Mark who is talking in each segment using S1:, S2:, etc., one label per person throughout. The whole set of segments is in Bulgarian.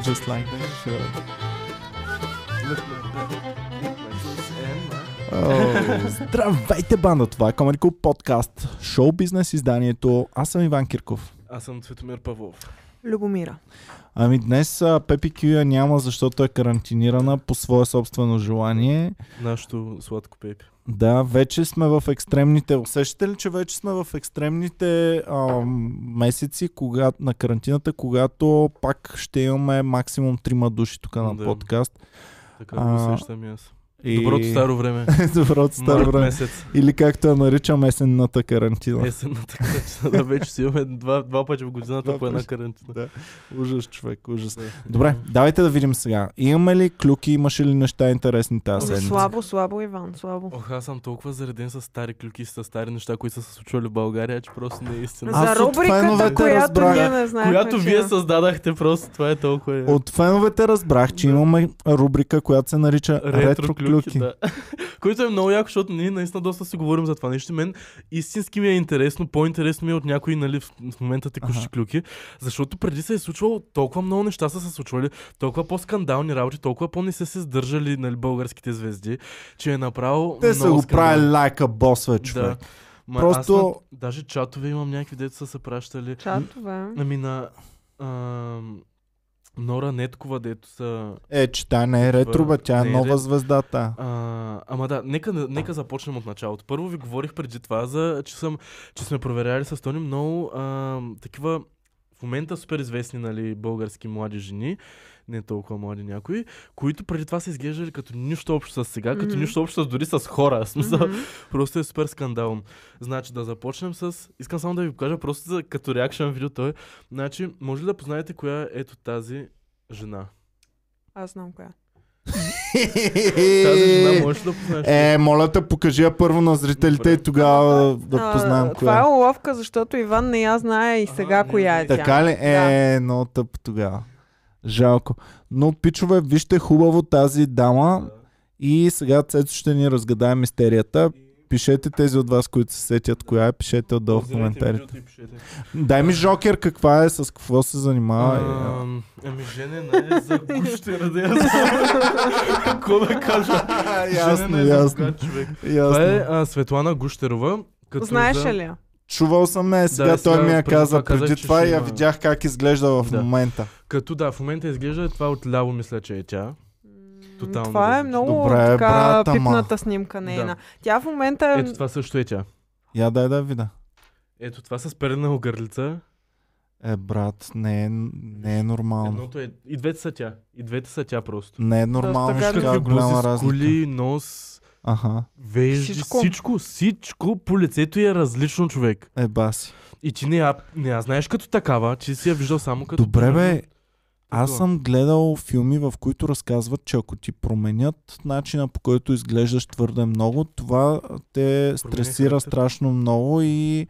S1: just like that. Sure. Oh. Здравейте, банда! Това е Comedy Club подкаст, шоу бизнес изданието. Аз съм Иван Кирков.
S2: Аз съм Цветомир Павлов.
S3: Любомира.
S1: Ами днес а, Пепи Кю я няма, защото е карантинирана по свое собствено желание.
S2: Нашето сладко пепи.
S1: Да, вече сме в екстремните. Усещате ли, че вече сме в екстремните а, месеци кога, на карантината, когато пак ще имаме максимум трима души тук на
S2: Да.
S1: подкаст.
S2: Така
S1: А,
S2: го усещам и аз. Доброто старо време.
S1: Доброто
S2: Март
S1: старо време.
S2: месец. Е,
S1: Или както я наричам есенната карантина.
S2: Есенната карантина. Вече си имаме два, два пъти в годината
S1: Два
S2: по една
S1: пъти.
S2: карантина.
S1: Ужас, човек, ужас.
S2: Да.
S1: Добре, давайте да видим сега. Имаме ли клюки, имаше ли неща интересни тази
S3: Слабо,
S1: седмица?
S3: слабо, слабо, Иван, слабо.
S2: Ох, аз съм толкова зареден с стари клюки, с стари неща, които са се случвали в България, че просто не е истина.
S1: Аз
S3: За
S1: от
S3: рубриката,
S1: феновете
S3: която
S1: разбрах.
S3: ние не е. знаем.
S2: Която вие създадахте, просто това е толкова. е.
S1: От феновете разбрах, че
S2: Да.
S1: имаме рубрика, която се нарича Ретро клюки.
S2: Да. Което е много яко, защото ние наистина доста си говорим за това нещо. Мен истински ми е интересно, по-интересно ми е от някои, нали, в в момента текущи
S1: Аха.
S2: клюки, защото преди се е случвало толкова много неща са се случвали, толкова по-скандални работи, толкова по-не са се сдържали, нали, българските звезди, че е направо
S1: Те са
S2: много
S1: го
S2: скандал.
S1: правили лайка босове, човек.
S2: Ма
S1: Просто-
S2: Просто... Аз на... Даже чатове имам някакви, дето са се пращали.
S3: Чатове.
S2: Ами на... ам, Нора Неткова, дето са...
S1: Е, че тя не е ретро, бе, тя е
S2: Не е
S1: нова
S2: ретро.
S1: звезда. Та.
S2: А, ама да, нека, нека започнем от началото. Първо ви говорих преди това, за, че, съм, че сме проверяли с Тони много а, такива в момента супер известни нали, български млади жени, не толкова млади някои, които преди това са изглеждали като нищо общо с сега, като
S3: Мгм.
S2: нищо общо с дори с хора. В Смисъл,
S3: Мгм.
S2: Просто е супер скандално. Значи да започнем с... Искам само да ви покажа просто за, като реакшън видео той. Значи, може ли да познаете коя е ето тази жена?
S3: Аз знам коя.
S2: Тази жена можеш ли да познаеш.
S1: Е, моля те, покажи я първо на зрителите
S2: Добре.
S1: и тогава да
S3: А,
S1: познаем
S3: Това е
S1: коя.
S3: уловка, защото Иван не я знае и
S2: А,
S3: сега
S2: не,
S3: коя
S2: не.
S3: е тя.
S1: Така ли? Е, много тъп тогава. Жалко. Но, пичове, вижте хубаво тази дама и сега Цецо ще ни разгадае мистерията. Пишете тези от вас, които се сетят коя е, пишете отдолу в
S2: Позирайте
S1: коментарите.
S2: видеото и пишете.
S1: Дай ми жокер каква е, с какво се занимава. и-
S2: Ам, Ами женена е за гущера да я знам. Какво да кажа?
S1: Ясно,
S2: Женена е за
S1: ясно,
S2: богат човек. Това е
S1: ясно.
S2: а, Светлана Гущерова. Като
S3: Знаеш
S2: за...
S3: ли? я?
S1: Чувал съм я, сега
S2: сега
S1: той ми я
S2: преди
S1: каза
S2: това казах,
S1: преди
S2: че
S1: това
S2: ще
S1: и я
S2: има-
S1: видях как изглежда в
S2: Да.
S1: момента.
S2: Като да, в момента изглежда това отляво, мисля, че е тя. Тотално
S3: това е
S2: безлично.
S3: много
S1: Добре,
S3: така
S1: брат, ама.
S3: пипната снимка нейна. Тя в момента е...
S2: Ето това също е тя.
S1: Я дай да я видя.
S2: Ето това с перена огърлица.
S1: Е, брат, не е, не е нормално.
S2: Едното е... И двете са тя. И двете са тя просто.
S1: Не е нормално,
S3: Доста
S1: ще
S3: гадно.
S1: кажа
S2: Какви
S1: голяма
S2: блузи, с
S1: разлика.
S2: коли, нос,
S1: Аха,
S2: вежди,
S3: Всичко.
S2: всичко. всичко, всичко по лицето й е различно човек.
S1: е баси.
S2: И ти не я, не я знаеш като такава, че си я виждал само като...
S1: Добре, бе, аз
S2: Такова.
S1: съм гледал филми, в които разказват, че ако ти променят начина по който изглеждаш твърде много, това те стресира
S2: характер.
S1: страшно много и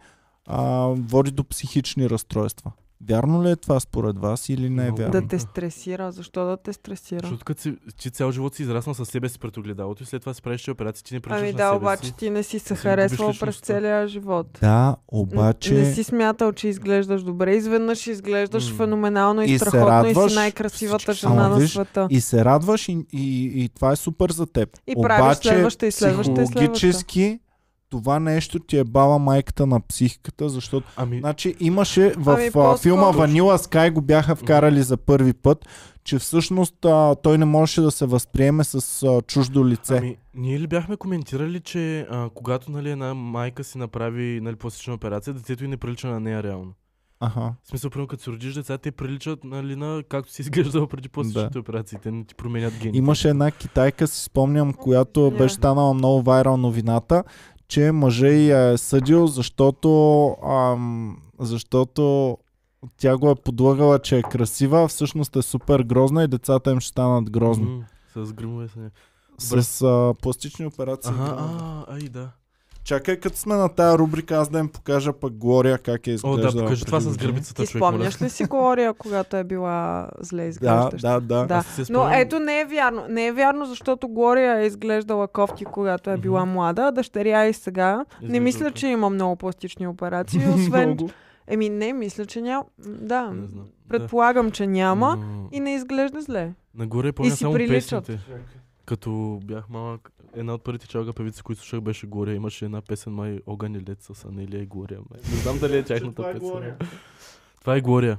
S1: а, води до психични разстройства. Вярно ли е това според вас или не е
S2: Много.
S1: вярно?
S3: да те стресира. Защо да те стресира?
S2: Защото като си, ти цял живот си израснал със себе си пред огледалото и след това си правиш тия операции, ти не приличаш
S3: Ами
S2: на
S3: да,
S2: себе
S3: обаче
S2: си.
S3: ти не си се
S2: Да си
S3: харесвал
S2: губиш
S3: през
S2: личността.
S3: целия живот.
S1: Да,
S3: Н-
S1: обаче...
S3: Не си смятал, че изглеждаш добре. Изведнъж изглеждаш
S2: М.
S3: феноменално и,
S1: И се
S3: страхотно и
S1: радваш.
S3: си най-красивата
S2: Всички-
S3: жена
S1: Ама
S3: на
S1: виж,
S3: света.
S1: И се радваш и, и, и това е супер за теб.
S3: И правиш
S1: Обаче,
S3: следваща и следваща и следваща.
S1: психологически това нещо ти е бала майката на психиката, защото...
S2: Ами,
S1: Значи имаше в
S3: Ами,
S1: а,
S3: по-скоро-
S1: филма Ванила Скай го бяха вкарали за първи път, че всъщност а, той не можеше да се възприеме с а, чуждо лице.
S2: ами, ние ли бяхме коментирали, че а, когато нали, една майка си направи нали, пластична операция, детето й не прилича на нея реално.
S1: Аха.
S2: В смисъл, примерно, като си родиш деца, те приличат нали, на както си изглеждал преди пластичните операции. Те не ти променят гените.
S1: Имаше една китайка, си спомням, която
S3: Да.
S1: беше станала много вайрал новината, че мъже я е съдил, защото, ам, защото тя го е подлагала, че е красива, а всъщност е супер грозна и децата им ще станат грозни.
S2: М, С гримове са не. Добре.
S1: С а, пластични операции.
S2: Ага,
S1: Ага,
S2: а, ай да.
S1: Чакай, като сме на тая рубрика, аз да им покажа пък Глория как е
S2: О,
S1: изглеждала.
S2: да, покажи
S1: преди
S2: това с
S1: години.
S2: гърбицата,
S3: Ти
S2: човек. моля.
S3: спомняш ли си Глория, когато е била зле
S1: Да,
S3: изглеждаща?
S1: да, да.
S3: Да.
S2: Аз си
S3: Но
S2: спомням.
S3: ето не е вярно. Не е вярно, защото Глория е изглеждала кофти, когато е била
S2: Мгм.
S3: млада, а дъщеря е и сега. Не
S2: Изглежда
S3: мисля,
S2: така.
S3: че има много пластични операции, освен
S2: Много.
S3: Еми не, мисля, че няма. М, Да,
S2: Не знам.
S3: предполагам, че
S2: да.
S3: няма
S2: Но...
S3: и не изглежда зле.
S2: Нагоре помня
S3: си
S2: само
S3: приличат.
S2: песните. Като бях малък, една от първите чалга певици, които слушах, беше Горя. Имаше една песен май Огън и лед с Анелия и Горя. Май. Не знам дали е тяхната песен. Това е Горя.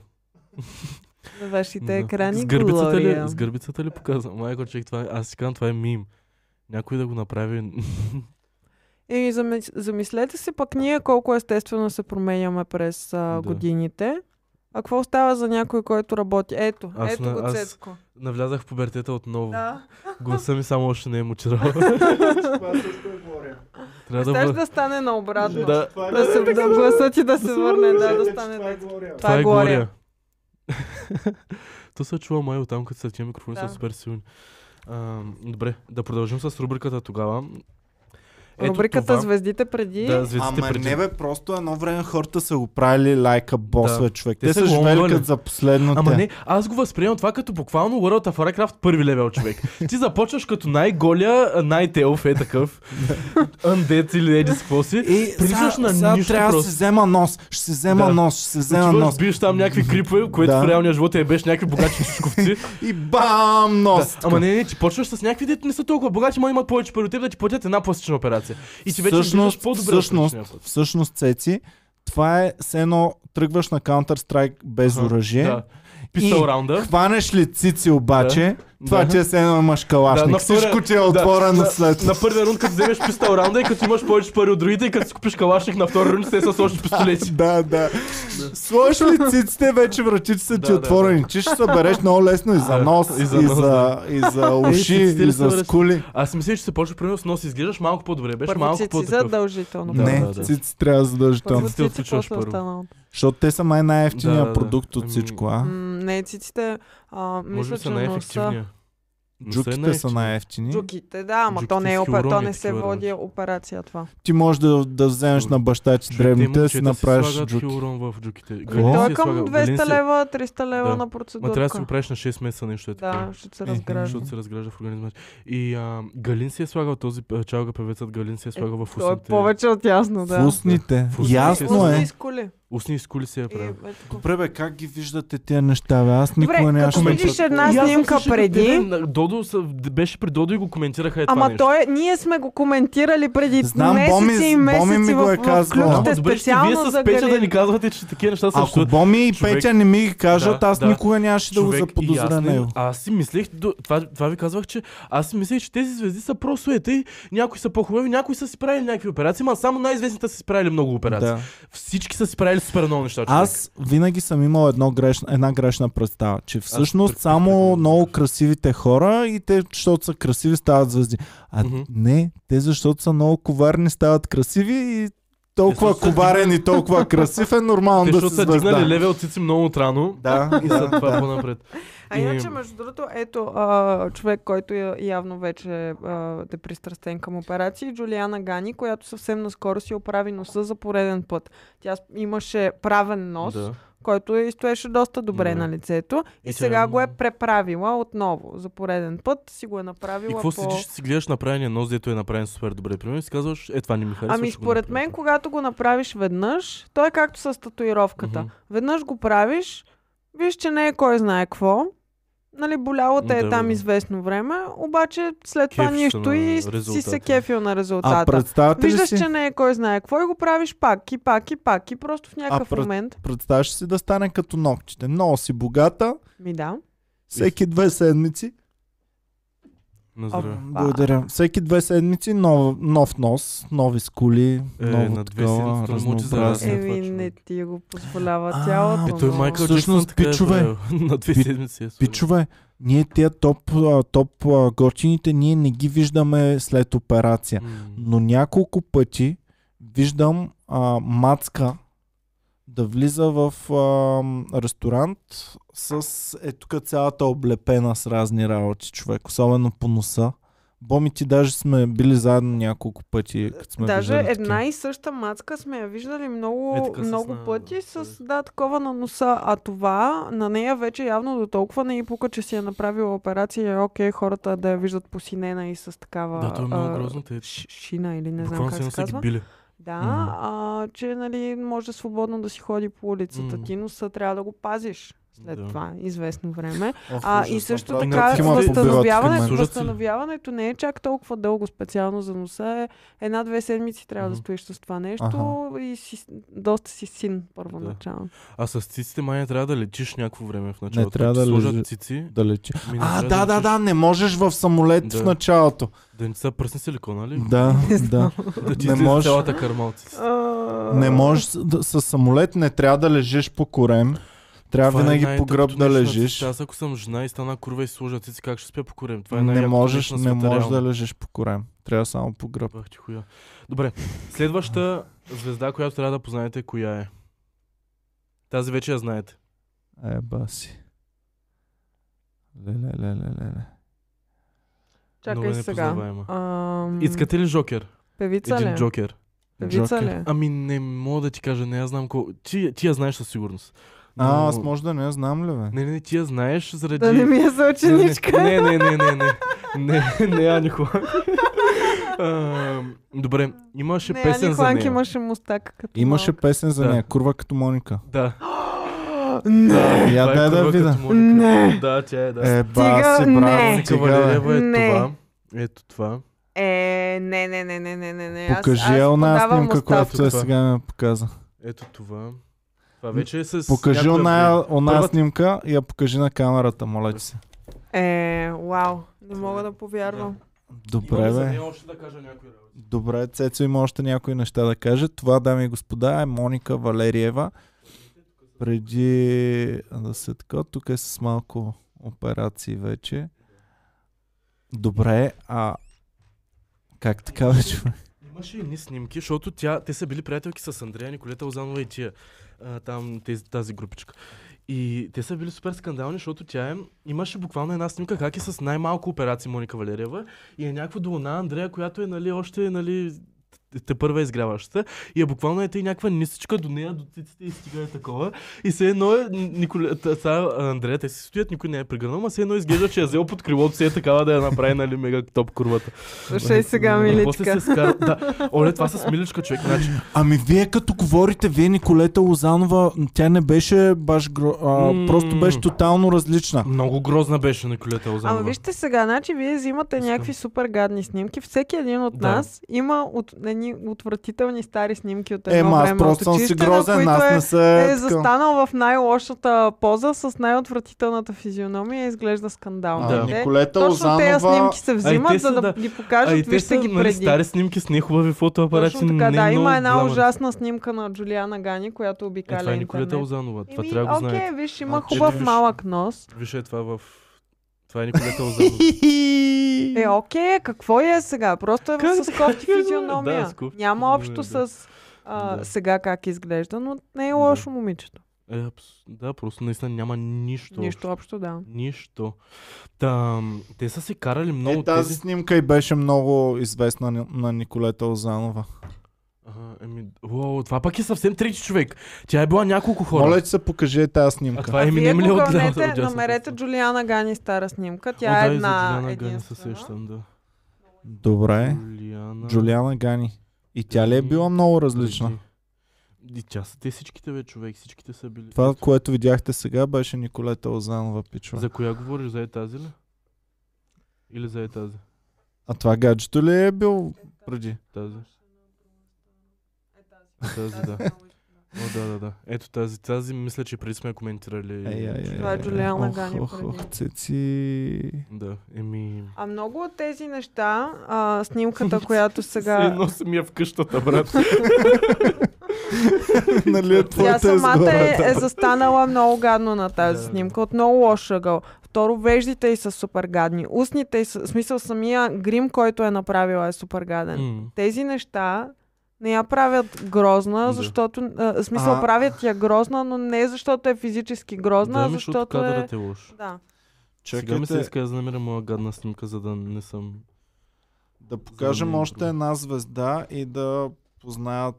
S3: На вашите
S2: Да.
S3: екрани.
S2: С гърбицата,
S3: Глория.
S2: ли, с гърбицата ли показвам? Майко, чек, това е, аз си казвам, това е мим. Някой да го направи.
S3: И замис... замислете се пък ние колко естествено се променяме през а,
S2: Да.
S3: годините. А какво става за някой, който работи? Ето,
S2: Аз
S3: ето
S2: не-
S3: го
S2: аз-
S3: Цецко.
S2: Навлязах в пубертета отново.
S3: Да.
S2: Гласа ми само още не е мучирал.
S1: Това също е Глория. е
S2: Трябва да
S3: Щеш
S2: бъда...
S3: да стане наобратно.
S2: Да.
S3: Да се да гласът и да се върне, да, да стане детски.
S1: Глория.
S3: Това е Глория.
S2: То се чува май оттам, като се тия микрофони
S3: Да.
S2: са супер силни. Ам, добре, да продължим с рубриката тогава.
S3: Рубриката
S2: това-
S3: звездите преди.
S2: Да, звездите
S1: Ама
S2: преди.
S1: не бе, просто едно време хората са го правили лайка босове човек. Те,
S2: Те
S1: са
S2: са го
S1: живели
S2: омъвали.
S1: като за последно
S2: Ама не, аз го възприемам това като буквално World of Warcraft първи левел човек. Ти започваш като най-голя, а, най-телф е такъв. Undead или еди с какво си.
S1: И
S2: приличаш
S1: сега-
S2: на
S1: сега
S2: нищо
S1: Е, трябва да
S2: просто.
S1: си взема нос, ще си взема
S2: Да.
S1: нос, ще си взема
S2: Отиваш,
S1: нос.
S2: биеш там някакви крипове, което
S1: Да.
S2: в реалния живот е беше някакви богачи чушковци.
S1: И бам, нос.
S2: Ама не, не, ти почваш с някакви, дето не са толкова богати, но имат повече пари от теб да ти платят една пластична операция. И ти вече
S1: всъщност,
S2: излизаш по-добре. от
S1: всъщност,
S2: предишния път.
S1: всъщност, Цеци, това е все едно тръгваш на Counter-Strike без
S2: Аха,
S1: оръжие.
S2: Да. Пистол раунда.
S1: Хванеш ли цици обаче, това
S2: Да.
S1: ти е все едно имаш
S2: Да,
S1: калашник.
S2: на втория-
S1: Всичко ти е
S2: да,
S1: отворено
S2: на-
S1: след.
S2: На първия рунд, като вземеш пистол раунда и като имаш повече пари от другите и като си купиш калашник на втори рунд, се с още пистолети.
S1: Да, да. Сложиш ли циците, вече вратите са ти
S2: Да, да,
S1: отворени. Ти ще събереш много лесно и за
S2: Да,
S1: нос, и
S2: и за нос,
S1: за, и за уши,
S2: циците
S1: и
S2: ли
S1: за
S2: събереш?
S1: скули.
S2: Аз мисля, че се почва примерно с нос изглеждаш малко по-добре. Беше
S3: Първо
S2: малко
S3: цици
S2: по-добър.
S3: задължително.
S2: Да,
S1: Не,
S2: да, да.
S1: цици трябва задължително.
S3: Първо
S2: Циците
S3: цици,
S2: отключваш
S3: после
S2: първо.
S3: останалото.
S1: Защото те са май най-ефтиния
S2: Да, да, да.
S1: продукт от
S2: Ами,
S1: всичко, а?
S3: М, Не, циците, а,
S2: Може
S3: мисля,
S2: би са ами?
S3: че носа.
S2: най-ефективния. Носа
S1: Джуките
S2: е
S1: са
S2: най-ефтиния.
S1: най-ефтини.
S3: Джуките, да, ама
S2: Джуките
S3: то не, е,
S2: с
S3: опе- то
S2: хилурони,
S3: не се
S2: такива
S3: води
S2: работи.
S3: операция това.
S1: Ти можеш да, да вземеш на баща ти
S2: Човек,
S1: древните
S2: те
S1: да си
S2: момчета
S1: направиш
S2: слагат
S1: джуки.
S2: хилурон в джуките.
S1: О.
S3: Той е
S2: Галинсия
S3: към
S2: слага-
S3: 200
S2: Галинсия-
S3: лева, 300 лева
S2: Да.
S3: на
S2: Ма трябва да си
S3: процедурка.
S2: го правиш на 6 месеца нещо е такова.
S3: Да, ще се
S1: Мгм.
S3: разгражда.
S2: Защото се разгражда в организма. И а, Галин си е слагал този а, чалга певецът, Галин си е слагал в
S3: То е
S2: устните.
S3: повече от ясно,
S1: В
S3: да.
S1: устните.
S2: В устните
S1: Ясно
S3: Устни
S1: е.
S3: и с коли.
S2: Устни изкули си е
S3: И,
S2: правил.
S3: е такова.
S1: Добре бе, как ги виждате тия неща бе? Аз никога
S3: Добре,
S1: нямаше
S3: като
S1: да
S3: видиш
S1: пред-
S3: една
S2: И аз
S3: снимка
S2: слушах
S3: преди,
S2: тебе, на- Додо са- д- беше при Додо и го коментираха е това
S3: Ама
S2: нещо.
S3: той, е- ние сме го коментирали преди
S1: Знам,
S3: месеци
S1: Боми-
S3: и
S1: Боми
S3: месеци
S1: ми го
S3: в,
S1: е
S3: в
S1: казвала.
S3: ключите
S2: Ама добре, ще вие
S3: специално за
S2: с Петя да
S3: Галин.
S2: ни казвате, че такива неща са
S1: Ако
S2: абсолютно.
S1: Боми и
S2: човек-
S1: Петя не ми ги кажат,
S2: Да,
S1: аз
S2: да.
S1: никога нямаше да го
S2: Човек, и аз
S1: заподозря
S2: не-
S1: него.
S2: Аз си мислех, до- това, това ви казвах, че аз си мислех, че тези звезди са просто е тъй, някои са по-хубави, някои са си правили някакви операции, ма само най-известните са си правили много операции.
S1: Да.
S2: Всички са си правили супер много неща. човек.
S1: Аз винаги съм имал едно грешна, една грешна представа, че всъщност
S2: предпочитам
S1: само
S2: да
S1: много
S2: разбирам.
S1: красивите хора и те, защото са красиви, стават звезди. А
S2: Мгм.
S1: не, те защото са много коварни, стават красиви и толкова
S2: Те са се
S1: коварен и толкова красив е
S2: Те,
S1: нормално да
S2: защото
S1: си
S2: са
S1: звезда.
S2: дигнали левел цици много от рано.
S1: Да,
S2: И след това по-напред.
S3: А
S2: Е.
S3: иначе, между другото, ето а, човек, който я- явно вече а, е пристрастен към операции, Джулиана Гани, която съвсем наскоро си оправи носа за пореден път. Тя с- имаше правен нос,
S2: Да.
S3: който и стоеше доста добре
S2: Да.
S3: на лицето и,
S2: И тя
S3: сега
S2: е
S3: го е
S2: много-
S3: преправила отново. За пореден път си го е направила
S2: И какво
S3: по...
S2: седиш, си гледаш направения нос, дето е направен супер добре. Примерно и си казваш, е това не ми харесва.
S3: Ами
S2: ще го
S3: според
S2: направя
S3: мен,
S2: това.
S3: когато го направиш веднъж, той е както с татуировката.
S2: Мгм.
S3: Веднъж го правиш, виж, че не е кой знае какво. Нали, болялата е
S2: Да,
S3: там
S2: бе.
S3: известно време, обаче след това
S2: Кефиш се
S3: нищо
S2: на
S3: и си
S2: резултата.
S3: се кефил на
S1: А
S3: резултата.
S1: представяте ли
S3: Виждаш,
S1: си,
S3: че не е кой знае какво и го правиш пак и пак и пак и просто в някакъв
S1: пред-
S3: момент.
S1: представяш си да стане като ногтите. Много си богата,
S3: Ми да.
S1: всеки две седмици
S2: На здраве.
S1: Благодаря. Всеки две седмици нов, нов нос, нови скули,
S2: Е,
S1: ново
S2: на две
S1: такова,
S2: седмици той му ти
S1: разнообразие.
S2: след
S3: Еми,
S2: това,
S3: не
S2: човек.
S3: ти го позволява
S1: А,
S3: тялото.
S1: е,
S2: Е, той
S3: но-
S2: Майкъл
S1: Всъщност,
S2: Джексън така е
S1: пичове.
S2: правил. на две
S1: Пи-
S2: седмици е сложил.
S1: Пичове, ние тия топ, а, топ а, готините, ние не ги виждаме след операция.
S2: М.
S1: Но няколко пъти виждам а, мацка да влиза в а, ресторант с е тук цялата облепена с разни работи, човек. Особено по носа. Боми ти даже сме били заедно няколко пъти, като сме
S3: Даже
S1: виждали такива.
S3: една и съща мацка сме я виждали много,
S2: Е, така с
S3: много
S2: на-
S3: пъти с
S2: този.
S3: да, такова на носа. А това на нея вече явно до толкова не и пука, че си е направила операция. и е Окей, хората да я виждат посинена и с такава
S2: Да, той е много
S3: а,
S2: грозно. Те
S3: ш- шина или не знам
S2: буквално
S3: как
S2: се
S3: се
S2: са ги
S3: казва.
S2: били.
S3: Да,
S1: Мгм.
S3: а, че нали, може свободно да си ходи по улицата
S2: Мгм.
S3: ти, но са трябва да го пазиш след
S2: Да.
S3: това известно време.
S1: Ох,
S3: А,
S1: ужасно,
S3: и също
S1: това е
S2: на
S3: така,
S1: тима по бюрото към мен.
S3: възстановяване,
S2: Служат си.
S3: възстановяването не е чак толкова дълго специално за носа. Е, една-две седмици трябва да
S2: Мгм.
S3: стоиш с това нещо
S1: Аха.
S3: и си, доста си син първоначално.
S2: А с циците май не трябва да лечиш някакво време в началото.
S1: трябва
S2: Като
S1: да
S2: ти сложат
S1: лежи-
S2: цици.
S1: Да лечи.
S2: ми не
S1: А,
S2: трябва
S1: да, да,
S2: лечиш.
S1: да, не можеш в самолет в
S2: Да.
S1: началото.
S2: Да не ти са пръсни силикона ли?
S1: Да, да.
S2: Да ти
S1: Не
S2: излезе
S1: може.
S2: цялата кърма от циците.
S3: А,
S1: Не можеш с- да, с самолет, не трябва да лежиш по корем. Трябва
S2: Това е
S1: винаги по
S2: най-тъпото
S1: гръб да
S2: нещо на
S1: лежиш.
S2: циците. Аз ако съм жена и стана курва и сложа цици, как ще спя по корем? Това е
S1: не
S2: най-якото
S1: можеш,
S2: нещо на
S1: не
S2: света,
S1: можеш
S2: реално.
S1: да лежиш по корем. Трябва само по гръб.
S2: Бах ти хуя. Добре, следваща звезда, която трябва да познаете, коя е? Тази вече я знаете.
S1: Е, баси. Леле, леле, леле.
S2: Много е
S3: Чакай сега.
S2: непознаваема.
S3: Ам,
S2: Искате ли Жокер?
S3: Певица
S2: Един
S3: ли? е?
S2: Джокер.
S3: Певица
S1: Джокер.
S3: ли? е?
S2: Ами не мога да ти кажа, не аз знам колко. Ти, ти я знаеш със сигурност.
S1: А,
S2: Но-
S1: аз може да не я знам ли, бе?
S2: Не, не, не, ти я знаеш заради...
S3: Да не ми е за
S2: Не, не,
S3: ученичка.
S2: Не, не, не, не, не. Не, не, Ани Хуанг. Ам, Добре, имаше
S3: Не,
S2: песен
S3: Ани
S2: за
S3: Хуанг
S2: нея.
S3: имаше мустак като
S1: Имаше
S3: малка.
S1: песен за
S2: Да.
S1: нея, Курва като Моника.
S2: Да.
S3: Не!
S1: Я
S2: Това е
S1: дай да
S2: Кърва като
S1: видя.
S2: Моника.
S3: Не.
S2: Да, тя е, да.
S1: Е, баси,
S3: не.
S1: браво,
S2: Моника
S1: стига, бе.
S2: Валерева е
S3: Не.
S2: това. Ето това.
S3: Е, не, не, не, не, не, не, не. Аз-
S1: Покажи
S3: аз
S1: я она
S3: подавам
S1: снимка,
S3: оставка.
S1: която е
S2: Това.
S1: сега ми показа.
S2: Ето това. Това вече е с...
S1: Покажи
S2: някоя влия-
S1: она, она
S2: Първата-
S1: снимка и я покажи на камерата, моля ти се.
S3: Е, вау. Не мога да повярвам.
S1: Добре,
S2: Имаме за
S1: бе.
S2: нея още да кажа някои работи.
S1: Добре, Цецо има още някои неща да каже. Това, дами и господа, е Моника Валериева. Преди да се така, тук е с малко операции вече. Добре, а как така вече? бе?
S2: Имаше едни снимки, защото тя, те са били приятелки с Андрея Николета Озанова и тия. А, там тези, тази групичка. И те са били супер скандални, защото тя е, имаше буквално една снимка как е с най-малко операции Моника Валериева и е някаква долна Андрея, която е нали, още нали, те- те първа изгряващата и е буквално е тъй някаква нисичка до нея, до циците и стига е такова. И се едно е, Николе, та, са, Андрея, те си стоят, никой не е прегърнал, а се едно изглежда, че е взел под крилото си е такава да я направи нали, мега топ курвата.
S3: Слушай сега,
S2: И после
S3: миличка.
S2: Ами, се скара. Да, оле, това с миличка човек. Значи,
S1: Ами вие като говорите, вие Николета Лозанова, тя не беше баш гро... а,
S2: М.
S1: просто беше тотално различна.
S2: много грозна беше Николета Озанова.
S3: Ама вижте сега, значи вие взимате
S2: Искам.
S3: някакви супер гадни снимки. Всеки един от
S2: Да.
S3: нас има от, едни отвратителни стари снимки от едно
S1: Ема
S3: време
S1: аз просто
S3: от
S1: съм си
S3: училище, на
S1: грозен,
S3: които
S1: аз
S3: е,
S1: не се...
S3: е
S1: така.
S3: застанал в най-лошата поза с най-отвратителната физиономия и изглежда скандално.
S1: А,
S2: Да.
S3: Те-
S1: Николета
S3: Точно
S1: Лозанова...
S3: тези снимки се
S2: те
S3: взимат,
S2: са,
S3: за да
S2: да.
S3: ги
S2: а и
S3: покажат,
S2: те
S3: вижте
S2: са
S3: ги
S2: нали,
S3: преди.
S2: стари снимки с нехубави фотоапарати.
S3: Точно така,
S2: не
S3: да.
S2: е много
S3: Има една
S2: гламър.
S3: ужасна снимка на Джулиана Гани, която
S2: Е,
S3: обикаля
S2: това е Николета
S3: интернет.
S2: Озанова. Това
S3: нали, Еми,
S2: трябва да го
S3: окей,
S2: знаете.
S3: виж, има
S1: Значи,
S3: хубав
S1: виж.
S3: малък нос.
S2: Виж е това в... Това е Николета Озанова.
S3: Е, окей, какво е сега? Просто е
S2: Как
S3: с кофти
S2: така?
S3: физиономия.
S2: Да, с кофти
S3: Няма общо
S2: физиономия,
S3: с а,
S2: Да.
S3: сега как изглежда, но не е
S2: Да.
S3: лошо момичето.
S2: Е, абс- да, просто наистина няма нищо.
S3: Нищо
S2: общо.
S3: общо, да.
S2: Нищо. Там, те са се карали много.
S1: Е, тази
S2: тези-
S1: снимка и беше много известна ни- на Николета Озанова.
S2: Ага, еми, уау, това пак е съвсем трети човек. Тя е била няколко хора.
S1: Моля ти се, покажи е тази
S2: а
S1: снимка.
S2: това е
S3: Вие
S2: Еминем ли от от
S3: погълнете,
S2: дясната
S3: намерете
S2: страна?
S3: Джулиана Гани стара снимка.
S2: О,
S3: Тя
S2: да,
S3: е
S2: и за
S3: една
S2: Джулиана Гани се
S3: единствена.
S2: сещам, да.
S1: Добре.
S2: Джулиана...
S1: Е? Джулиана Гани. И тя ли е била много различна?
S2: Преди. И тя са те всичките бе, човек, всичките са били.
S1: Това, което видяхте сега, беше Николета Озанова, пичва.
S2: За коя говориш? За е тази ли? Или за е тази?
S1: А това гаджето ли е бил преди?
S2: Тази. Е Тази, да. О, да, да, да. Ето тази. Тази мисля, че преди сме я коментирали.
S1: Ей, ей, ей,
S3: Това е
S1: ей.
S3: Джулиана
S1: Ох,
S3: Гани
S1: Ох,
S3: преди.
S1: ох, цеци.
S2: Да, еми...
S3: А много от тези неща, а, снимката, която сега...
S2: носи ми я в къщата, брат.
S1: Нали е
S3: Тя
S1: твоята
S3: самата е, е
S1: изгората?
S3: застанала много гадно на тази
S2: Да.
S3: снимка, от много лош ъгъл. Второ, веждите й са супер гадни. Устните й са, в смисъл самия грим, който е направила е супер гаден.
S2: М.
S3: Тези неща не я правят грозна,
S2: Да.
S3: защото... А, в смисъл
S1: А-
S3: правят я грозна, но не защото е физически грозна,
S2: Да,
S3: а
S2: ми, защото
S3: защото е...
S2: кадърът е лош.
S3: Да.
S2: Сега ми се
S1: Чакайте
S2: иска да намеря моя гадна снимка, за да не съм...
S1: да покажем
S2: Заменим
S1: още
S2: друго.
S1: една звезда и да познаят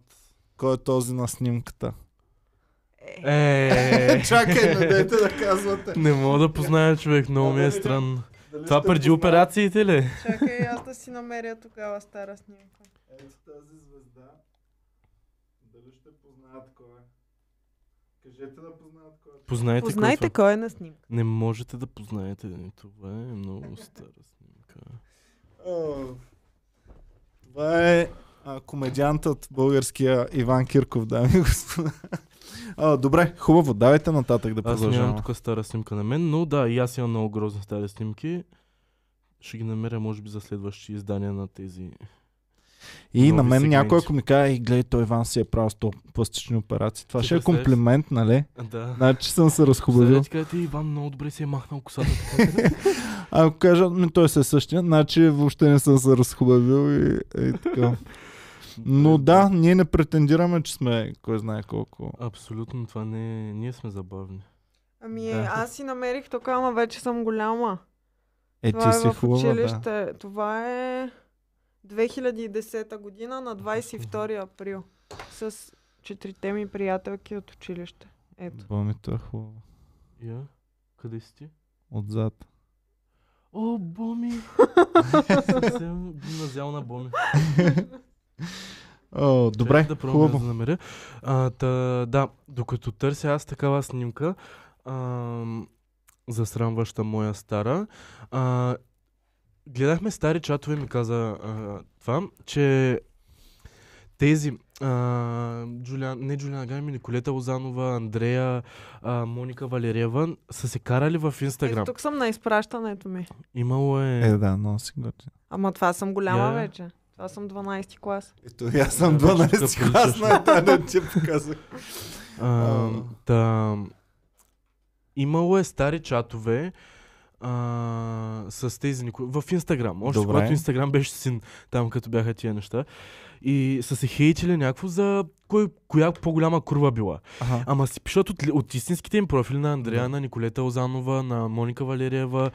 S1: кой е този на снимката.
S2: Е,
S1: Чакай, не дайте да казвате.
S2: не мога да позная човек, много ми е странно. Това преди операциите ли?
S3: Чакай аз да си намеря тогава стара снимка.
S1: Ето тази звезда Дали ще познаят кой е? Кажете да познаят кой е.
S2: Познайте,
S3: Познайте
S2: кой е това.
S3: кой е на снимка.
S2: Не можете да познаете. Това е много стара снимка.
S1: О, Това е а, комедиантът българския Иван Кирков, дами и господа. А, добре, хубаво, давайте нататък да
S2: Аз нямам
S1: продължаваме.
S2: тук стара снимка на мен, но да, и аз имам много грозни стари снимки. Ще ги намеря, може би, за следващи издания на тези.
S1: И
S2: Нови
S1: на мен
S2: сегменти.
S1: някой, ако ми каже, и гледай, той Иван си е правил 100 пластични операции. Това
S2: Ти
S1: ще е
S2: представяш?
S1: комплимент, нали?
S2: А, Да.
S1: Значи съм се разхубавил.
S2: Сега ти кажете, Иван много добре си е махнал косата.
S1: Ако кажа, ми той се е същия, значи въобще не съм се разхубавил и, и така. Но да, ние не претендираме, че сме кой знае колко.
S2: Абсолютно, това не е. Ние сме забавни.
S3: Ами
S1: Да.
S3: аз си намерих тук, ама вече съм голяма.
S1: Е,
S3: Това
S1: ти
S3: е
S1: си
S3: в
S1: хубава, да.
S3: училище. Това е 2010 година
S1: е?
S3: на 22 април. С четирите ми приятелки от училище. Ето.
S1: Бомито е хубаво.
S2: Я? Къде си ти?
S1: Отзад.
S2: О, Боми! Съвсем гимназиална Боми.
S1: О, добре,
S2: Чакай да пробвам
S1: хубаво.
S2: да намеря. А, та, да, докато търся аз такава снимка, а, засрамваща моя стара, а, гледахме стари чатове, ми каза а, това, че тези а, Джулиан, не Джулиана Гами, Николета Лозанова, Андрея, а, Моника Валериева са се карали в
S3: Ето
S2: Инстаграм.
S3: тук съм на изпращането ми.
S2: Имало е...
S1: Е, да, много си готин.
S3: Ама това съм голяма
S2: Я, я.
S3: вече. Това съм 12 клас.
S1: Ето, и аз
S2: съм
S1: съм
S2: Да, 12 вече
S1: 12
S2: тук клас, приличаш.
S1: клас
S2: на
S1: на етаден ти показах.
S2: А,
S1: А.
S2: та, имало е стари чатове а, с тези нико... в Инстаграм. Още
S1: Добре.
S2: когато Инстаграм беше син, там като бяха тия неща. И са се хейтили някакво за кой, коя по-голяма курва била. Ама си пишат от, ли- от истинските им профили на Андрея,
S1: Да.
S2: на Николета Озанова, на Моника Валериева.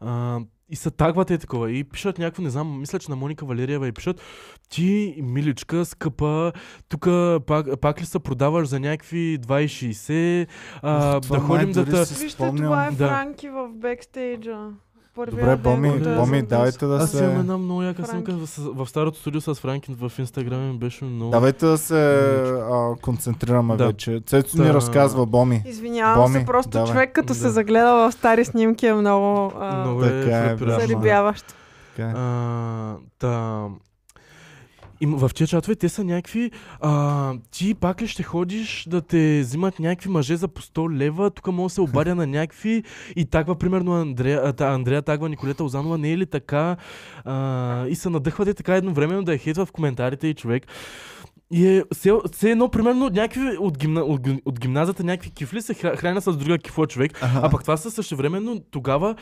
S2: А, и са тагват е такова. И пишат някакво, не знам, мисля, че на Моника Валериева и пишат ти, миличка, скъпа, тук пак, пак ли се продаваш за някакви 2,60, а, да ходим да та...
S3: Вижте, това е
S2: Да.
S3: Франки в бекстейджа. Първия
S1: Добре,
S3: ден,
S1: Боми,
S3: който е
S1: Боми,
S3: за
S1: давайте да
S2: Аз имам
S1: се...
S2: една много яка
S3: Франки.
S2: снимка с- в старото студио с Франкин в Инстаграм ми беше много...
S1: Давайте да се а, концентрираме
S2: Да.
S1: вече. Цецо ни
S2: Та-
S1: разказва, Боми.
S3: Извинявам
S1: Боми,
S3: се, просто
S1: давай.
S3: човек като
S2: Да.
S3: се загледа в стари снимки е много, а,
S2: много
S1: Така е,
S2: е,
S1: брат.
S2: фрапиращо.
S3: зарибяващ.
S1: Така е.
S2: А, та... И в тия чатове те са някакви... А, ти пак ли ще ходиш да те взимат някакви мъже за по 100 лева? Тук мога да се обадя на някакви... И таква, примерно, Андрея, а, та, Андрея тагва Николета Озанова, не е ли така? А, и се надъхвате така едновременно да я хейтва в коментарите и човек. И е, все, все едно, примерно, някакви от, гимна, от, гим- от гимназията някакви кифли се хра- хранят с друга кифла човек. А пък това са същевременно тогава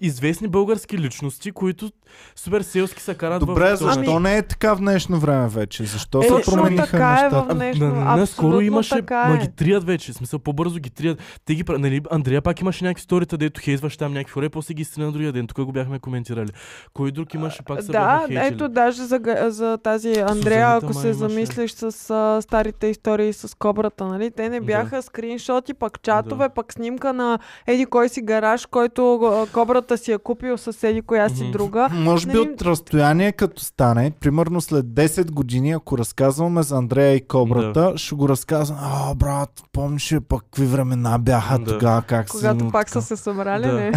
S2: известни български личности, които супер селски се карат
S1: Добре,
S2: в... това.
S1: защо
S3: Ами-
S1: не е така в днешно време вече? Защо
S2: Е,
S1: се
S2: точно
S1: промениха
S3: така е
S1: нещата?
S3: в днешно.
S2: на, на, наскоро
S3: абсолютно
S2: имаше,
S3: така
S2: ма
S3: е.
S2: ги трият вече, в смисъл по-бързо ги трият. Те ги, пра- нали, Андрея пак имаше някакви сторита, дето хейтваш там някакви хора, и после ги изстреля на другия ден. Тук го бяхме коментирали. Кой друг имаше пак се
S3: Да,
S2: бяха хейтили.
S3: ето даже за, га- за тази Андрея, ако
S2: май
S3: се
S2: имаше.
S3: замислиш с а, старите истории с кобрата, нали? Те не
S2: Да.
S3: бяха скриншоти, пак чатове, пък снимка на еди кой си гараж, който а, кобрата си е купил с еди коя
S2: Мгм.
S3: си друга.
S1: Може би
S3: Нали-
S1: от разстояние като стане, примерно след 10 години, ако разказваме за Андрея и Кобрата, ще го разказвам, а брат, помниш ли пък какви времена бяха
S2: Да.
S1: тогава, как си...
S3: Когато пак са се събрали,
S2: Да.
S3: не?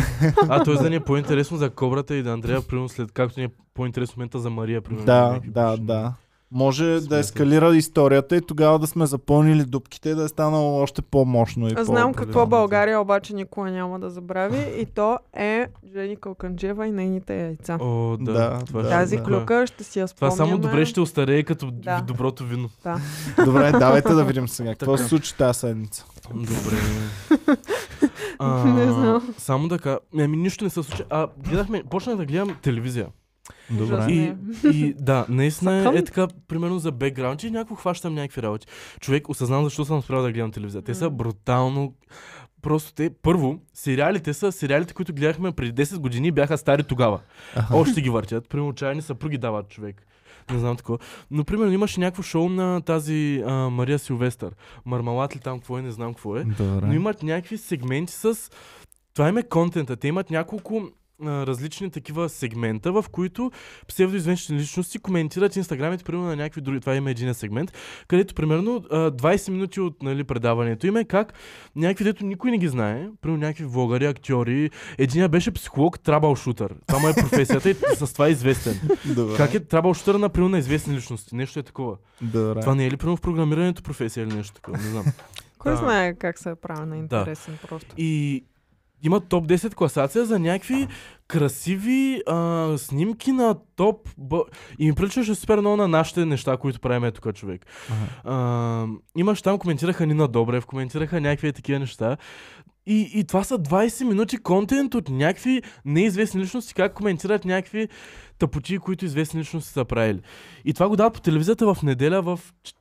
S2: А той за ни е по-интересно за кобрата и да Андрея, примерно след както ни е по-интересно в момента за Мария, примерно. нали?
S1: Да,
S2: някакви
S1: да,
S2: беше.
S1: да. Може да
S2: Смятам.
S1: ескалира историята и тогава да сме запълнили дупките и да е станало още по-мощно и
S3: Аз Знам
S1: по-голям.
S3: какво България обаче никога няма да забрави и то е Жени Калканджева и нейните яйца.
S2: О, да,
S1: Да,
S2: това
S1: да,
S2: ще-
S3: Тази
S1: да.
S3: клюка ще си я
S2: Това
S3: спомняме.
S2: само добре ще остарее като
S3: Да.
S2: в доброто вино.
S1: Добре, давайте да видим сега. Какво се случи тази седмица?
S2: Добре. А,
S3: Не знам.
S2: Само да кажа. Ами нищо не се случи. А, гледахме, почнах да гледам телевизия.
S3: Ужасно.
S1: Добре.
S2: И,
S3: Не.
S2: и да, наистина е
S3: Сакам.
S2: така, примерно за бекграунд, че някакво хващам някакви работи. Човек, осъзнавам защо съм спрял да гледам телевизия. Те са
S3: М.
S2: брутално... Просто те, първо, сериалите са сериалите, които гледахме преди 10 години и бяха стари тогава.
S1: Аха.
S2: Още ги въртят. Примерно отчаяни съпруги дават човек. Не знам такова. Но, примерно, имаше някакво шоу на тази а, Мария Силвестър. Мармалат ли там, какво е, не знам какво е.
S1: Добре.
S2: Но имат някакви сегменти с... Това им е контента. Те имат няколко а, различни такива сегмента, в които псевдоизвестни личности коментират инстаграмите, примерно на някакви други. Това има един сегмент, където примерно а, 20 минути от нали, предаването им е как някакви, дето никой не ги знае, примерно някакви влогари, актьори. Единия беше психолог, трабал шутър. Това му е професията и с това е известен.
S1: Добре.
S2: Как е трабал шутър на примерно на известни личности? Нещо е такова.
S1: Добре.
S2: Това не е ли примерно в програмирането професия или нещо такова? Не знам.
S3: Кой
S2: Да.
S3: знае как се е прави на
S2: Да.
S3: интересен просто.
S2: И има топ 10 класация за някакви красиви а, снимки на топ... Б... И ми приличаше супер много на нашите неща, които правим тук, човек.
S1: Ага.
S2: А, имаш там, коментираха Нина Добрев, коментираха някакви такива неща. И, и това са 20 минути контент от някакви неизвестни личности, как коментират някакви тъпоти, които известни личности са правили. И това го дават по телевизията в неделя в... ч-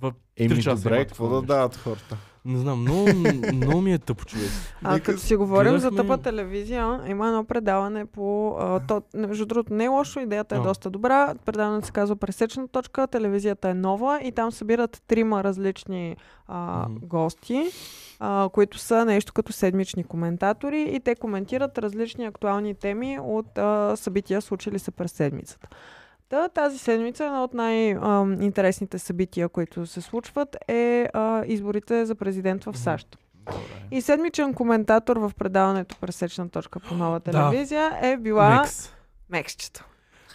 S2: в...
S1: Еми
S2: три часа
S1: добре,
S2: има
S1: какво
S2: такова
S1: да
S2: нещо.
S1: дават хората?
S2: Не знам, много, много ми е тъпо, човек.
S3: А
S1: Нека
S3: като си говорим за
S2: гледахме-
S3: тъпа телевизия, има едно предаване по... А, то, между другото, не е лошо, идеята е
S2: А.
S3: доста добра. Предаването се казва Пресечна точка, телевизията е нова и там събират трима различни а,
S2: Мгм.
S3: гости, а, които са нещо като седмични коментатори и те коментират различни актуални теми от а, събития, случили се през седмицата. Та, тази седмица едно от най-интересните събития, които се случват е а, изборите за президент в
S2: Мгм.
S3: САЩ. И седмичен коментатор в предаването Пресечна точка по нова телевизия е била
S2: Мекс.
S3: Мексчето.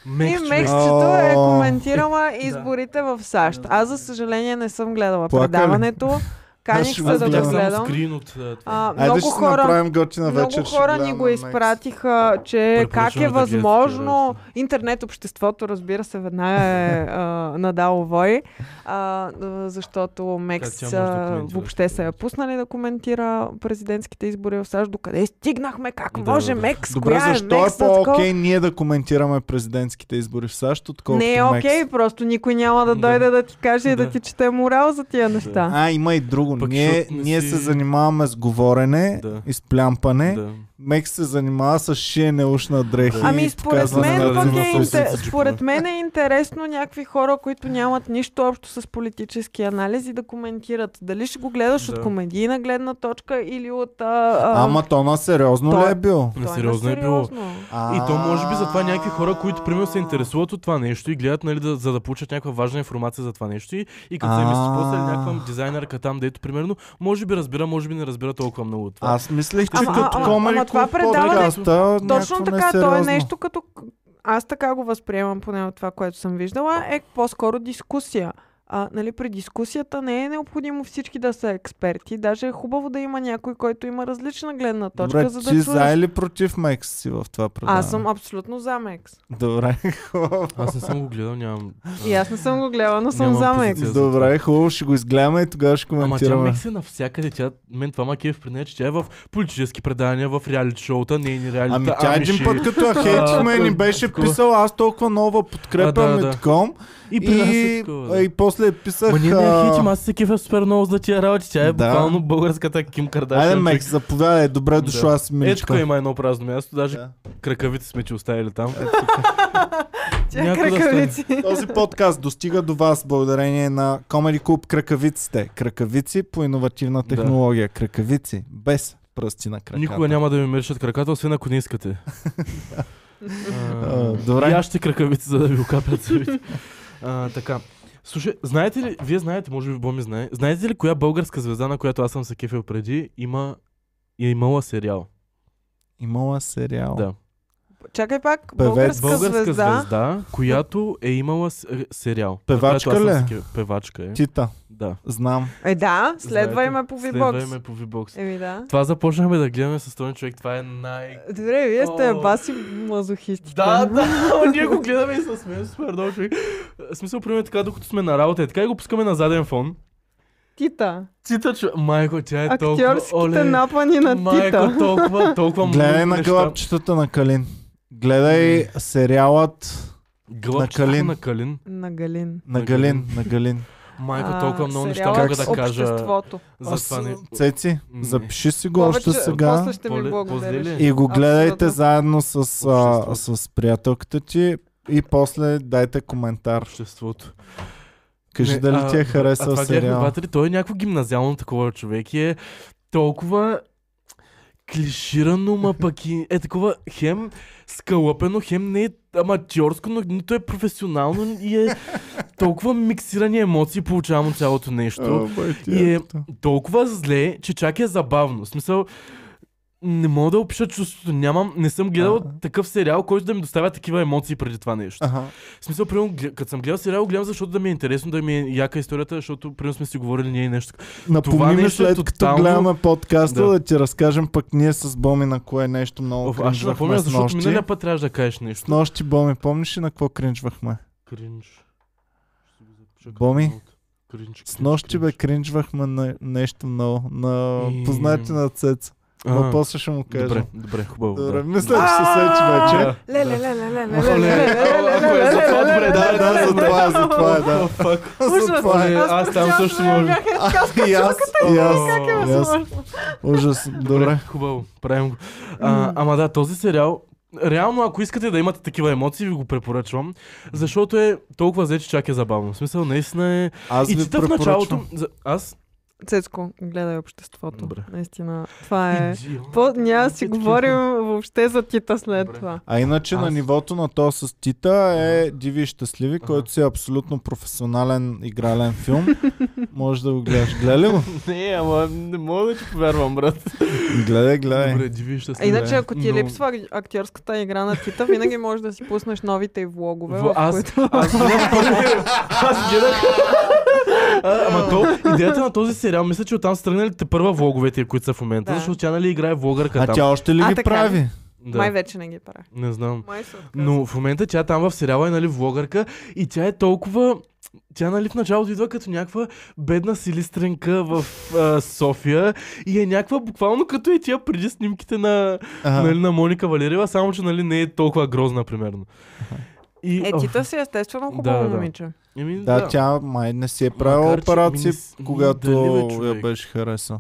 S2: Мекс,
S3: и
S2: човек.
S3: Мексчето е
S1: О.
S3: коментирала изборите в САЩ. Аз, за съжаление, не съм гледала
S1: Плака ли?
S3: предаването. Каних
S1: Аз
S3: се
S1: видях
S3: да
S2: видях
S3: го
S1: само
S2: само
S3: гледам.
S2: скрин от а, това.
S3: А,
S1: Айде
S3: много
S1: ще си
S3: хора,
S1: направим готина вечер.
S3: много
S1: ще
S3: хора ни
S1: гледам
S3: го
S1: на Max.
S3: изпратиха, че
S2: Препоръчваме
S3: как е
S2: да гледате
S3: възможно
S2: такива
S3: интернет обществото, разбира се, веднага е а, надало вой, а, а, защото
S2: тя
S3: Мекс
S2: може да
S3: а,
S2: коментира
S3: въобще
S2: това?
S3: се е пуснали да коментира президентските избори в САЩ. Докъде стигнахме? Как
S2: Да,
S3: може
S2: да, да.
S3: Мекс?
S1: Добре,
S3: Коя е
S1: защо е
S3: Мекс? на такова?
S1: по-окей ние да коментираме президентските избори в САЩ, отколкото
S3: Не е
S1: Мекс?
S3: окей, просто никой няма да
S2: Да.
S3: дойде да ти каже и да
S2: Да.
S3: ти чете морал за тия неща.
S1: А, има и друго.
S2: Пък
S1: ние
S2: защото не
S1: ние
S2: си-
S1: се занимаваме с говорене,
S2: е, Да.
S1: изплямпане.
S2: Да.
S1: Мекс се занимава с шиене уш на дрехи. и "Нали,
S3: Ами според
S1: показване
S2: на
S3: мен, пък
S1: разни
S3: е,
S2: различни
S1: фалшиви.
S3: интер...
S2: фалшифици.
S3: според мен е интересно някакви хора, които нямат нищо общо с политически анализи да коментират. Дали ще го гледаш от
S2: Да.
S3: комедийна гледна точка или от... А, а...
S1: Ама то на сериозно
S3: Той-
S1: ли е бил?
S3: той
S2: На сериозно е било.
S3: сериозно.
S2: И то може би за това някакви хора, които примерно се интересуват от това нещо и гледат, нали, да, за да получат някаква важна информация за това нещо. И, и като се
S1: А.
S2: мисли после някаква дизайнерка там, дето примерно, може би разбира, може би не разбира толкова много от това.
S1: Аз мислех, че
S3: Ама-
S1: като
S3: ама-
S1: Комери
S3: ама това
S1: Клуб
S3: предаване-
S1: подкаста, някакво
S3: Точно така, то е
S1: несериозно.
S3: нещо като... Аз така го възприемам поне от това, което съм виждала, е по-скоро дискусия. А, нали, при дискусията не е необходимо всички да са експерти. Даже е хубаво да има някой, който има различна гледна точка,
S1: Добре,
S3: за да
S1: ти
S3: чуеш.
S1: за или против Мекс си в това предаване?
S3: Аз съм абсолютно за Мекс.
S1: Добре, хубаво.
S2: Аз не съм го гледал, нямам.
S3: И аз не съм го гледала, но съм
S2: Нямам
S3: за
S2: позиция.
S3: Мекс.
S2: за
S1: Добре, хубаво, ще го изгледаме и тогава ще
S2: Ама тя
S1: коментираме.
S2: Мекс е навсякъде. Тя, мен това ма кеф при нея, че тя е в политически предавания, в реалити шоута, нейни реалити.
S1: Ами тя един
S2: амиши.
S1: път като я хейтихме
S2: А,
S1: ни беше
S2: такова.
S1: писала, аз толкова нова
S2: А, да,
S1: подкрепям
S2: да.
S1: Митком
S2: И при нас е
S1: и,
S2: такова,
S1: а,
S2: да.
S1: и после писах...
S2: Ма ние не е я
S1: а,
S2: хейтим, аз се кефя супер много за тия работи. Тя
S1: Да.
S2: е буквално българската Ким Кардашин.
S1: Айде
S2: човек.
S1: Мекс, заповядай, добре дошла си
S2: Е, тук
S1: миличка.
S2: има едно празно място, даже
S1: Да. Е,
S2: кракавите сме ти оставили там.
S3: Тя
S2: Някой да
S3: кракавици.
S1: Този подкаст достига до вас благодарение на Comedy Club Кракавиците. Кракавици по иновативна
S2: Да.
S1: технология. Кракавици без пръсти на краката.
S2: Никога няма да ми миришат краката, освен ако не искате.
S1: А,
S2: а,
S1: добре.
S2: И аз ще кракавите, за да ви окапят зъбите. А, така. Слушай, знаете ли, вие знаете, може би Боми знае, знаете ли коя българска звезда, на която аз съм се кефил преди, има е имала сериал?
S1: Имала е сериал.
S2: Да.
S3: Чакай пак,
S1: Певец.
S3: българска,
S2: Българска звезда,
S3: звезда.
S2: звезда която е имала с- е, сериал. на
S1: Певачка
S2: която аз съм
S1: ли?
S2: се кефил. Певачка е.
S1: Тита,
S2: Да.
S1: знам.
S3: Е да, следва
S2: Знаете.
S3: име по
S2: Следва
S3: V-Box.
S2: име по V-Box.
S3: Еми да.
S2: Това започнахме да гледаме с този човек. Това е най...
S3: Добре, вие сте
S2: О.
S3: баси мазохисти.
S2: Да, да, ама ние го гледаме и се смеем супер много човек. В смисъл, примерно така, докато сме на работа, е така и го пускаме на заден фон.
S3: Тита.
S2: Тита, чу... майко, тя е толкова...
S3: Актьорските напани на
S2: Майко,
S3: Тита.
S2: толкова, толкова много
S1: Гледай на
S2: неща.
S1: гълъбчетата на Калин. Гледай сериалът На
S2: Гълъбчето
S1: Калин.
S2: На Калин.
S3: На Галин.
S1: на
S2: На
S1: Галин. На Галин.
S2: Майко,
S3: А,
S2: толкова много неща
S3: сериалът
S2: мога да кажа
S3: Обществото.
S2: за това не...
S1: Цеци,
S2: Не.
S1: запиши си го още
S3: Повече-
S1: сега.
S3: После ще ми
S2: Поле-
S3: благодариш.
S2: поздели.
S1: И го гледайте
S3: Абсолютно.
S1: заедно с, а,
S2: Обществото.
S1: с приятелката ти. И после дайте коментар.
S2: Обществото.
S1: Кажи
S2: Не,
S1: дали
S2: а,
S1: ти е
S2: а
S1: харесал
S2: това гледахме
S1: сериала.
S2: двата ли? Той е някакво гимназиално такова човек и е толкова... клиширано, ма пък и е такова хем скалъпено, хем не е аматьорско, но нито е професионално и е толкова миксирани емоции получавам от цялото нещо. И е толкова зле, че чак е забавно. В смисъл, не мога да опиша чувството. Нямам, не съм гледал
S1: Ага.
S2: такъв сериал, който да ми доставя такива емоции преди това нещо.
S1: Аха.
S2: В смисъл, примерно, гля- като съм гледал сериал, гледам, защото да ми е интересно, да ми е яка историята, защото примерно сме си говорили ние и нещо. такова.
S1: Напомни ми
S2: нещо е
S1: след като
S2: тотално-
S1: гледаме подкаста да.
S2: Да.
S1: ти разкажем пък ние с Боми на кое нещо много
S2: Оф, аз ще
S1: кринжвахме
S2: напомня,
S1: с
S2: защото
S1: нощи.
S2: миналия път трябваше да кажеш
S1: С
S2: нещо.
S1: нощи, Боми, помниш ли на какво кринжвахме?
S2: Кринж. Ще го запиша като
S1: Боми?
S2: ноут. Кринж.
S1: С
S2: кринж,
S1: нощи бе
S2: кринж.
S1: кринжвахме на нещо много. На
S2: И-
S1: познати на Цец.
S2: А,
S1: Но после ще му кажа.
S2: Добре, добре, хубаво.
S1: Добре,
S2: да.
S1: мисля, че се сечи вече.
S2: Да,
S3: Ле,
S2: да.
S3: ле, ле, ле, ле, ле,
S2: Оле,
S3: ле, ле, ле,
S2: ако е
S3: ле, ле,
S2: за това,
S3: ле, ле,
S2: добре,
S3: ле,
S2: да,
S3: ле,
S2: да,
S3: ле,
S2: за
S3: ле,
S1: това е, за
S3: ле,
S1: това е, да.
S2: О, фак.
S3: Ужас.
S1: За това е.
S2: Аз там
S3: преживявам,
S2: също може.
S3: бях е така,
S1: И аз, и аз.
S3: как е
S2: О,
S1: и аз.
S3: възможно?
S1: Ужас,
S2: Добре,
S1: добре.
S2: Е, хубаво, правим го. А, ама да, този сериал, реално ако искате да имате такива емоции, ви го препоръчвам, защото е толкова зле, че чак е забавно. В смисъл, наистина е...
S1: Аз
S2: и
S1: ви
S2: чета в началото...
S1: препоръчвам.
S2: За... Аз...
S3: Цецко, гледай обществото.
S2: Добре.
S3: Наистина, това е...
S2: Иди, о.
S3: По, няма да си
S2: Цецко.
S3: говорим въобще за Тита след
S2: Добре.
S3: това.
S1: А иначе на
S2: Аз-
S1: нивото на то с Тита е Диви и щастливи,
S2: Ага.
S1: който си е абсолютно професионален игрален филм. Може да го гледаш. Гледай го.
S2: Не, ама не мога да ти повярвам, брат.
S1: Гледай, гледай.
S2: Добре, диви, ще
S3: А иначе, ако ти
S2: Но-
S3: липсва ак- актьорската игра на Тита, винаги можеш да си пуснеш новите й влогове,
S2: В-
S3: в
S2: аз-
S3: които...
S2: Аз гледах първо- Аз гледах. А, Ама то, идеята на този сериал, мисля, че оттам са тръгнали те първа влоговете, които са в момента,
S3: Да.
S2: защото тя нали играе влогърка
S1: А
S2: там.
S1: тя още ли
S3: А,
S1: ги
S3: така
S1: прави?
S2: Да.
S3: Май вече не ги правя.
S2: Не знам.
S3: Май се отказва.
S2: Но в момента тя там в сериала е нали влогърка и тя е толкова... Тя нали в началото идва като някаква бедна силистренка в а, София и е някаква буквално като и тя преди снимките на,
S1: Ага.
S2: нали, на Моника Валериева, само че нали не е толкова грозна примерно. И,
S3: Е,
S2: а,
S3: Тита си естествено
S2: Да,
S3: хубаво
S2: да.
S3: момиче.
S2: еми,
S1: Да, тя май не си е правила
S2: Макар, че ми не
S1: операции,
S2: с- ми
S1: когато
S2: дали, бе,
S1: я
S2: човек.
S1: беше харесал.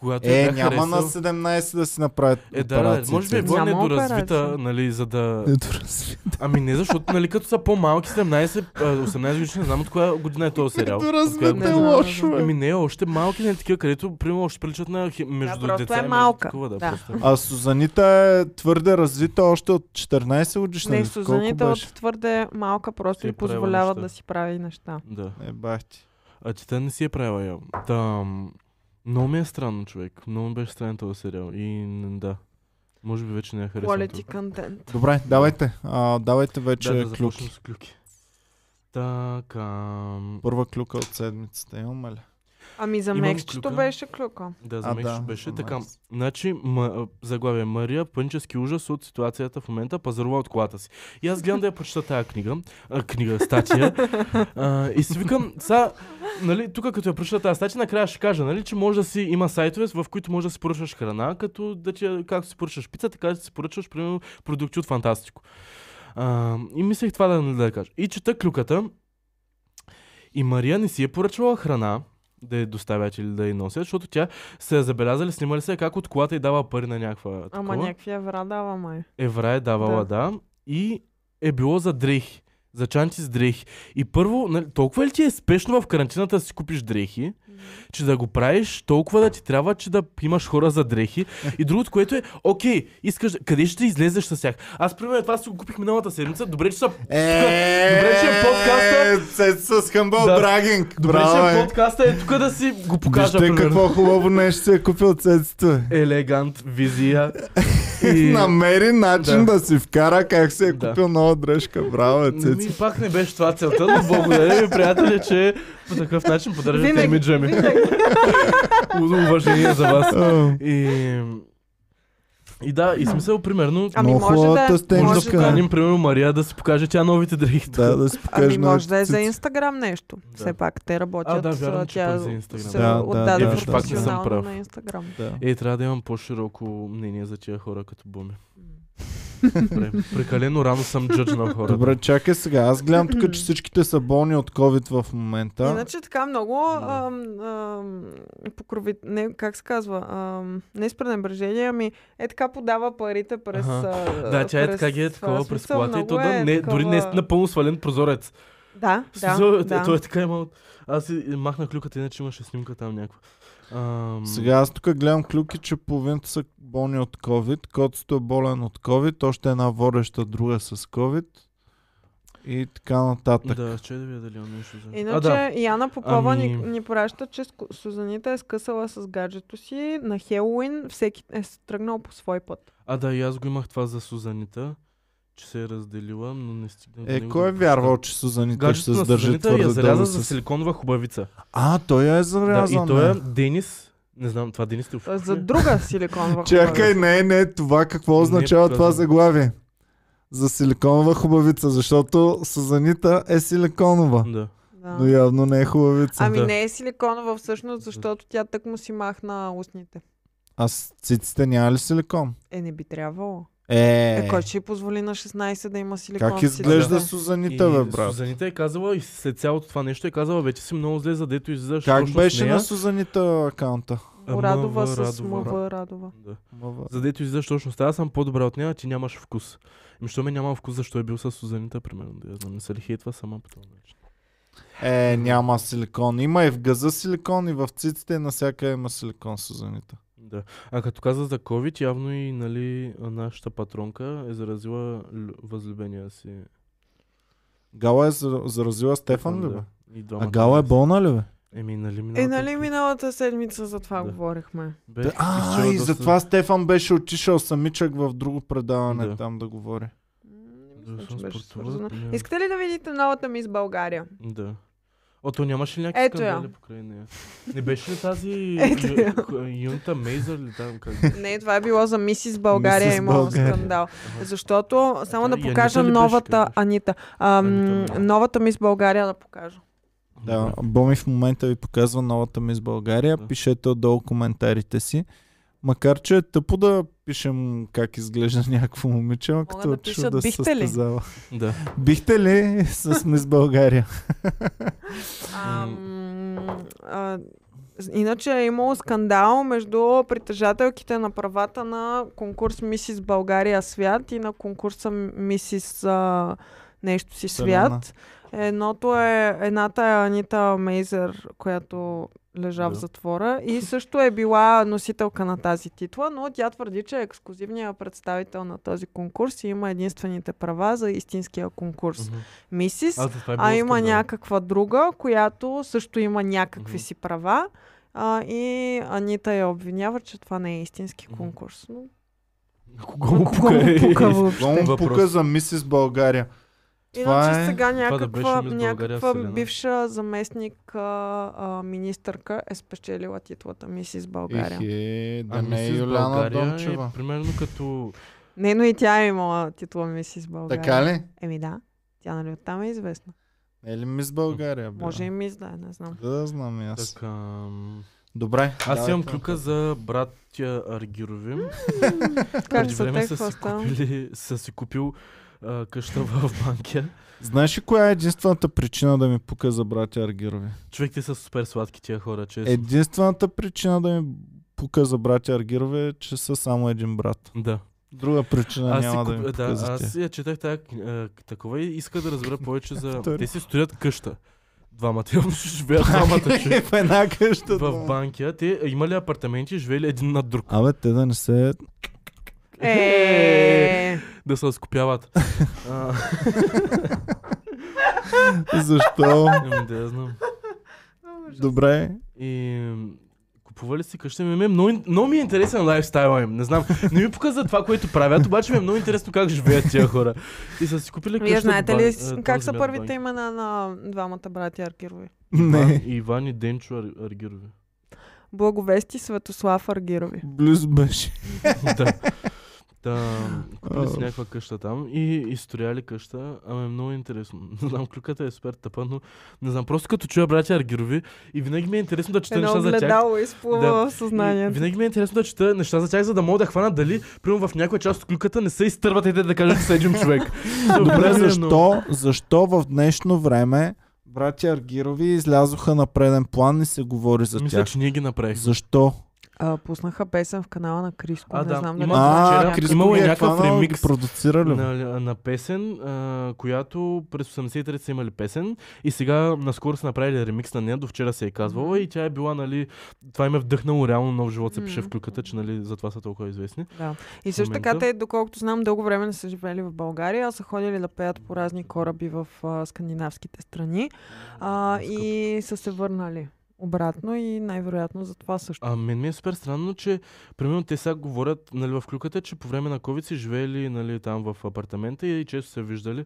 S2: Когато я
S1: Е,
S2: бях
S1: няма на
S2: харесал-
S1: 17 да си направят
S2: Е, да, да,
S1: операции.
S2: може би е
S1: Цецо.
S2: била
S3: Няма
S2: недоразвита,
S3: операция.
S2: нали, за да...
S1: Недоразвит.
S2: Ами не, защото, нали, като са по-малки, 17, а, 18 годишни, не знам от коя година е този сериал. От коя
S1: Недоразвит е
S2: година.
S1: лошо, бе.
S2: Ами не, още малки, нали, такива, където, примерно, още приличат на хи- между
S3: просто
S2: деца
S3: е
S2: и между
S3: малка.
S2: Такова, да,
S3: Да.
S2: Просто.
S1: А Сузанита е твърде развита още от 14 годишна.
S3: Не,
S1: или колко
S3: Сузанита
S1: беше?
S3: от твърде малка просто
S2: Си
S3: й
S2: е правила
S3: позволяват
S2: неща.
S3: да си прави неща.
S2: да.
S1: Е, бах ти.
S2: А тита не си е правила я. Там... Много ми е странно, човек. Много ми беше странен този сериал. И н- да. Може би вече не е я харесвам.
S3: Quality
S2: толкова.
S3: контент.
S1: Добре, давайте. А, давайте вече
S2: Да, да,
S1: е клюки.
S2: започнем с клюки. Така...
S1: Първа клюка от седмицата имаме ли?
S3: Ами за
S2: Имам
S3: мексчето
S2: клюка.
S3: беше клюка.
S2: Да, за
S1: А,
S2: мен
S1: да,
S2: ще беше
S1: за
S2: така.
S1: Макс.
S2: Значи, ма, заглавие Мария, панически ужас от ситуацията в момента, пазарува от колата си. И аз гледам да я прочета тази книга, а, книга, статия. А, и си викам, са, нали, тук като я прочета тази статия, накрая ще кажа, нали, че може да си има сайтове, в които може да си поръчаш храна, като да ти, я- както си поръчаш пица, така да си поръчаш, примерно, продукти от Фантастико. А, и мислех това да, да я кажа. И чета клюката. И Мария не си е поръчвала храна, да я доставят или да я носят, защото тя се е забелязали, снимали се как от колата и дава пари на някаква
S3: Ама
S2: такова.
S3: някакви евра дава май.
S2: Евра е давала, да. И е било за дрехи. За чанти с дрехи. И първо, нали, толкова ли ти е спешно в карантината да си купиш дрехи, че да го правиш, толкова да ти трябва, че да имаш хора за дрехи. И другото, което е, окей, искаш, да- къде ще излезеш с тях? Аз, примерно, това си го купих миналата седмица. Добре, че са... Добре, че е подкаста.
S1: Цецо с хъмбъл
S2: Да.
S1: брагинг.
S2: Добре,
S1: Браво,
S2: че
S1: е.
S2: е подкаста е тук да си го покажа.
S1: Вижте
S2: примерно.
S1: какво хубаво нещо си е купил Цецото. бе.
S2: Елегант, визия. И...
S1: Намери начин да.
S2: Да.
S1: си вкара как си е
S2: Да.
S1: купил нова дръжка. Браво, е,
S2: Ми,
S1: Цецо.
S2: пак не беше това целта, но благодаря ви, приятели, че по такъв начин поддържате
S3: Винаги-
S2: имиджа ми.
S3: винаги.
S2: Уважение за вас.
S1: О,
S3: Ами,
S2: И... И да, и смисъл, примерно,
S3: Ами
S1: Много
S3: може
S1: хубавата
S3: да, е-
S1: стеничка.
S2: може
S3: може
S2: да
S3: да,
S2: поканим, примерно, Мария да си покаже тя новите дрехи.
S1: Да, да си покажеш
S3: ами
S1: на
S3: може да е за
S1: Цецо.
S3: Инстаграм нещо.
S2: Да.
S3: Все пак те работят.
S2: А, да, вярно,
S3: а,
S2: че
S3: тя
S2: пък за Инстаграм.
S3: се
S1: Да, да,
S3: отдаде
S1: да, да.
S3: професионално
S2: Пак не съм прав.
S3: на Инстаграм.
S1: Да.
S2: Е, трябва да имам по-широко мнение за тия хора като Буми. Добре, Прекалено рано съм джъджнал хората.
S1: Добре, чакай сега. Аз гледам тук, че всичките са болни от COVID в момента.
S3: Иначе така много ам, ам, покрови... Не, как се казва? Ам, не с пренебрежение, ами е така подава парите през...
S2: Аха.
S3: А,
S2: Да, тя е
S3: през,
S2: така ги е такова
S3: а,
S2: през
S3: смисъл,
S2: колата и то
S3: много
S2: да
S3: е
S2: не, дори не е
S3: такова-
S2: напълно свален прозорец.
S3: Да,
S2: Да,
S3: да,
S2: да. Той е
S3: да.
S2: така имал. Аз си махнах люката, иначе имаше снимка там някаква. Ам,
S1: Сега аз тук гледам клюки, че половината са болни от COVID. Котсто е болен от COVID. Още една водеща, друга с COVID. И така нататък.
S2: Да, че да видя дали имам нещо за...
S3: Иначе
S2: а, да.
S3: Яна Попова ни,
S2: Ами-
S3: ни праща, че Ску- Сузанита е скъсала с гаджето си на Хелоуин. Всеки е с- тръгнал по свой път.
S2: а да, и аз го имах това за Сузанита, че се е разделила, но не стигнах до
S1: Е,
S2: него
S1: кой е
S2: да го
S1: вярвал,
S2: прочета.
S1: че Сузанита ще
S2: Гаджето
S1: се
S2: на
S1: задържи
S2: Сузанита я е
S1: твърде дълго
S2: заряза за
S1: с...
S2: силиконова хубавица.
S1: А, той я е
S2: Да, и
S1: зарязал.
S2: той е
S1: не.
S2: Денис. Не знам, това Денис е те
S3: Тоест Е, за друга силиконова
S1: Чакай, не, не, това
S2: е
S1: какво означава
S2: това
S1: това
S2: за-
S1: заглавие? За силиконова хубавица, защото Сузанита е силиконова.
S2: Да.
S3: Да.
S1: Но явно не е хубавица.
S3: Ами
S2: Да.
S3: не е силиконова всъщност, защото тя тък му си махна устните.
S1: А с циците няма ли силикон?
S3: Е, не би трябвало. Е,
S1: Е,
S3: кой ще й позволи на 16 да има силикон?
S1: как
S3: в
S1: изглежда
S3: циците?
S1: Сузанита, бе, брат?
S2: Сузанита е казала и след цялото това нещо е казала, вече си много зле, за дето излизаш
S1: Как
S2: точно с
S1: беше
S2: нея.
S1: на Сузанита акаунта?
S2: Ама,
S3: Радова
S2: Радова,
S3: с МВ Радова.
S2: Да.
S1: Мава.
S2: За дето излизаш точно с нея, аз съм по-добра от нея, а ти нямаш вкус. Ми, що ме няма вкус, защо е бил с Сузанита, примерно, да я знам. Не се ли хейтва сама по този начин?
S1: Е, няма силикон. Има и в газа силикон, и в циците, и навсякъде има силикон Сузанита.
S2: Да. А като каза за COVID, явно и нали, нашата патронка е заразила лю- възлюбения си.
S1: Гала е за- заразила Стефан ли бе?
S2: Да. И двамата
S1: А Гала е
S2: са.
S1: болна ли бе?
S2: Еми, нали миналата...
S3: Е, нали миналата седмица за това
S2: Да.
S3: говорихме?
S2: Бе,
S1: А,
S2: изчела
S1: и
S2: Е, доста-
S1: затова Стефан беше отишъл самичък в друго предаване
S2: Да.
S1: там да говори.
S3: М, Не
S2: Да,
S3: мисля, че
S2: съм
S3: беше
S2: спортувал,
S3: свързано.
S2: не.
S3: Искате ли да видите новата мис България?
S2: Да. О, то нямаше ли някакви
S3: Ето я.
S2: скандали покрай нея? Не беше ли тази
S3: Ето
S2: Ю-
S3: я.
S2: Х- Юнта Мейзър ли там? Как... беше?
S3: Не, това е било за Мисис България,
S1: Мисис
S3: Мисис имало
S1: България.
S3: скандал. Защото, само
S2: А
S3: да
S2: тя и
S3: покажа
S2: Анита ли
S3: новата
S2: беше, къде
S3: Анита. Ам,
S2: Анита, да.
S3: новата мис България да покажа.
S1: Да, Боми в момента ви показва новата мис България.
S2: Да.
S1: Пишете отдолу коментарите си. Макар, че е тъпо да пишем как изглежда някакво момиче, ама като
S3: да
S1: отишъл
S3: пишат,
S1: да се
S3: бихте ли?
S1: състезава.
S2: Да.
S1: Бихте ли с мис България?
S3: Ам, а, с- Иначе е имало скандал между притежателките на правата на конкурс Мисис България свят и на конкурса Мисис а, нещо си
S1: Вселена.
S3: свят. Едното е, едната е Анита Мейзер, която лежа в
S2: Да.
S3: затвора и също е била носителка на тази титла, но тя твърди, че е ексклюзивният представител на този конкурс и има единствените права за истинския конкурс.
S2: Мгм.
S3: Мисис
S2: А, за това е
S3: а
S2: било
S3: има
S2: скандал.
S3: някаква друга, която също има някакви
S2: Мгм.
S3: си права. А, и Анита я обвинява, че това не е истински
S2: Мгм.
S3: конкурс. Но
S2: Кого му
S3: кого му пука
S1: Много
S3: въобще?
S1: му
S2: Въпрос.
S1: пука за мисис България. Това
S3: Иначе
S1: е-
S3: сега
S2: да
S3: някаква,
S2: беше Мис България
S3: някаква
S2: Вселена.
S3: бивша заместник а, а, министърка е спечелила титлата Мисис България.
S1: Ехе, да
S2: Ами
S1: не е
S2: с
S1: Юляна
S2: България
S1: Домчева.
S2: Е, примерно като...
S3: Не, но и тя е имала титла Мисис България.
S1: Така ли?
S3: Еми да, тя нали оттам е известна.
S1: Е ли мис България? Бе?
S3: Може и мис да е, не знам.
S1: Да, да знам и аз.
S2: Така... м,
S1: Добре.
S2: Аз
S1: давайте
S2: имам
S1: нататък.
S2: клюка за братя Аргирови.
S3: Как
S2: Преди
S3: са
S2: време
S3: те,
S2: са
S3: какво
S2: си,
S3: става?
S2: купили, са си купил а, къща в Банкия.
S1: Знаеш ли коя е единствената причина да ми пука за братя Аргирови?
S2: Човек, те са супер сладки тия хора, честно.
S1: Е, Единствената причина да ми пука за братя Аргирови е, че са само един брат.
S2: Да.
S1: Друга причина
S2: Аз,
S1: няма
S2: си,
S1: да ми
S2: куп...
S1: пука
S2: да,
S1: за
S2: аз
S1: тях.
S2: я четах тая, а, такова и иска да разбера повече за...
S1: Втори.
S2: те си строят къща. Двамата. Явно ще живеят двамата. човек.
S1: в една къща.
S2: в
S1: да.
S2: Банкия. Те имали апартаменти, живели един над друг.
S1: Абе, те да не се...
S3: Е,
S2: да се скупяват. а,
S1: Защо?
S2: ем, Ами, да я знам.
S1: Добре.
S2: И м, купували си къща ми. ми е Много, ин- много ми е интересен лайфстайла им. Не знам. Не ми показа това, което правят, обаче ми е много интересно как живеят тия хора. И са си купили къща.
S3: Вие
S2: в
S3: знаете ли
S2: Бан-
S3: с-
S2: а,
S3: как
S2: Е, този
S3: са
S2: мят
S3: първите
S2: Банкия.
S3: имена на двамата братя Аргирови?
S1: Не.
S2: Иван, Иван и Денчо Ар- Аргирови.
S3: Благовести Светослав Аргирови.
S1: Блюз беше.
S2: да. Да, купили си
S1: Оф.
S2: някаква къща там и изстрояли къща. Ама е много интересно. Не знам, клюката е супер тъпа, но не знам. Просто като чуя братя Аргирови и винаги ми е интересно да чета
S3: Едно
S2: неща за тях.
S3: огледало изплува
S2: Да.
S3: в
S2: И
S3: съзнанието.
S2: Винаги ми е интересно да чета неща за тях, за да мога да хвана дали, примерно в някоя част от клюката не се изтърват и те да кажат, че са един човек.
S1: Добре,
S2: Примерно.
S1: защо, защо в днешно време братя Аргирови излязоха на преден план и се говори за
S2: Мисля,
S1: тях?
S2: че ние ги направихме.
S1: Защо?
S3: А, пуснаха песен в канала на Криско.
S2: А,
S3: не
S2: значи, да.
S3: знам дали
S2: Има-
S3: знаеш
S1: А,
S3: някой.
S2: Криско
S1: Криско
S2: имало
S1: ги е
S2: някакъв
S1: хванал и ги
S2: ремикс.
S1: продуцирали.
S2: на, на песен, а, която през 83 са имали песен и сега наскоро са направили ремикс на нея, до вчера се е казвала и тя е била, нали, това им е вдъхнало реално нов живот, се пише в
S3: М.
S2: клюката, че нали, затова са толкова известни.
S3: Да. И също така,
S2: момента.
S3: те, доколкото знам, дълго време не са живели в България, а са ходили да пеят по разни кораби в а, скандинавските страни а, и са се върнали обратно и най-вероятно за това също.
S2: А мен ми е супер странно, че примерно те сега говорят нали, в клюката, че по време на COVID си живеели нали, там в апартамента и често се виждали.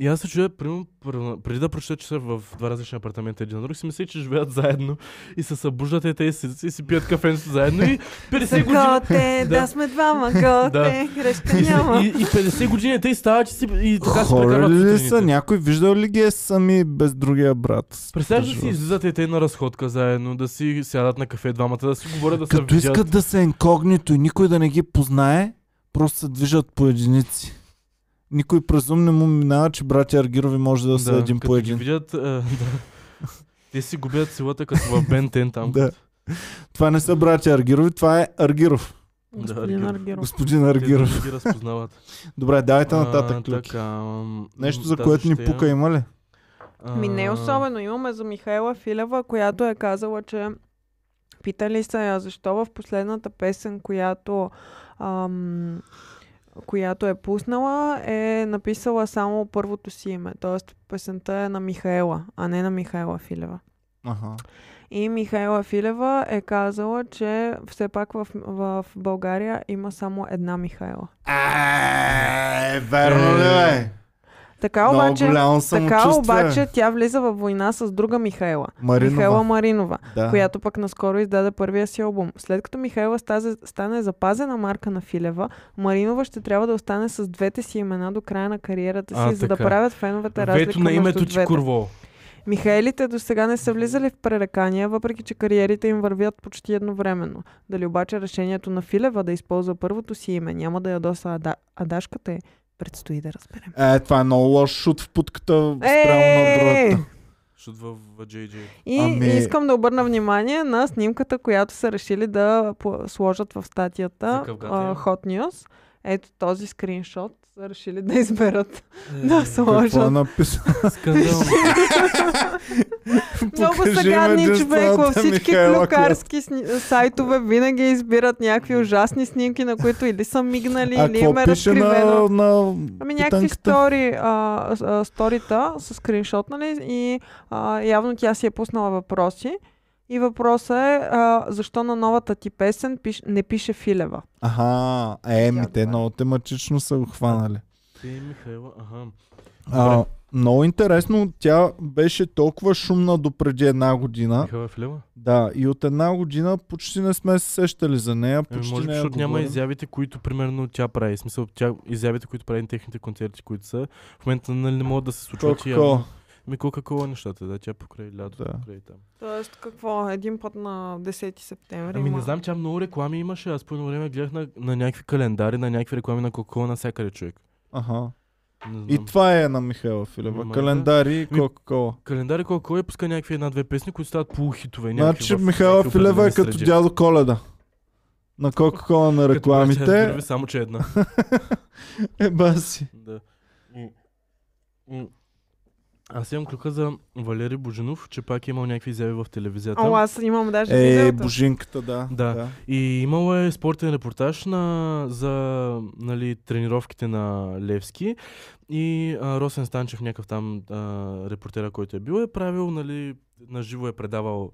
S2: И аз се чудя, примерно, пр- преди да прочета, че са в два различни апартамента един на друг, си мисля, че живеят заедно и се събуждат и те и си, и си пият кафенцето заедно и 50 години...
S3: Готе, да
S2: Да.
S3: сме двама, готе, грешка
S2: И,
S3: няма.
S2: и, и 50 години те и стават, че си, и така си
S1: Хора
S2: прекарват
S1: ли
S2: сутрините.
S1: са? Някой виждал ли ги е сами без другия брат?
S2: Представяш да си
S1: Живот.
S2: излизат и те на разходка заедно, да си сядат на кафе двамата, да си говорят, да се
S1: Като
S2: видят.
S1: искат да са инкогнито и никой да не ги познае, просто се движат по единици. Никой през ум не му минава, че братя Аргирови може да са един
S2: като
S1: по
S2: ги
S1: един.
S2: видят, а, да. Те си губят силата като в Бентен там.
S1: Да. Това не са братя Аргирови, това е Аргиров.
S3: Господин
S2: Да,
S3: Аргиров.
S1: Господин
S2: Те
S1: Аргиров.
S2: не ги разпознават.
S1: Добре, давайте
S2: А,
S1: нататък. Люки.
S2: така, м,
S1: Нещо, за
S2: тази
S1: което ни
S2: ще я.
S1: пука има ли?
S2: А,
S3: Ми не е особено. Имаме за Михайла Филева, която е казала, че питали са я защо в последната песен, която, ам, която е пуснала, е написала само първото си име. Тоест песента е на Михаела, а не на Михайла Филева.
S1: Аха.
S3: И Михайла Филева е казала, че все пак в, в България има само една Михайла.
S1: Е, верно ли
S2: Е,
S1: бе?
S3: Така
S1: Много
S3: обаче,
S1: голямо
S3: така
S1: самочувствие.
S3: обаче тя влиза във война с друга Михайла. Михайла
S1: Маринова.
S3: Маринова.
S1: Да.
S3: която пък наскоро издаде първия си албум. След като Михайла стазе, стане запазена марка на Филева, Маринова ще трябва да остане с двете си имена до края на кариерата си,
S2: А,
S3: за да
S2: така.
S3: правят феновете
S2: Вето
S3: разлика
S2: на името
S3: между
S2: ти,
S3: двете.
S2: курво.
S3: Михаелите до сега не са влизали в пререкания, въпреки че кариерите им вървят почти едновременно. Дали обаче решението на Филева да използва първото си име няма да ядоса ада, Адашката е, предстои да разберем.
S1: Е, това е много лош шут в путката спрямо на
S3: Е!
S1: другата.
S2: Шутва в JJ.
S3: И
S1: Ами-
S3: ами... искам да обърна внимание на снимката, която са решили да по- сложат в
S2: За
S3: статията
S2: къвгатия.
S3: а, Hot News. Ето този скриншот са решили да изберат да
S1: Какво е
S3: сложат.
S1: написано?
S2: Скандал.
S3: Много
S1: Покажи
S3: са
S1: ме
S3: гадни човек. Във
S1: единствената
S3: всички
S1: Михайла,
S3: клюкарски сни... сайтове винаги избират някакви ужасни снимки, на които или са мигнали,
S1: А
S3: или
S1: какво
S3: им е
S1: пише
S3: разкривено.
S1: на, на
S3: Ами някакви
S1: питанката?
S3: стори, а, с- а, сторита с скриншот, нали? И а, явно тя си е пуснала въпроси. И въпросът е, а, защо на новата ти песен пиш, не пише Филева?
S1: Аха, е, ми
S3: Тя
S1: те
S3: добавя.
S1: много тематично са го хванали.
S2: Ти, Е, Михайла, аха.
S1: А,
S2: Добре.
S1: много интересно, тя беше толкова шумна до преди една година.
S2: Михайла Филева?
S1: Да, и от една година почти не сме се сещали за нея,
S2: Ами,
S1: почти
S2: може би,
S1: не е я
S2: защото няма
S1: говорим.
S2: изявите, които примерно тя прави. В смисъл, тя, изявите, които прави на техните концерти, които са. В момента нали, не могат да се случват. и явно-
S1: Coca-Cola.
S2: Ми Кока-Кола нещата, да, тя покрай лято,
S1: Да.
S2: да. покрай там.
S3: Тоест, какво? Един път на 10 септември.
S2: Ами
S3: има-
S2: не знам, тя много реклами имаше. Аз по едно време гледах на, на някакви календари, на някакви реклами на Кока-Кола навсякъде човек.
S1: Аха.
S2: Не знам.
S1: И това е на Михайла
S2: Ама
S1: Филева.
S2: да. Ами,
S1: Календари и
S2: Ми-
S1: Кока-Кола.
S2: Календари Кока-Кола и пуска някакви една-две песни, които стават полухитове. някакви
S1: Значи
S2: в
S1: Михайла
S2: някакви
S1: Филева е
S2: определени
S1: като
S2: среди.
S1: дядо Коледа. На Кока-Кола на
S2: Като братя
S1: рекламите.
S2: Ергирови, само че една.
S1: Е, баси.
S2: Да. М. М. Аз имам клюка за Валери Божинов, че пак е имал някакви изяви в телевизията.
S3: О, аз имам даже
S1: Е,
S3: видеото.
S1: божинката, да.
S2: Да. И имало е спортен репортаж на, за нали, тренировките на Левски. И а, Росен Станчев, някакъв там а, репортера, който е бил, е правил, нали, наживо е предавал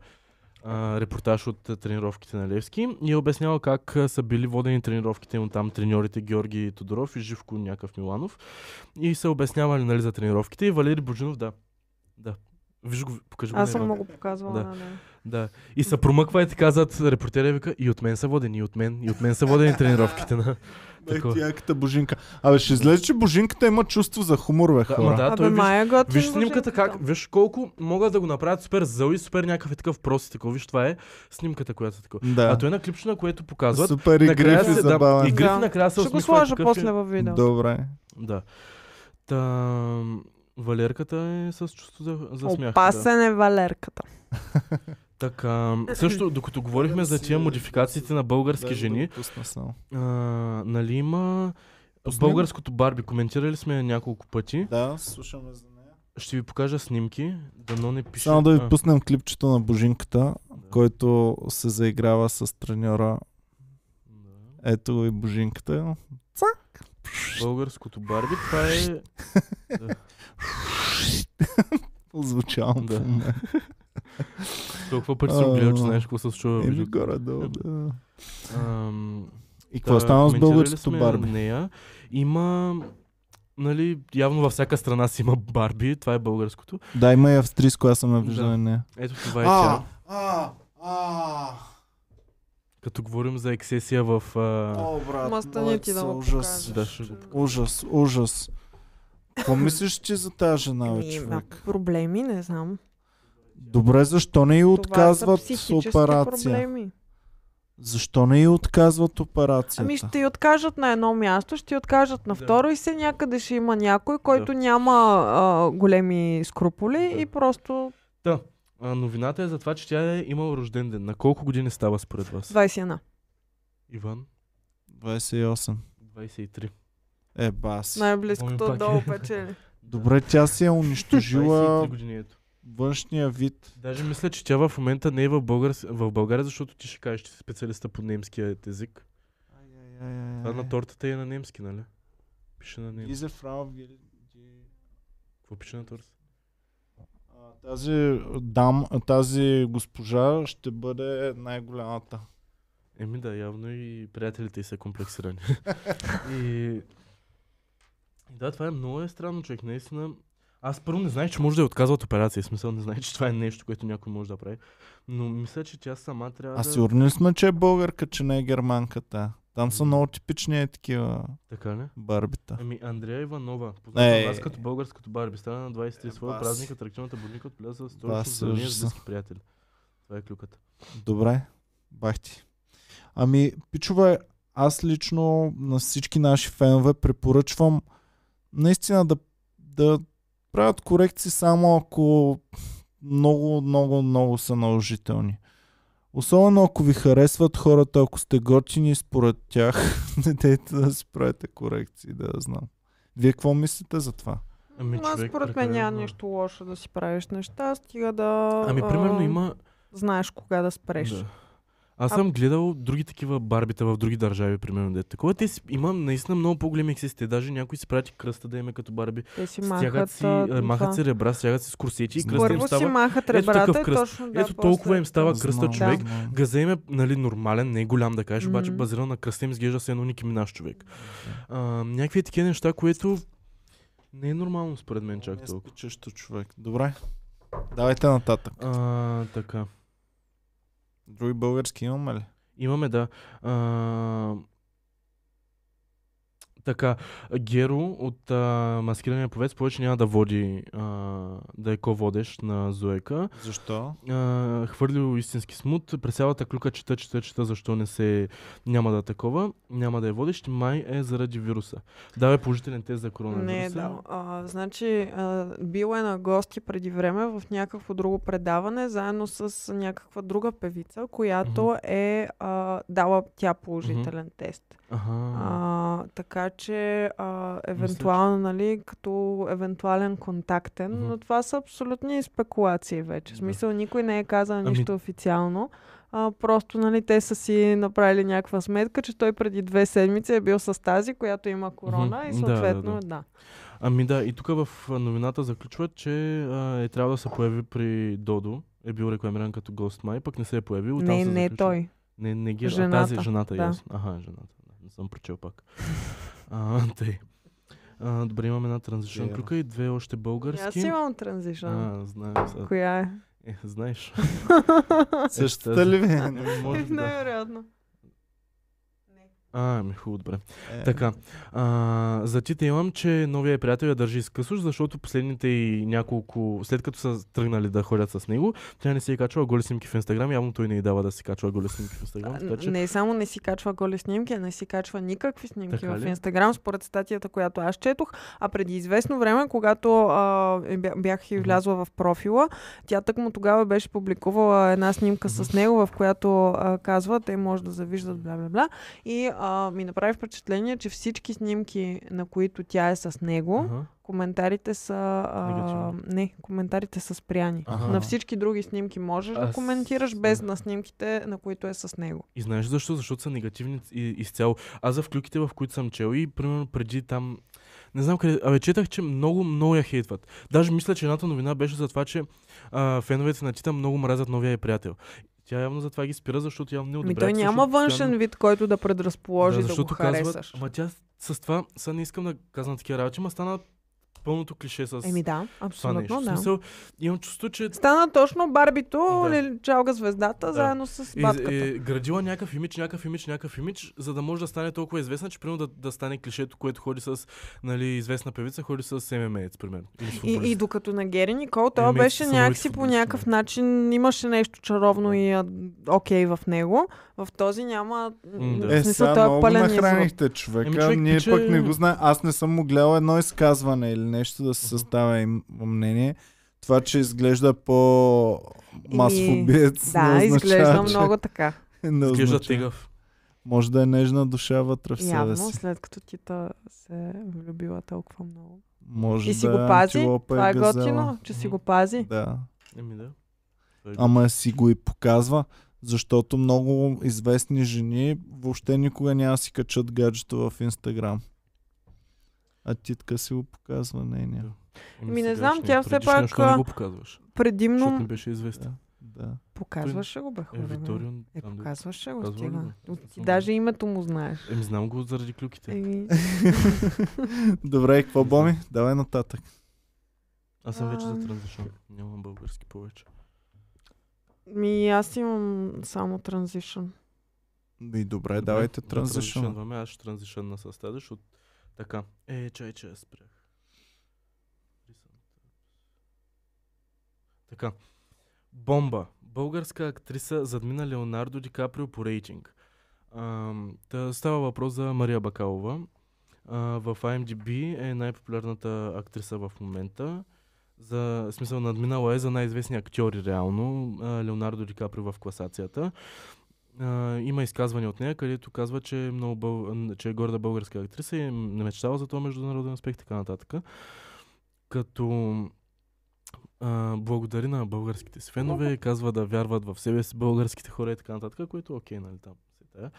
S2: а, репортаж от а, тренировките на Левски и е обяснявал как а, са били водени тренировките му там треньорите Георги Тодоров и Живко някакъв Миланов и са обяснявали нали, за тренировките и Валери Божинов, да. Да. Виж го, покажи го.
S3: Аз
S2: на
S3: съм
S2: Иван.
S3: много показвала.
S2: Да.
S3: Да. Да.
S2: Да. И се промъква и ти казват репортера и вика, и от мен са водени, и от мен, и от мен са водени тренировките на...
S1: Е,
S2: Такова.
S1: ти яката божинка. Абе, ще излезе, че божинката има чувство за хумор, бе,
S2: Да, ама
S1: хора.
S2: да, той
S3: Абе, е
S2: виж,
S3: Майя готин
S2: виж
S3: го
S2: снимката
S3: жената.
S2: как, виж колко могат да го направят супер зъл и супер някакъв е такъв прост и такова. Виж, това е снимката, която е такова.
S1: Да.
S2: А той е на клипче, на което показват.
S1: Супер и
S2: накрая
S1: гриф и
S2: се- да, И
S1: забавен.
S2: гриф
S3: Да.
S2: накрая се
S3: Ще го
S2: усмихва и
S3: сложа
S2: такъв е.
S3: после във видео.
S1: Добре.
S2: Да. Та, Валерката е с чувство за, за смях. Да.
S3: Опасен е Валерката.
S2: Така, също, докато говорихме за тия модификациите на български жени, а, нали има
S1: Пусни.
S2: българското Барби. Коментирали сме я няколко пъти.
S1: Да, слушаме за нея.
S2: Ще ви покажа снимки, дано не пише.
S1: Само да ви
S2: А,
S1: пуснем клипчето на Божинката, който се заиграва с треньора.
S2: да.
S1: Ето го и Божинката.
S2: Българското Барби, това е...
S1: Звучавам да.
S2: Да.
S1: в момента.
S2: Толкова пъти съм гледал, че
S1: А,
S2: знаеш какво се чува.
S1: Еми горе-долу, да.
S2: Ам,
S1: И какво стана с
S2: коментирали
S1: българското
S2: сме
S1: Барби?
S2: Нея. Има, нали, явно във всяка страна си има Барби, това е българското.
S1: Да, има и австрийско, аз съм я виждал
S2: Да.
S1: и нея.
S2: Ето това е тя.
S1: а, а,
S2: Като говорим за ексесия в... А...
S1: о, брат,
S3: Ма стани ти да го покажеш.
S2: Да, ще го
S1: ужас, ужас. Какво мислиш ти за тази жена, бе,
S3: Ами, има
S1: човек?
S3: проблеми, не знам.
S1: Добре, защо не й
S3: Това са
S1: отказват
S3: психически
S1: операция?
S3: проблеми.
S1: Защо не й отказват операцията?
S3: Ами ще ти откажат на едно място, ще ти откажат на
S2: Да.
S3: второ и се някъде ще има някой, който няма а, големи скрупули
S2: Да.
S3: и просто
S2: А, новината е за това, че тя е имала рожден ден. На колко години става според вас?
S3: 21.
S2: Иван?
S1: 28.
S2: 23.
S1: Е, бас.
S3: Най-близкото
S2: Моми пак е.
S3: долу печели.
S1: Добре, тя си е
S2: 23
S1: унищожила
S2: години ето.
S1: външния вид.
S2: Даже мисля, че тя в момента не е в, Българ... в България, защото ти ще кажеш, че си специалиста по немския език. Това на тортата е на немски, нали? Пише на немски.
S1: Изе фрау Вил- Ги-
S2: Какво пише на тортата?
S1: а, Тази, дам, тази госпожа ще бъде най-голямата.
S2: Еми да, явно и приятелите й са комплексирани. и... и да, това е много е странно, човек. Наистина, аз първо не знаех, че може да я отказват операция. В смисъл, не знаех, че това е нещо, което някой може да прави. Но мисля, че тя сама трябва
S1: А
S2: да...
S1: сигурни ли сме, че е българка, че не е германката. Там са много типични е такива
S2: Така ли?
S1: барбита.
S2: Ами, Андрея Иванова, позната
S1: Е.
S2: аз като българското Барби, стана на 23
S1: Е,
S2: своя
S1: бас.
S2: празник, атракционната бурника отбеляза с
S1: Бас,
S2: за нея с
S1: ужаса.
S2: близки приятели. Това е клюката.
S1: Добре, бахти. Ами, пичове, аз лично на всички наши фенове препоръчвам наистина да, да правят корекции само ако много, много, много са наложителни. Особено ако ви харесват хората, ако сте готини според тях, не дейте да си правите корекции, да я знам. Вие какво мислите за това?
S2: Ами,
S3: Ама според мен няма
S2: прекалено. е.
S3: нищо лошо да си правиш неща, стига да
S2: Ами, примерно
S3: а,
S2: има...
S3: знаеш кога да спреш.
S2: Да. Аз съм гледал други такива барбита в други държави, примерно, дете. Такова те си, има наистина много по-големи ексисти. Даже някои си правят и кръста да има като барби.
S3: Те си
S2: Стягат
S3: махат,
S2: си,
S3: а,
S2: е,
S3: това.
S2: махат си ребра, стягат си с корсети и кръста им
S3: Първо си
S2: става.
S3: махат
S2: Ето такъв
S3: ребрата и
S2: кръст.
S3: точно да,
S2: Ето
S3: после-
S2: толкова е им става кръста
S1: Знам,
S2: човек.
S1: знам.
S2: Газа им е нали, нормален, не е голям да кажеш, обаче
S3: Мгм.
S2: базиран на кръста им изглежда се едно Ники Минаш човек. А, някакви такива неща, което не е нормално според мен чак
S1: Не
S2: толкова.
S1: спичащо човек. Добре. Давайте нататък.
S2: А, така.
S1: Други български имаме ли?
S2: Имаме, да. А... Така, Геро от а, Маскирания повец повече няма да води, а, да е ко-водеш на Зоека.
S1: Защо?
S2: А, хвърлил истински смут, през цялата клюка чета, чета, чета, защо не се... Няма да е такова, няма да е водещ, май е заради вируса. Дава положителен тест за коронавируса.
S3: Не, е да. А, значи, а, бил е на гости преди време в някакво друго предаване, заедно с някаква друга певица, която
S2: Мгм.
S3: е а, дала тя положителен тест.
S2: Аха.
S3: А, така че, а, евентуално, нали, като евентуален контактен,
S2: Мгм.
S3: но това са абсолютни спекулации вече. В
S2: Да.
S3: смисъл, никой не е казал
S2: Ами-
S3: нищо официално. А, просто, нали, те са си направили някаква сметка, че той преди две седмици е бил с тази, която има корона и
S2: Да, да,
S3: съответно,
S2: да.
S3: да. да.
S2: Ами да, и тук в а, новината заключват, че а, е трябвало да се появи при Додо. Е бил рекламиран като гост май, пък не се е появил. оттам
S3: Не,
S2: се
S3: не
S2: заключва-
S3: той.
S2: Не, не ги, жената. А,
S3: Жената,
S2: тази жената да.
S3: да.
S2: ясно. Аха, жената. Да, не съм прочел пак. а, тъй. А, добре, имаме една транзишън
S1: Вярно.
S2: клюка и две още
S3: Ами Аз
S2: български.
S3: имам транзишън.
S2: а, знаем. сега.
S3: Коя е?
S2: Е, знаеш.
S1: Същата ли ви? е?
S2: Ами, Може би да.
S3: Невероятно.
S2: А, ми хубаво, добре.
S1: Е,
S2: Така. А, за Тита имам, че новия приятел я държи изкъсуш, защото последните и няколко, след като са тръгнали да ходят с него, тя не си е качвала голи снимки в Инстаграм. Явно той не й дава да си качва голи снимки в Инстаграм.
S3: А,
S2: Така че...
S3: Не само не си качва голи снимки, а не си качва никакви снимки
S2: Така
S3: в
S2: ли?
S3: Инстаграм, според статията, която аз четох. А преди известно време, когато а, е, бя- бях и
S2: Мгм.
S3: влязла в профила, тя тъкмо тогава беше публикувала една снимка с него, в която а, казва, те може да завиждат, бла-бла-бла. И а, ми направи впечатление, че всички снимки, на които тя е с него,
S2: Аха.
S3: коментарите са... А, не, коментарите са спряни.
S1: Аха.
S3: На всички други снимки можеш да
S2: Аз-
S3: коментираш без
S2: да.
S3: на снимките, на които е с него.
S2: И знаеш защо? Защото са негативни и- изцяло. Аз за вклюките, в които съм чел и примерно преди там... Не знам къде... Абе, четах, че много, много я хейтват. Даже мисля, че едната новина беше за това, че а, феновете на Тита много мразят новия й приятел. Тя явно затова ги спира, защото явно не
S3: Ми
S2: одобряват.
S3: Ами той няма
S2: защото
S3: външен вид, който да предразположи да, да го
S2: защото
S3: харесаш.
S2: Ама тя с, с това, сега не искам да казвам такива работи, ма стана пълното клише с
S3: Еми да,
S2: това е нещо.
S3: абсолютно
S2: В
S3: да.
S2: смисъл, имам чувство, че е,
S3: Стана точно Барбито,
S2: Да.
S3: да. чалга звездата,
S2: Да.
S3: заедно с
S2: И,
S3: бабката.
S2: е, градила някакъв имидж, някакъв имидж, някакъв имидж, за да може да стане толкова известна, че примерно да, да стане клишето, което ходи с нали, известна певица, ходи с ММА, примерно. Или с
S3: И, и
S2: футболист.
S3: докато на Гери Никол, той
S2: Еми,
S3: беше
S2: становище
S3: някакси по
S2: футболист,
S3: някакъв
S2: да.
S3: начин, имаше нещо чаровно
S2: Да.
S3: и а, окей в него. В този няма...
S2: М, да.
S3: в
S1: Е,
S3: смисъл,
S1: сега
S3: той
S1: много
S3: пълен извод.
S1: нахранихте човека.
S2: Еми, човек
S1: Ние
S2: пиче-
S1: пък не го знаем. Аз не съм му гледал едно изказване или нещо да се съставя им мнение. Това, че изглежда по масфобиец. не
S3: Да,
S1: означава,
S3: изглежда
S1: че-
S3: много така.
S1: не
S2: Изглежда
S1: означава.
S2: тегав.
S1: Може да е нежна душа вътре в себе
S3: Явно,
S1: си.
S3: след като Тита се е влюбила толкова много.
S1: Може
S3: И си
S1: да
S3: го пази,
S1: антилопа и
S3: това е
S1: газела.
S3: готино, че си
S2: Мгм.
S3: го пази.
S1: Да.
S2: Еми да. Той го-
S1: Ама си го и показва, защото много известни жени въобще никога няма да си качат гаджето в Инстаграм. А титка си го показва нейния.
S2: Еми,
S3: Ми Ами, не
S2: сегашния,
S3: знам, тя все
S2: предишния,
S3: пак,
S2: Що не
S3: а,
S2: го показваш? Защото не
S3: Предимно
S2: беше известен.
S1: Да. да.
S3: показваше го, бе,
S2: Е,
S3: хора, бе.
S2: Виторион.
S3: Е,
S2: там де-
S3: показваше го,
S2: Казва ли
S3: стига.
S2: го?
S3: От-
S2: Не
S3: Ти
S2: съм
S3: даже името му знаеш.
S2: Еми знам го заради клюките.
S3: Еми,
S1: Добре, и какво Боми? Давай нататък.
S2: Аз съм вече за
S3: Ам.
S2: транзишън. Нямам български повече.
S3: ми, аз имам само транзишън.
S1: И добре, давайте
S2: да
S1: транзишън.
S2: транзишънваме, Аз ще транзишънна с тази, защото така. Е, чай, че я спрях. Така. Бомба. Българска актриса задмина Леонардо Ди Каприо по рейтинг. Ам, та става въпрос за Мария Бакалова. А, в IMDb е най-популярната актриса в момента. За в смисъл надминала е за най-известни актьори реално. А, Леонардо Ди Каприо в класацията. А, има изказване от нея, където казва, че е, много бъл... н- че е горда българска актриса и м- не мечтава за този международен успех и така нататък. Като а, благодари на българските си фенове, казва да вярват в себе си българските хора и така нататък, което окей, нали там. се тая.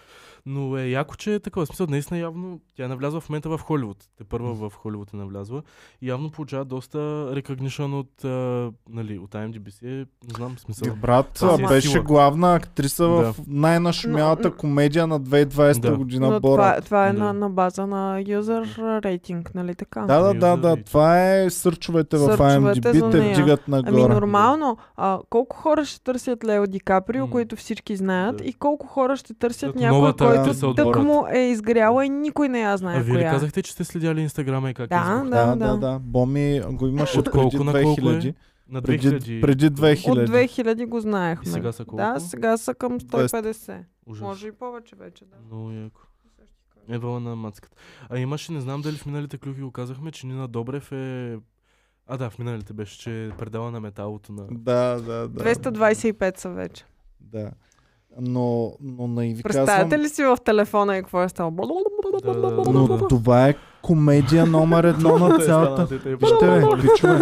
S2: Но е яко, че е такова. В Смисъл, наистина явно тя е навлязла в момента в Холивуд. Те първа в Холивуд е навлязла. И явно получава доста recognition от, а, нали, от IMDb. си е, Не знам, в смисъл.
S1: И брат,
S2: Това си е
S1: беше
S2: сила.
S1: главна актриса в
S3: Но-
S1: най-нашумялата комедия на 2020
S2: Да.
S1: година
S3: Но това,
S1: Борат.
S3: това е
S2: Да.
S3: на, на база на юзър рейтинг, нали така?
S1: Да, да, да,
S2: Юзър
S1: да.
S2: и-
S1: Това е сърчовете в
S3: Сърчовете за
S1: IMDb, те
S3: нея.
S1: вдигат
S3: Ами
S1: нагоре.
S3: нормално, а, колко хора ще търсят Лео Ди Каприо,
S2: М.
S3: които всички знаят,
S2: Да.
S3: и колко хора ще търсят
S2: Като
S3: някой,
S2: новата
S3: който
S1: актриса
S2: от
S3: тък
S2: Борат.
S3: му е изгряла и никой не я знае
S2: А вие ли
S3: коя. е.
S2: казахте, че сте следяли Инстаграма и как
S3: да,
S2: избухна?
S1: Да, да,
S3: да,
S1: да. Боми го имаше
S2: От колко
S1: преди
S2: на колко е?
S1: 2000.
S2: На 2000.
S1: Преди, преди
S3: От
S1: 2000.
S3: 2000 го знаехме.
S2: И сега са колко?
S3: Да, сега са към 150.
S2: Ужас.
S3: Може и повече вече, да.
S2: Много яко. Евала на мацката. А имаше, не знам дали в миналите клюки го казахме, че Нина Добрев е... А да, в миналите беше, че е предала на металото на...
S1: Да, да, да.
S3: 225 са вече.
S1: да. Но, но наиви казвам,
S3: Представяте ли си в телефона и какво е стало?
S2: Да, да, да.
S1: но това е комедия номер едно
S2: е
S1: на цялата. Вижте, бе, пичове,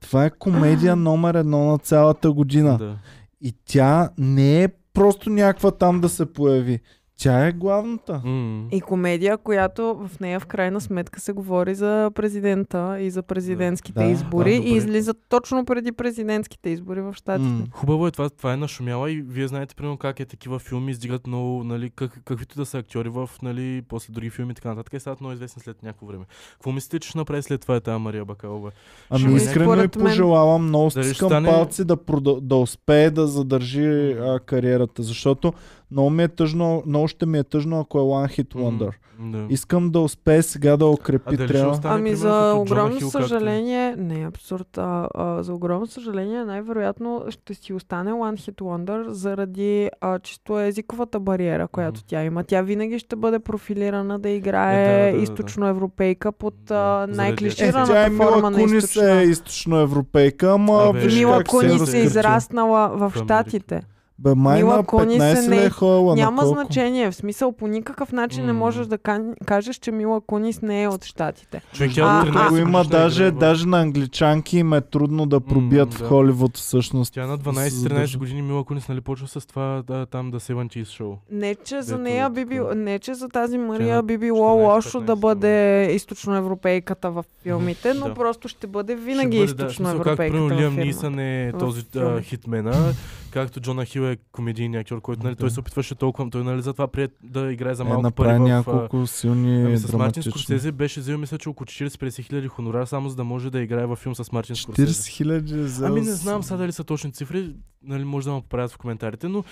S1: това е комедия номер едно на цялата година.
S2: Да.
S1: И тя не е просто някаква там да се появи. Тя е главната.
S2: М.
S3: И комедия, която в нея в крайна сметка се говори за президента и за президентските
S1: Да, да,
S3: избори
S2: добре.
S3: и излиза точно преди президентските избори в щатите.
S1: М.
S2: Хубаво е това, това е нашумяла и вие знаете примерно как е такива филми, издигат много, нали, как, каквито да са актьори в, нали, после други филми и така нататък и стават много известни след някакво време. Какво мислите, че ще направи след това е тази Мария Бакалова?
S1: Ами
S2: Ще
S1: искрено
S3: бъде.
S1: и
S3: Според мен-
S1: пожелавам, много
S2: Дали ще
S1: стискам
S2: стане-
S1: палци да, продъл... да успее да задържи а, кариерата, защото Много ми е тъжно, много ще ми е тъжно, ако е One Hit
S2: М,
S1: Wonder.
S2: Да.
S1: Искам да успее сега да
S2: А
S1: укрепи
S2: дали ще
S1: трябва.
S2: остане
S3: Ами
S2: примерно
S3: за
S2: като Джона
S3: огромно
S2: Хил, както-
S3: съжаление, не е абсурд, а, а, за огромно съжаление най-вероятно ще си остане One Hit Wonder заради а, чисто езиковата бариера, която
S2: Мгм.
S3: тя има. Тя винаги ще бъде профилирана да
S2: Е, да,
S3: играе
S2: да, да, да.
S3: източноевропейка под а,
S2: Да, заради-
S1: Е,
S2: Шираната
S1: тя е
S3: най-клишираната
S1: Мила
S3: форма на
S1: Кунис
S3: източна.
S1: е източноевропейка, ама
S2: Абе,
S1: виж
S3: Мила
S1: как се е
S3: Кунис е
S1: разкърчил.
S3: израснала в
S2: Америка.
S3: Штатите.
S1: Бе, май
S3: Мила
S1: на
S3: Кунис е
S1: 15 ли
S3: не-
S1: е ходила на
S3: Няма
S1: колко?
S3: значение. В смисъл, по никакъв начин не
S2: М.
S3: можеш да кан- кажеш, че Мила Кунис не е от Штатите.
S2: Човек,
S1: Между
S2: тя е
S3: А,
S2: от
S1: другото,
S2: 13
S1: го има
S2: годишна
S1: даже,
S2: играе в-
S1: даже на англичанки им е трудно да пробият в
S2: да.
S1: Холивуд всъщност.
S2: Тя е на
S1: Задължително.
S2: 12-13 години Мила Кунис нали почва с това да, там да се Cheese шоу.
S3: Не, че за
S2: Дето
S3: нея би
S2: така.
S3: било, не, че за тази Мария
S2: на
S3: би било
S2: 14-15
S3: лошо да бъде източноевропейката в филмите, но
S2: Да.
S3: просто ще бъде
S2: Ще
S3: винаги е
S2: бъде, да, в смисъл,
S3: източноевропейката
S2: Както
S3: в
S2: примерно Лиам
S3: филма.
S2: Нисън е
S3: в
S2: този
S3: филма.
S2: а, хитмена, както Джона Хил е комедийен актьор, който нали, той
S1: Да.
S2: се опитваше толкова, той нали затова прие да играе за
S1: Е,
S2: малко
S1: направи
S2: пари в... а,
S1: няколко силни
S2: Ами с Мартин
S1: драматични.
S2: Скорсезе беше взел, мисля, че около 40-50 хиляди хонорар, само за да може да играе във филм с Мартин
S1: 40
S2: Скорсезе.
S1: хиляди за...
S2: нали? Ами не знам сега дали са точни цифри, нали, може да ме поправят в коментарите, но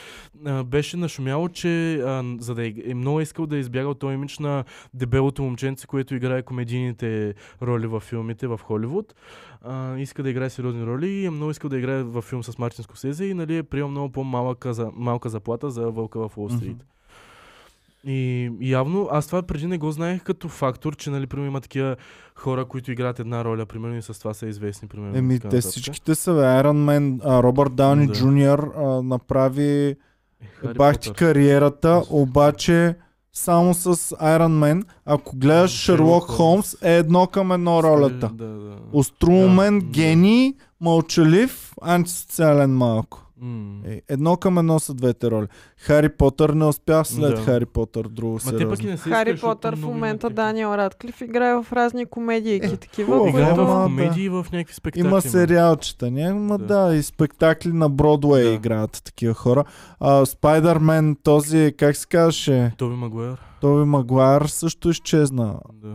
S2: а, беше нашумяло, че а, за да е, е много искал да избяга от този имидж на дебелото момченце, което играе комедийните роли във филмите в Холивуд. А, иска да играе сериозни роли и е много искал да играе във филм с Мартин Скорсезе и нали, е приел много по-малка за, малка заплата за Вълка в Уолл
S1: Мгм.
S2: Стрит. И явно, аз това преди не го знаех като фактор, че нали, примерно има такива хора, които играят една роля, примерно и с това са известни, примерно. и
S1: Еми,
S2: така
S1: те
S2: нататък.
S1: всичките са, бе. Iron Man, а, Робърт Дауни
S2: Да.
S1: Джуниор а, направи
S2: Хари
S1: бахти
S2: Потър.
S1: кариерата,
S2: Просто.
S1: обаче само с Iron Man. Ако гледаш
S2: Шерлок
S1: Шерлок
S2: Холмс.
S1: Холмс, е едно към едно ролята.
S2: Да, да.
S1: Остроумен,
S2: Да, да.
S1: гений, мълчалив, антисоциален малко.
S2: М.
S1: Е, едно към едно са двете роли. Хари Потър не успя след
S2: Да.
S1: Хари Потър, друго
S2: Ма те пък и
S1: сериозно.
S2: не се
S3: Хари
S2: искаш,
S3: Потър в
S2: много
S3: момента
S2: има такива.
S3: Даниел Радклиф играе в разни комедии
S2: Да.
S3: и такива,
S1: Хубаво,
S2: Играе
S1: Ама,
S2: в
S1: да.
S3: които...
S2: комедии и в някакви спектакли. нали?
S1: Има
S2: ма.
S1: сериалчета, няма да.
S2: Да.
S1: и спектакли на Бродуей
S2: Да.
S1: играят такива хора. А, Спайдърмен, този, как се казваше,
S2: Тоби Магуер.
S1: Тоби Магуар също изчезна.
S2: Да.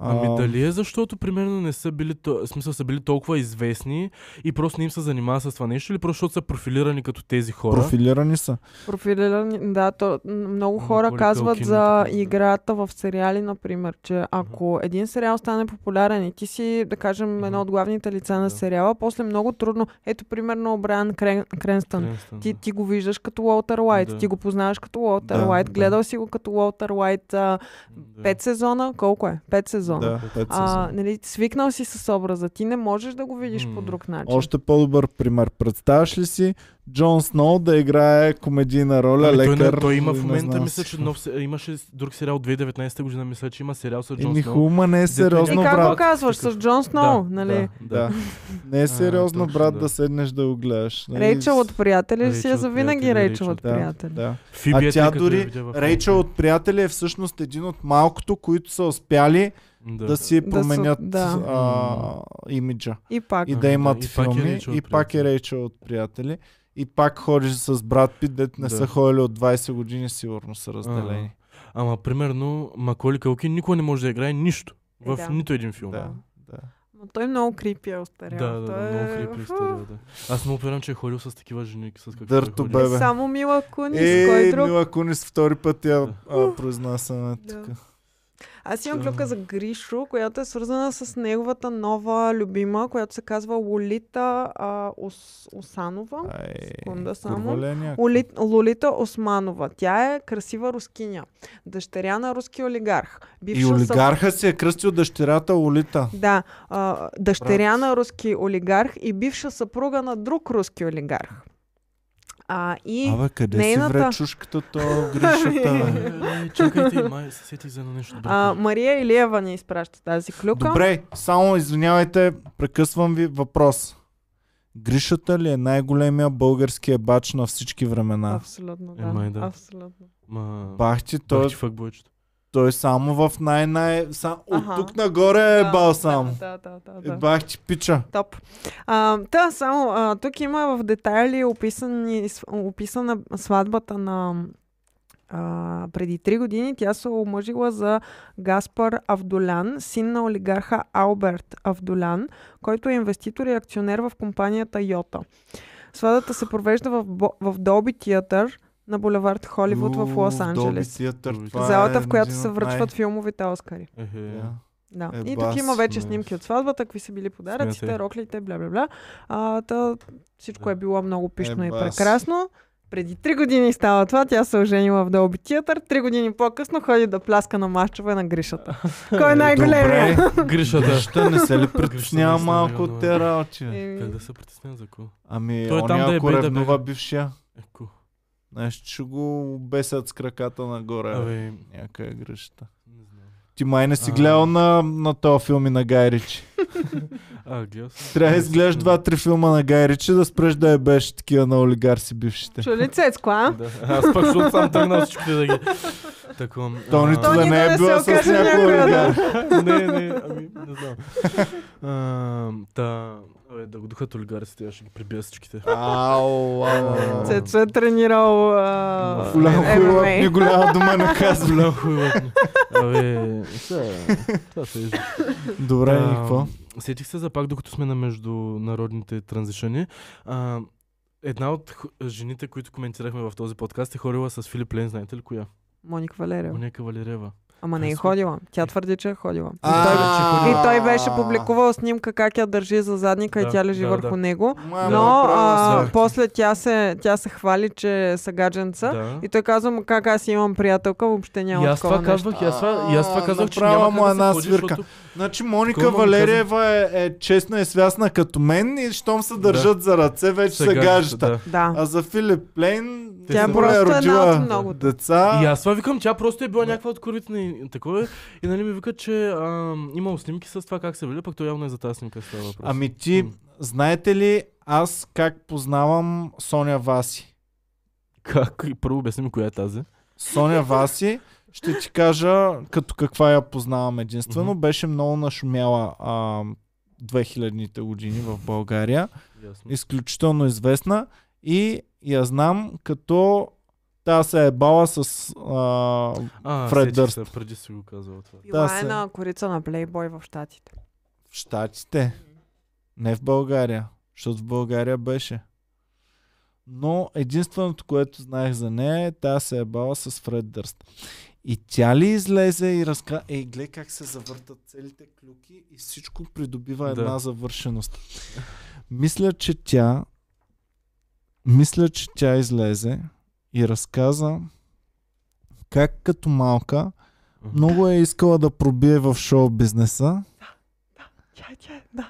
S1: А,
S2: Ами дали е защото примерно не са били, то- в смисъл са били толкова известни и просто не им се занимава с това нещо или просто защото са профилирани като тези хора?
S1: Профилирани са.
S3: Профилирани, да, то, м, много
S2: Ама
S3: хора
S2: Николи
S3: казват
S2: Калкин е
S3: за
S2: такъв, да.
S3: играта в сериали, например, че ако един сериал стане популярен и ти си, да кажем,
S2: Мгм.
S3: едно от главните лица на
S2: Да.
S3: сериала, после много трудно, ето примерно Брайан Крен, Кренстън,
S2: Кренстън,
S3: ти,
S2: да.
S3: ти го виждаш като Уолтер Уайт,
S2: Да.
S3: ти го познаваш като Уолтер
S1: Да,
S3: Уайт,
S1: да.
S3: гледал си го като Уолтер Уайт а,
S2: Да.
S3: пет сезона, колко е? Пет сезона.
S1: Да, пет
S3: А,
S1: сезона.
S3: нали, свикнал си с образа, ти не можеш да го видиш по
S2: М.
S3: друг начин.
S1: Още по-добър пример. Представяш ли си Джон Сноу да играе комедийна роля,
S2: Ами, той, не-
S1: лекар?
S2: той има в
S1: не
S2: момента,
S1: знам
S2: мисля,
S1: си
S2: че
S1: какво.
S2: нов, се- имаше с- друг сериал от 2019 година, мисля, че има сериал с Джон
S1: Еми
S2: Сноу.
S1: хума не е
S2: Дето
S3: и
S1: сериозно,
S2: някакъв-
S3: как го
S1: брат.
S3: казваш? С Джон Сноу,
S2: да,
S3: нали?
S2: Да,
S1: Да.
S2: да.
S1: Не е
S2: А,
S1: сериозно,
S2: точно,
S1: брат,
S2: да.
S1: да седнеш да го гледаш. нали?
S3: Рейчел от приятели си
S2: Рейчел
S3: е
S2: от
S3: за винаги
S2: приятели,
S3: Рейчел
S2: Рейчел,
S3: от
S1: да,
S3: приятели.
S1: Да.
S2: Фиби
S1: А
S2: е
S1: тя
S2: тъй, като я
S1: дори,
S2: видя в-
S1: Рейчел от приятели е всъщност един от малкото, които са успяли
S2: Да.
S1: да си е
S3: Да
S1: променят
S3: са- да.
S1: а, имиджа.
S3: И пак.
S1: И
S2: Ами
S1: да
S2: да,
S1: имат
S2: и пак е
S1: филми.
S2: Рейчел
S1: И
S2: от
S1: пак е
S2: приятели.
S1: Рейчел от приятели. И пак ходиш с брат Пит, дето не
S2: Да.
S1: са ходили от 20 години, сигурно са разделени.
S2: Ама, примерно, Маколи Калкин никога не може да играе нищо.
S3: Е,
S2: В
S3: да.
S2: нито един филм.
S1: Да, да.
S3: Но той много крипи е остарял.
S2: Да, да,
S3: той
S2: да,
S3: е...
S2: много хрипи история, да. Аз много опирам, че е ходил с такива жени, с какви
S1: Дърто бе.
S3: Е, Само Мила Кунис, кой
S1: Е,
S3: друг?
S1: Мила Кунис втори път я
S2: Да.
S1: а, произнасяме
S3: Да.
S1: тук.
S3: Аз имам
S2: Да.
S3: клюка за Гришо, която е свързана с неговата нова любима, която се казва Лолита а, Ос, Осанова.
S1: Ай,
S3: Секунда само.
S1: курва ли е някаква?
S3: Оли- Лолита Османова. Тя е красива рускиня. Дъщеря на руски олигарх.
S1: И
S3: Бивша съп-
S1: олигарха си е кръстил дъщерята Олита.
S3: Да, а, дъщеря
S1: Брат.
S3: на руски олигарх и бивша съпруга на друг руски олигарх. А, и...
S1: Абе, къде
S3: нейната-
S1: си вре чушката, то гришата? бе?
S2: Е, е, Чакайте, май се сетих за едно нещо друго.
S3: А, Мария Илиева ни изпраща тази клюка.
S1: Добре, само извинявайте, прекъсвам ви въпрос. Гришата ли е най-големия български ебач на всички времена?
S3: Абсолютно,
S2: Е,
S3: да.
S2: май да.
S3: Абсолютно.
S2: Ма,
S1: Бахти, той,
S2: бах ти факбойчето.
S1: той само в най-най... Сам... От
S3: Аха.
S1: тук нагоре е
S3: Да,
S1: бал само.
S3: Да, да, да, да.
S1: Е,
S3: да.
S1: Бахти, пича.
S3: Топ. А, та, само, а, тук има в детайли описани, с- описана сватбата на а, преди три години. Тя се омъжила за Гаспар Авдолян, син на олигарха Алберт Авдолян, който е инвеститор и акционер в компанията Йота. Сватбата се провежда в, Бо- в Долби Театър на булевард Холивуд в Лос-Анджелес.
S1: Театър, това
S3: Залата,
S1: е
S3: в която
S1: един
S3: се
S1: от
S3: връчват
S1: най-
S3: филмовите Оскари.
S2: Ехе.
S1: Да.
S3: Да.
S1: Е,
S3: и
S1: бас,
S3: тук има вече
S1: ме.
S3: снимки от сватбата, какви са били подаръците,
S2: Смятай.
S3: роклите, бля-бля-бля. А, та, всичко
S2: Да.
S3: е било много пишно и
S1: бас.
S3: прекрасно. Преди три години става това, тя се оженила в Dolby Theater, три години по-късно ходи да пляска на мащове на Гришата. Кой е най-големия?
S1: Добре,
S2: Гришата.
S1: Гришта, не се ли притеснява
S2: наистина
S1: малко
S2: е много
S1: от те работи?
S3: Еми,
S2: Как да се притесня за Е, какво?
S1: Ами,
S2: Той
S1: Той
S2: е там да
S1: оня,
S2: е
S1: ако
S2: бей, да
S1: ревнува
S2: бега.
S1: бившия,
S2: Еко.
S1: нещо ще го бесят с краката нагоре. Абе.
S2: Абе,
S1: Някъде е грешта.
S2: не знам.
S1: Ти май не си
S2: А.
S1: гледал на, на този филм и на Гай Ричи.
S2: А, гледал съм.
S1: Трябва да изгледаш два-три филма на Гай Ричи, да спреш да е беше такива на олигарси бившите.
S3: Чули Цецко, а?
S2: Да. Аз пък защото съм тръгнал всичките да ги. Такова.
S1: Тони
S2: а,
S1: да не
S3: да
S1: е
S3: не
S1: била
S3: се
S1: с
S3: окаже
S1: някой
S3: някоя, да.
S1: олигар.
S2: не, не, ами, не знам. Ам, Та, абе, да го духат олигарите, аз ще ги прибия всичките.
S1: Ау, ау, ау.
S3: Цецо е тренирал а, е,
S1: Голям хуйлап
S3: MMA.
S1: ни голяма дума не казва.
S2: Голям хуйлък. Абе, сега, това се вижда.
S1: Добре, и
S2: Ам,
S1: какво?
S2: Сетих се за пак, докато сме на международните транзишъни. А, една от ху- жените, които коментирахме в този подкаст е ходила с Филип Лен, знаете ли коя?
S3: Моник Валерио.
S2: Монека Валерева.
S3: Ама не е
S2: Аз-
S3: ходила. Тя твърди, че е ходила. И
S1: А,
S3: той,
S1: че
S3: и
S1: ходи-
S3: той беше публикувал снимка как я държи за задника и
S2: Да,
S3: тя лежи
S2: да,
S3: върху
S2: да.
S3: него.
S1: Мамо,
S3: Но
S1: направо
S3: а,
S1: се-
S3: после тя се, тя се хвали, че са гадженца.
S2: Да.
S3: И той казва, му как аз имам приятелка, въобще
S2: И
S3: няма
S2: аз това
S3: такова нещо.
S2: казвах, и аз това, и аз това
S1: А,
S2: казах, че
S1: направо
S2: няма
S1: му
S2: как
S1: една
S2: да се ходиш,
S1: свирка.
S2: защото
S1: Значи Моника
S2: Такова му
S1: Валериева е, е честна и свясна като мен и щом се държат за ръце, вече
S2: са
S1: са
S2: гаджета,
S1: гаджета.
S2: да.
S3: Да.
S1: А за Филип Плейн,
S2: Те
S1: тя
S2: са-
S1: е
S3: Просто една
S1: родила
S3: от многото.
S1: деца.
S2: И аз това викам, тя просто е била
S1: Да.
S2: някаква от курвите на и- такова. е. И нали ми вика, че а, имал снимки с това как се вели, пък то явно е за тази снимка става въпрос.
S1: Ами ти,
S2: М.
S1: знаете ли, аз как познавам Соня Васи?
S2: Как? Първо обясни ми коя е тази.
S1: Соня Васи, ще ти кажа като каква я познавам единствено.
S2: Мгм.
S1: Беше много нашумяла а, 2000-те години в България.
S2: Ясно.
S1: Изключително известна и я знам като тя се е бала с а,
S2: А,
S1: Фред
S2: сетих се,
S1: Дърст.
S2: преди си го казал това.
S3: Била
S1: да,
S3: е
S1: се-
S3: на корица на Playboy в Штатите.
S1: в Штатите. Не в България, защото в България беше. Но единственото, което знаех за нея е, тя се е бала с Фред Дърст. И тя ли излезе и разка... Ей, гледай как се завъртат целите клюки и всичко придобива
S2: Да.
S1: една завършеност. Мисля, че тя... Мисля, че тя излезе и разказа как като малка много е искала да пробие в шоу бизнеса.
S3: Тя, тя, да.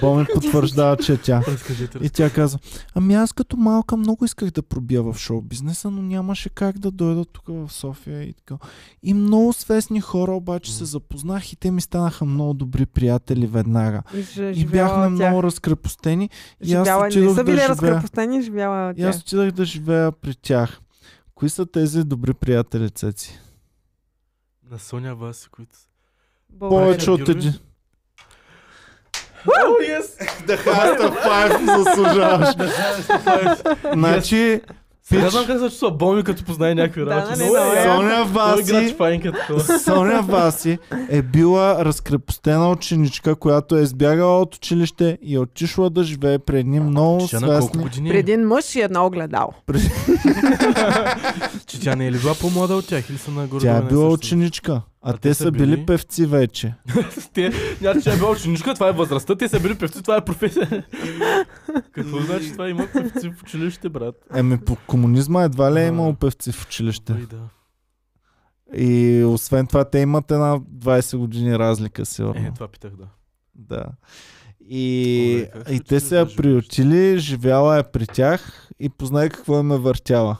S1: Боми потвърждава, че е тя.
S2: Разкажете,
S1: И тя казва, ами аз като малка много исках да пробия в шоу бизнеса, но нямаше как да дойда тук в София и така. И много свестни хора обаче се
S2: Мгм.
S1: запознах и те ми станаха много добри приятели веднага.
S3: И, же,
S1: И
S3: живяла
S1: бяхме
S3: от тях.
S1: много разкрепостени. И аз
S3: Живяла, не
S1: отидох
S3: са
S1: да
S3: били
S1: живея.
S3: разкрепостени, живяла от
S1: И
S3: тях.
S1: аз отидох да живея при тях. Кои са тези добри приятели, Цеци?
S2: На Соня Васи, които...
S3: Благодаря.
S1: Повече от
S2: Георги?
S1: един.
S2: Oh, yes!
S1: Да хаста файв заслужаваш. Значи,
S2: Сега
S1: Пич.
S2: знам как се чувства Боми, като познае някакви
S3: Да,
S2: работи.
S3: нали, да, бе.
S1: Соня Васи
S2: играч файнка такова.
S1: Соня Васи е била разкрепостена ученичка, която е избягала от училище и е отишла да живее при едни много
S2: Че тя на колко
S1: свестни.
S2: години
S3: При
S2: е?
S3: един мъж и едно огледало.
S2: Че тя не е ли била по-млада от тях или са на горе?
S1: Тя е била ученичка, а те са били певци вече.
S2: Те, значи тя е била ученичка, това е възрастта, те са били певци, това е професия. Какво значи това има певци в училище, брат?
S1: Еми по комунизма едва ли е
S2: Ага.
S1: имало певци в училище.
S2: Ой, да.
S1: И освен това те имат една 20 години разлика сигурно.
S2: Е, това питах, да.
S1: Да. И,
S2: Добре, как
S1: и
S2: се
S1: те
S2: чудиш
S1: са я
S2: да живееш?
S1: приютили, живяла е при тях и познай какво им е въртяла.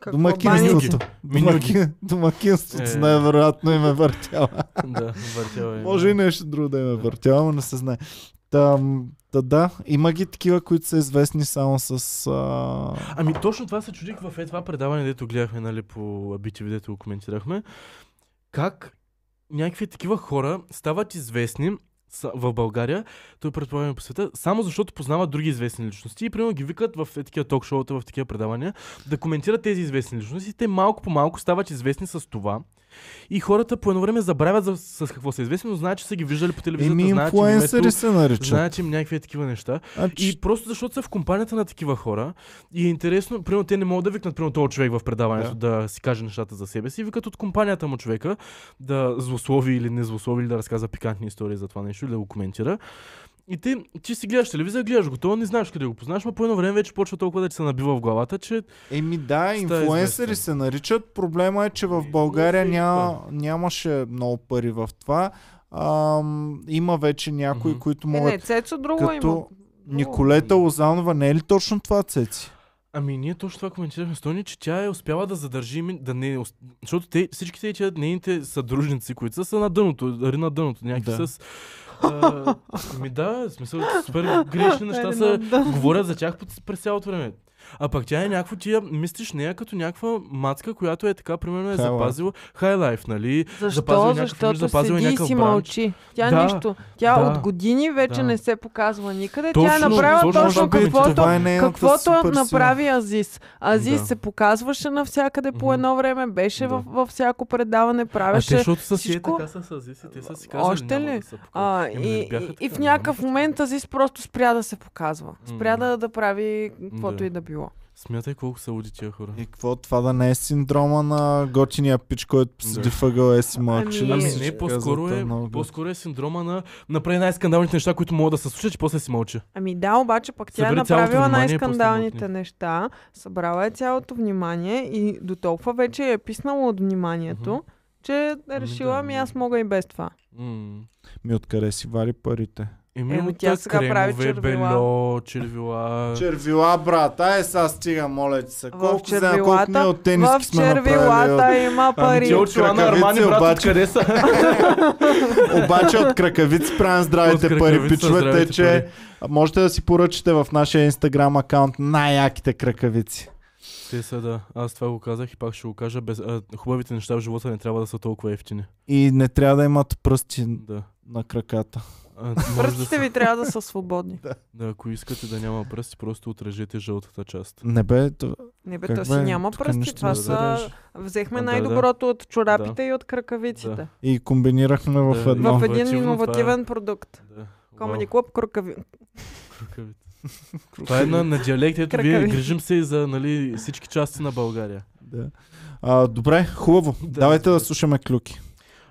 S3: Какво бани?
S1: Домакинството.
S2: Минюги.
S1: Домаки- Домакинството
S2: Е.
S1: най-вероятно им е въртяла.
S2: Да, въртяла е.
S1: Може и нещо друго да им е въртяла, но не се знае. Там, да, да, има ги такива, които са известни само с... А...
S2: Ами точно това се чудих в е това предаване, дето гледахме, нали, по BTV, дето го коментирахме. Как някакви такива хора стават известни са- в България, той предполагаме по света, само защото познават други известни личности и примерно ги викат в е такива ток-шоута, в такива предавания, да коментират тези известни личности. Те малко по малко стават известни с това, И хората по едно време забравят за, с какво са известни, но знаят, че са ги виждали по телевизията.
S1: Еми,
S2: знаят, че им е
S1: инфлуенсъри
S2: место,
S1: се наричат.
S2: знаят, че им някакви такива неща.
S1: Значи,
S2: И просто защото са в компанията на такива хора и е интересно, примерно те не могат да викнат примерно този човек в предаването да. си каже нещата за себе си, викат от компанията му човека да злослови или не злослови или да разказва пикантни истории за това нещо или да го коментира. И ти, ти си гледаш телевизия, гледаш го, то не знаеш къде го познаваш, но по едно време вече почва толкова да ти се набива в главата, че
S1: Еми да, инфлуенсъри
S2: е известен.
S1: се наричат. Проблема е, че в
S2: Еми,
S1: България
S2: не се
S1: няма, нямаше много пари в това. Ам, има вече някои,
S2: Мгм.
S1: които
S3: Е, не,
S1: могат.
S3: Цецо друго
S1: като
S3: има. Друго.
S1: Николета Лозанова не е ли точно това, Цеци?
S2: Ами ние точно това коментирахме с Тони, че тя е успяла да задържи, ми- да не, ос- защото те, всичките и тя, нейните съдружници, които са, са на дъното, дори на дъното, някакви
S1: Да.
S2: да. с... А, ми да, в смисъл, супер грешни неща
S3: Ели,
S2: са,
S3: Е, да.
S2: говорят за тях под- през цялото време. А пък тя е някакво, тия мислиш нея като някаква мацка, която е така, примерно е
S1: High life.
S2: запазила хай лайф, нали?
S3: Защо?
S2: Запазил някакъв имидж,
S3: Защото
S2: запазил
S3: седи и
S2: някакъв
S3: си
S2: бранч.
S3: мълчи. Тя
S2: Да,
S3: нищо. Тя
S2: да,
S3: от години вече
S2: да.
S3: не се показва никъде. Тя е
S2: Точно,
S3: направила
S2: точно
S3: точно
S2: може би
S3: каквото
S1: това е нейната
S3: Каквото
S1: супер сила.
S3: направи Азис. Азис
S2: Да.
S3: се показваше навсякъде по
S2: Мгм.
S3: едно време, беше
S2: Да.
S3: в, във всяко предаване,
S2: А те,
S3: правеше.
S2: защото са си е
S3: всичко-
S2: така са съзиси, те са си казали,
S3: Още
S2: няма
S3: ли?
S2: да са по-
S3: А,
S2: Еми,
S3: и,
S2: Е, нали бяха
S3: и,
S2: така,
S3: и в
S2: няма
S3: някакъв
S2: как.
S3: момент Азис просто спря да се показва. Спря
S2: Мгм.
S3: да, да прави каквото
S2: Да.
S3: и да било.
S2: Смятай колко са луди тия хора.
S1: И какво това да не е синдрома на готиния пич, който посиди
S2: Да.
S1: въгъл е си мълчи?
S3: Ами-
S2: Ами
S3: Е,
S2: не, по-скоро е, по-скоро е синдрома на направи най-скандалните неща, които могат да се случат и после си мълча.
S3: Ами да, обаче пък тя е
S2: Събери цялото
S3: направила
S2: внимание и после
S3: най-скандалните
S2: млъкни.
S3: неща, събрала е цялото внимание и до толкова вече е писнала от вниманието,
S2: Мгм.
S3: че е
S2: Ами
S3: решила,
S2: да,
S3: ами
S2: ами
S3: аз
S2: да.
S3: мога и без това.
S2: М.
S1: Ми откъде си вари парите?
S2: Еми,
S3: Еми,
S2: от
S3: тя
S2: тя
S3: сега прави
S2: кремове,
S3: червила.
S2: бельо, червила.
S1: Червила, брат, ай сега стига, моля ти се.
S3: В
S1: Колко сега, колко
S3: червилата-
S1: ние от
S3: В
S1: тениски сме направили.
S3: червилата има
S2: Ами
S3: пари.
S2: тя от чела на
S1: кракавици,
S2: Армани, брат,
S1: обаче.
S2: откъде са?
S1: Обаче от кракавици правим
S2: От
S1: здравите
S2: кракавица
S1: пари, пичовете,
S2: здравите
S1: че можете да си поръчате в нашия инстаграм акаунт най-яките кракавици.
S2: Те са, да. Аз това го казах и пак ще го кажа. Без, а, хубавите неща в живота не трябва да са толкова ефтини.
S1: И не трябва да имат пръсти
S2: Да.
S1: на краката.
S2: А, може да,
S3: Пръстите
S2: са,
S3: ви трябва да са свободни.
S2: да, ако искате да няма пръсти, просто отрежете жълтата част.
S1: Не бе, т-
S3: Не бе,
S1: Как
S3: то си
S1: бе?
S3: няма
S1: Тука
S3: пръсти.
S1: нищо
S3: Това
S1: не
S3: са...
S1: разбираш.
S3: Взехме
S2: А, да, да.
S3: най-доброто от чорапите и от кракавиците.
S2: Да.
S1: и комбинирахме в
S2: Да,
S1: едно.
S3: В
S2: Иновативно,
S3: един
S2: това е.
S3: иновативен продукт.
S2: Да.
S3: Комеди клуб, кракави...
S2: Кракавица. Това е на, на диалект, ето вие
S3: Кракавица.
S2: грижим се и за нали, всички части на България.
S1: Да. А, добре, хубаво.
S2: Да,
S1: Давайте да
S2: разбира се.
S1: слушаме клюки.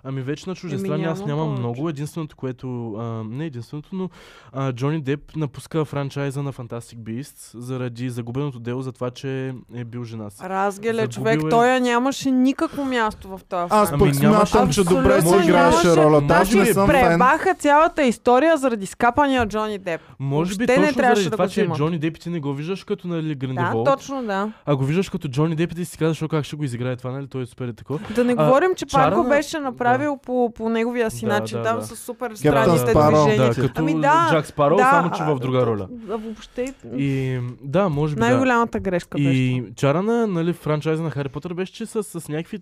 S2: Ами вече на чуждестранни аз
S3: няма
S2: нямам
S3: повече.
S2: много. Единственото, което... А, не единственото, но а, Джони Деп напуска франчайза на Fantastic Beasts заради загубеното дело за това, че е бил жена си.
S3: Разгеле,
S2: Загубил
S3: човек,
S2: е.
S3: той я нямаше никакво място в този
S1: Аз
S3: филм.
S1: пък
S2: Ами нямаше
S1: смятам, че
S3: абсолютно
S1: добре си
S3: нямаше-
S1: играеше ролята. Аз не
S3: Значи,
S1: съм фен.
S3: пребаха цялата история заради скапания Джони Деп.
S2: Може би
S3: Въобще не
S2: точно
S3: трябваше
S2: заради
S3: да
S2: това,
S3: го
S2: че е
S3: взимат.
S2: Джони Деп и ти не го виждаш като нали,
S3: Да,
S2: Грандевол,
S3: точно да.
S2: а го виждаш като Джони Деп и ти си казваш, «О, как ще го изиграе това, нали? Той е супер и такова.
S3: Да не
S2: А,
S3: говорим, че
S2: Чарана-
S3: Пако беше направил по, по неговия си
S2: Да,
S3: начин,
S2: да,
S3: там
S2: да.
S3: с супер
S1: Каптан
S3: странните
S1: Спаро.
S3: движения.
S2: Да,
S1: ти.
S2: като
S3: Ами да,
S2: Джак Спаро,
S3: да,
S2: само че
S3: а,
S2: в друга роля.
S3: Да, въобще
S2: И да, може би да.
S3: най-голямата грешка беше.
S2: И чара на нали, франчайза на Хари Потър беше, че с, с някакви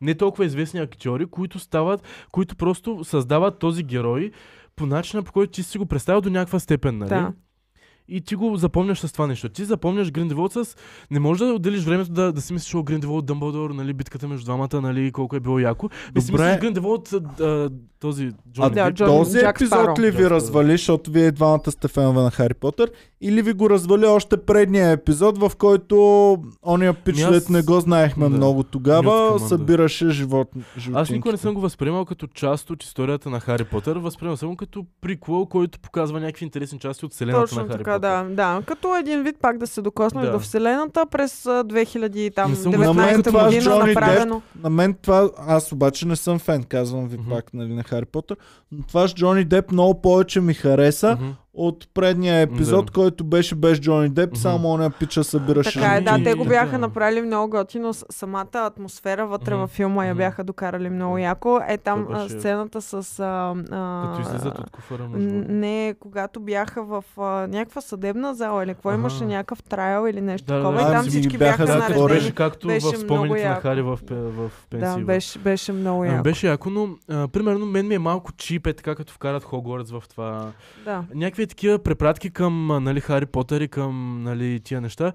S2: не толкова известни актьори, които стават, които просто създават този герой по начина, по който ти си го представил до някаква степен, нали?
S3: Да.
S2: И ти го запомняш с това нещо. Ти запомняш Гриндеволт с... Не можеш да отделиш времето да, да си мислиш о Гриндеволт, Дъмбълдор, нали, битката между двамата, нали, колко е било яко. Да си
S1: Добре.
S2: мислиш Гриндеволт, а, този Джон
S3: да, Джон-
S1: Този
S3: Джак Спаро.
S1: епизод ли
S2: Джак
S1: ви
S2: Спаро.
S1: развали, защото вие двамата сте фенове на Хари Потър, или ви го развали още предния епизод, в който ония пич,
S2: Ми аз-
S1: дет не го знаехме
S2: Да.
S1: много
S2: Нют
S1: тогава,
S2: Каманда.
S1: събираше живот, животинките.
S2: Аз никога не съм го възприемал като част от историята на Хари Потър, възприемал съм го като приквел, който показва някакви интересни части от вселената
S3: Точно
S2: на Хари
S3: така,
S2: Потър.
S3: да, да. Като един вид пак да се докоснеш
S2: Да.
S3: до Вселената през а, 2000 там,
S2: Не съм го знал. На мен
S3: 19
S2: това с
S3: година
S1: Джони Деп.
S3: направено.
S1: На мен това, аз обаче не съм фен, казвам ви
S2: Мгм.
S1: пак, нали, на Хари Потър, но това с Джони Деп много повече ми хареса
S2: Мгм.
S1: от предния епизод,
S2: Да.
S1: който беше без Джони Деп,
S2: Мгм.
S1: само оня пича събираше
S3: Така е, да,
S2: Ами,
S1: животинките.
S3: те го бяха
S2: да.
S3: направили много готино. с- Самата атмосфера вътре
S2: Мгм,
S3: във филма я
S2: мгм.
S3: бяха докарали много яко. Е там
S2: Това
S3: а,
S2: беше-
S3: сцената с... А, а,
S2: Като излизат от куфара
S3: н-
S2: между...
S3: Не, когато бяха в а, някаква съдебна зала или какво
S2: Аха.
S3: имаше някакъв трайл или нещо
S2: Да, да,
S3: такова.
S2: да.
S3: и
S1: Ами,
S3: там
S1: ги
S3: всички
S1: бяха
S3: бяха
S1: да,
S2: Да, то
S1: затворили.
S3: наредени.
S2: беше както
S3: беше
S2: в
S3: много
S2: спомените на
S3: яко.
S2: Хари в, пе- в
S3: Да,
S2: пенсива.
S3: беше, беше много
S2: Ами,
S3: яко.
S2: беше яко, но а, примерно мен ми е малко чип, е така като вкарат Хогвартс в това.
S3: Да.
S2: Някакви такива препратки към а, нали, Хари Потър и към нали, тия неща.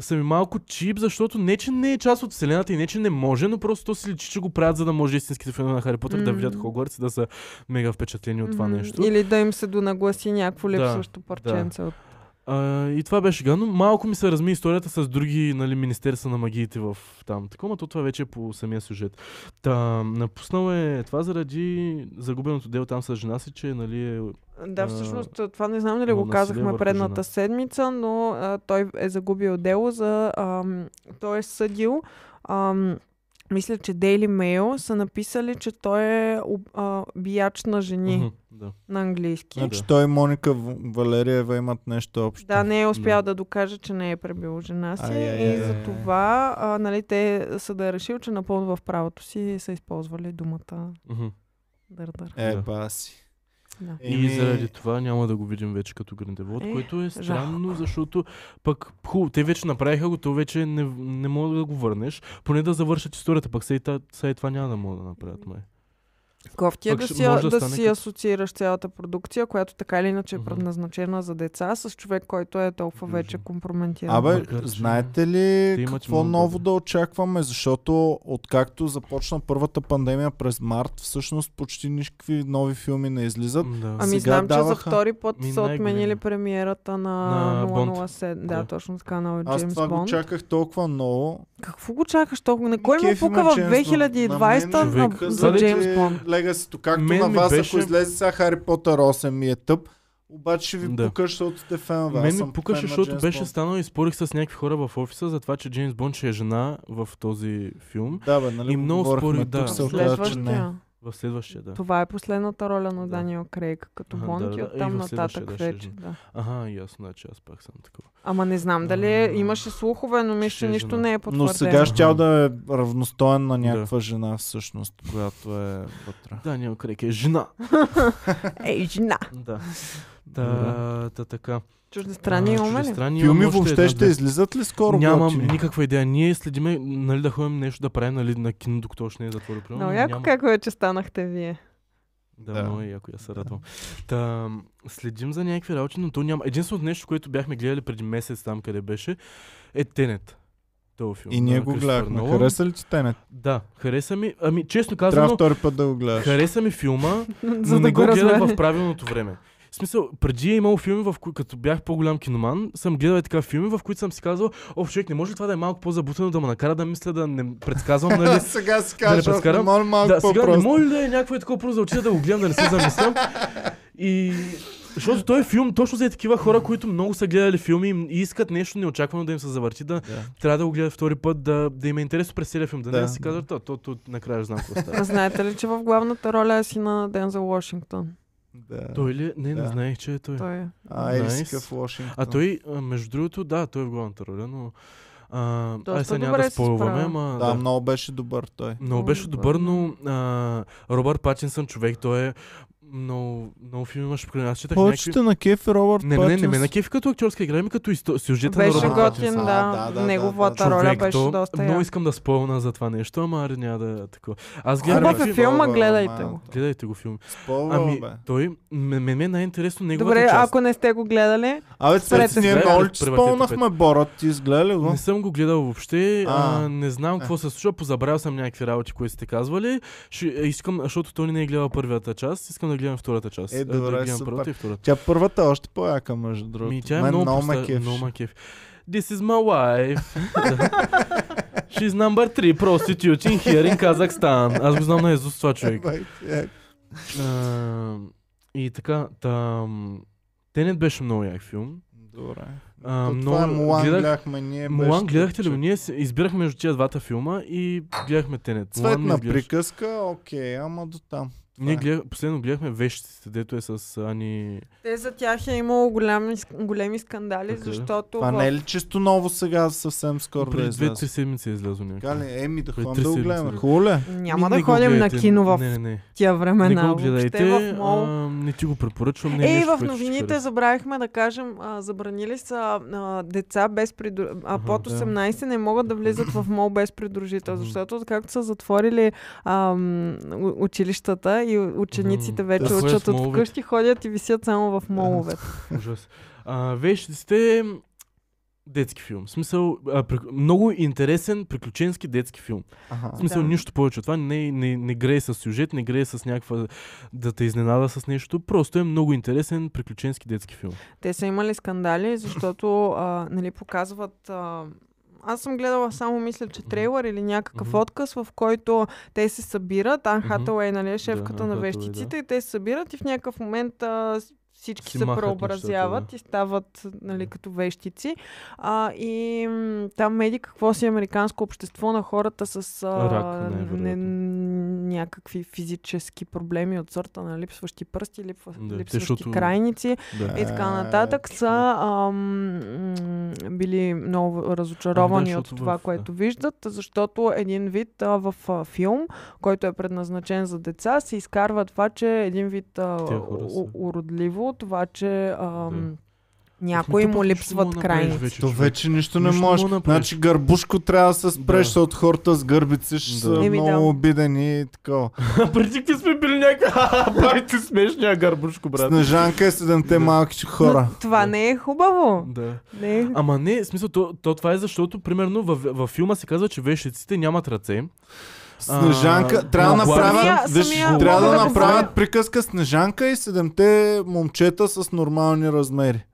S2: са ми малко чип, защото не, че не е част от вселената и не, че не може, но просто то си личи, че го правят, за да може истинските фенове на Хари Потър да
S3: Мгм.
S2: видят Хогвартс и да са мега впечатлени от това
S3: Мгм.
S2: нещо.
S3: Или да им се донагласи някакво
S2: Да,
S3: липсващо парченце. от-
S2: А, и това беше гадно. Малко ми се разми историята с други нали, Министерства на магиите в там. Такова, то това вече е по самия сюжет. Та, напуснал е това заради загубеното дело там с жена си, че нали, е...
S3: Да,
S2: а,
S3: всъщност това не знам дали
S2: има
S3: го
S2: насилие
S3: казахме
S2: върху
S3: предната
S2: жена.
S3: седмица, но а, той е загубил дело за... Ам, той е съдил... Ам, мисля, че Daily Mail са написали, че той е об- а, бияч на жени
S2: Мгм, да.
S3: на английски.
S1: Значи той и Моника В- Валериева имат нещо общо.
S3: Да, не е успял
S2: Да.
S3: да докаже, че не е пребил жена си
S1: Ай, ай,
S3: и
S1: ай,
S3: за
S1: ай.
S3: това а, нали, те са да е решил, че напълно в правото си са използвали думата
S2: Мгм.
S3: дърдър.
S1: Е,
S2: Да.
S1: баси.
S3: Да.
S2: И заради това няма да го видим вече като грандевод,
S3: Е,
S2: което е странно, защото пък хубаво, те вече направиха го, то вече не, не мога да го върнеш, поне да завършат историята, пък сега и, та- сега и това няма да могат да направят май.
S3: Кофти е
S2: Пък
S3: да
S2: ще-
S3: си,
S2: може да
S3: да да
S2: стане
S3: си
S2: като-
S3: асоциираш цялата продукция, която така или иначе е
S2: Мгм.
S3: предназначена за деца, с човек, който е толкова
S2: Грижа.
S3: вече компрометиран.
S1: Абе,
S2: Макар, че
S1: знаете ли
S2: имат
S1: какво
S2: много
S1: ново
S2: бъде.
S1: да очакваме? Защото откакто започна първата пандемия през март, всъщност почти никакви нови филми не излизат.
S2: Да.
S3: Ами
S1: сега
S3: знам, че за
S1: даваха-
S3: втори път
S2: Ми,
S3: са отменили
S2: най-големи.
S3: премиерата на,
S2: На Бонд.
S3: 007. Да,
S2: Да.
S3: точно така, на
S1: Аз
S3: Джеймс
S1: това го
S3: Бонд.
S1: чаках толкова много.
S3: Какво го чакаш толкова? На кой му
S1: Кеф има
S3: пука в
S1: Джеймс Бонд.
S3: 2020
S1: На
S3: на,
S1: мен
S2: човека,
S3: за
S2: заради-
S3: Джеймс Бонд?
S1: Легасито, както
S2: Мен
S1: на
S2: ми
S1: вас,
S2: беше-
S1: ако излезе сега Хари Потър 8 ми е тъп, обаче ще ви
S2: Да.
S1: пукаш, защото сте фенове. Аз
S2: Мен
S1: съм
S2: ми пукаше,
S1: фен на
S2: защото
S1: Джеймс
S2: беше
S1: Бонд.
S2: станал и спорих с някакви хора в офиса за това, че Джеймс Бонд ще е жена в този филм.
S1: Да, бе, нали?
S2: И
S1: го
S2: много
S1: говорихме
S2: спорих,
S1: тук,
S2: да.
S1: се оказа, че не.
S3: Следващия.
S2: В следващия, да.
S3: Това е последната роля на
S2: Да.
S3: Даниел Крейг като
S2: Аха,
S3: Бонд
S2: да,
S3: и
S2: да.
S3: оттам
S2: И в следващия,
S3: нататък
S2: да, ще
S3: вече.
S2: е
S3: Да.
S2: Ага, ясно, значи аз пак съм такова.
S3: Ама не знам дали е, имаше слухове, но мисля, че
S2: Ще е
S3: нищо
S2: жена.
S3: не е потвърдено.
S1: Но сега щял
S2: Ага.
S1: да е равностоен на някаква жена всъщност, която е вътре.
S2: Даниел Крейг е жена.
S3: Ей, жена!
S2: Да.
S1: Добре.
S2: Та, та, така.
S3: Чуждестранни имаме ли?
S2: Чуждестранни имам
S1: Филми
S2: още
S1: въобще
S2: една,
S1: ще
S2: две.
S1: излизат ли скоро?
S2: Нямам
S1: готини?
S2: никаква идея. Ние следиме нали, да ходим нещо да правим нали, на кино, докато още не е затвори. примерно,
S3: Много
S2: но
S3: яко
S2: няма-
S3: како е, че станахте вие.
S2: Да,
S1: Да.
S2: да. много е яко, я се радвам. Та, следим за някакви работи, но то няма. Единственото нещо, което бяхме гледали преди месец там, къде беше, е Тенет. Този филм.
S1: И ние
S2: на
S1: го
S2: Кристофър
S1: гледахме.
S2: Нолан.
S1: Хареса ли ти Тенет?
S2: Да, хареса ми. Ами, честно
S1: Трябва
S2: казано,
S1: втори път да го гледаш.
S2: хареса ми филма,
S3: За
S2: но
S3: да
S2: не
S3: го
S2: го гледах
S3: разбере.
S2: в правилното време. В смисъл, преди е имало филми, в които, като бях по-голям киноман, съм гледал и така филми, в които съм си казал, о, човек, не може ли това да е малко по-забутано, да ме накара да мисля, да не предсказвам, нали?
S1: сега си
S2: Да не
S1: кажа, да
S2: прескарам?
S1: моля малко
S2: да, сега не
S1: по-просто.
S2: може ли да е някакво е такова просто за очите да го гледам, да не се замислям. И... Защото той е филм точно за е такива хора, които много са гледали филми и искат нещо неочаквано да им се завърти, да
S1: Да.
S2: трябва да го гледат втори път, да, да им е интересно през целия филм. Да,
S1: Да,
S2: не да си
S1: да.
S2: казват, то, то, то, накрая знам какво
S3: А
S2: става.
S3: знаете ли, че в главната роля е сина на Дензел Вашингтон?
S1: Да.
S2: той ли? е? Не, не
S1: Да.
S2: знаех, че е той.
S3: Той е.
S1: А, е
S2: Найс.
S1: в Вашингтон.
S2: А той, е а, между другото, да, той е в главната роля, но... А,
S3: Доста
S2: ай, сега няма
S3: добре
S2: да
S3: се
S2: спойваме,
S3: справя.
S2: ама...
S1: Да, много беше добър той.
S2: Много
S3: Много
S2: беше
S3: добър,
S2: добър, но а, Робърт Патинсън човек, той е много, много филми имаш покрай нас, четах някакви...
S1: Повечето на Кеф и Робърт
S2: Не, не, не, не ме
S1: Патинс.
S2: накефи като актьорска игра, ми като исто- сюжета на
S3: Беше
S2: Робърт
S1: Робърт
S3: готин,
S2: Патинсън.
S1: Патинсън. А,
S3: да.
S1: да, да, да,
S3: Неговата
S1: да.
S3: роля
S2: Човек,
S3: беше
S2: то,
S3: доста
S2: много
S3: я.
S2: искам да спомна за това нещо, ама аре няма да е такова. Аз гледам
S3: Хубав е
S2: някакви...
S3: филма,
S1: Спойва,
S3: гледайте
S1: ма.
S3: го.
S2: Гледайте го филм.
S1: Спойва,
S2: Ами,
S1: бе.
S2: той, ме, ме, ме е най-интересно неговата
S3: Добре,
S2: част.
S3: ако не сте го гледали,
S1: Абе,
S3: спрете
S1: Цвет, ние
S2: се.
S1: много ли че
S2: Превъртете
S1: спълнахме Борат? Ти изгледа ли го?
S2: Не съм го гледал въобще, а,
S1: А.
S2: не знам
S1: Е.
S2: какво се случва, позабравял съм някакви работи, които сте казвали. Ще, е, искам, защото той не е гледал първията част, искам да гледам втората част.
S1: Е,
S2: А,
S1: добре,
S2: да гледам
S1: супер.
S2: първата и втората.
S1: Тя първата е още по-яка, между
S2: Ми,
S1: другото.
S2: тя е
S1: Мен
S2: много,
S1: много ме
S2: проста- много
S1: кефиш.
S2: ме кеф. This is my wife. Да. She's number 3 prostitute in here in Kazakhstan. Аз го знам на Езус това човек.
S1: Бай, е,
S2: А, и така, там... Тенет беше много як филм.
S1: Добре.
S2: А,
S1: То
S2: много-
S1: това е Мулан
S2: гледах-
S1: гледахме, ние
S2: Мулан
S1: Е, беше
S2: гледахте ли? го?
S1: тъпче.
S2: Ние се- избирахме между тия двата филма и гледахме Тенет.
S1: Цвет
S2: Мулан не
S1: на
S2: изглеждаше.
S1: приказка, окей, ама до там.
S2: Ние
S1: Това е.
S2: гледах, последно гледахме вещите, дето е с Ани...
S3: те за тях е имало големи, големи скандали,
S2: Така е.
S3: защото
S1: Това
S3: в
S1: не е ли чисто ново сега, съвсем скоро да
S2: Преди две-три
S1: излезе?
S2: седмици е излязло някакво.
S1: Така ли? Еми, да
S2: Преди
S1: ходим
S2: три
S1: да го
S2: седмици.
S1: гледаме. Хубаво ли? е?
S3: няма
S2: Не- не
S3: да
S2: го
S3: ходим на
S2: гледайте.
S3: кино в
S2: Не, не, не.
S3: тия
S2: не
S3: времена.
S2: го
S3: Въобще
S2: гледайте.
S3: в мол.
S2: а, не ти го препоръчвам. Не
S3: Е, и
S2: нещо,
S3: в
S2: което ще ти
S3: новините
S2: хареса.
S3: забравихме да кажем, а, забранили са а, деца без придр... а,
S2: Аха,
S3: под
S2: да.
S3: 18 не могат да влизат в мол без придружител,
S2: Мгм.
S3: защото както са затворили а, училищата и у- учениците
S2: Мгм.
S3: вече
S2: Да, ходят
S3: учат
S2: в
S3: от
S2: моловете.
S3: вкъщи, ходят и висят само в моловете.
S2: Ужас. А, вещите детски филм. В смисъл, а, прик... много интересен приключенски детски филм.
S1: Аха.
S2: В смисъл,
S3: Да.
S2: нищо повече от това. Не, не, не грее с сюжет, не грее с някаква да те изненада с нещо. Просто е много интересен приключенски детски филм.
S3: Те са имали скандали, защото а, нали, показват... А, аз съм гледала само, мисля, че
S2: Мгм.
S3: трейлър или някакъв
S2: Мгм.
S3: отказ, в който те се събират. Ан
S2: Мгм.
S3: Хатауей, нали, е шефката
S2: Ан
S3: на
S2: Хатауей,
S3: вещиците, и те се събират и в някакъв момент а, с- всички
S2: Си
S3: се
S2: махат
S3: преобразяват
S2: нещата,
S3: и стават нали,
S2: Да.
S3: като вещици. А, и м, там еди какво си е американско общество на хората с а,
S2: Рак, най-вероятно.
S3: не, някакви физически проблеми от сорта на липсващи пръсти, липва,
S2: Да, те,
S3: липсващи
S2: защото-
S3: крайници
S1: Да.
S3: и така нататък са ам, м, били много разочаровани от
S2: Ами защото
S3: това,
S2: в-
S3: което виждат, защото един вид а, в а, филм, който е предназначен за деца, се изкарва това, че един вид а,
S2: Тия хора са.
S3: у- уродливо, това, че ам,
S2: Да.
S3: някои
S2: Ами то
S3: му
S2: пък
S3: липсват
S2: нищо не направиш
S3: крайници.
S1: То
S2: човек.
S1: вече нищо не
S2: Нищо не
S1: можеш.
S2: мога да направиш.
S1: Значи гърбушко трябва да се спреш,
S2: Да.
S1: защото хората с гърбици ще
S2: Да.
S1: са
S3: Еми, да.
S1: много обидени и такова.
S2: А преди ти сме били някакъв... Бай ти смешния гарбушко, брат.
S1: Снежанка е и седемте
S2: Да.
S1: малки хора.
S3: Но това не е хубаво.
S2: Да.
S3: Не е...
S2: Ама не, в смисъл, то, то това е защото, примерно, във, във филма се казва, че вещиците нямат ръце.
S1: Снежанка,
S2: А,
S1: трябва да
S2: но
S3: самия-
S1: направят, виж,
S3: самия
S1: трябва да
S2: мога да го
S1: направят
S3: правя.
S1: приказка Снежанка и седемте момчета с нормални размери.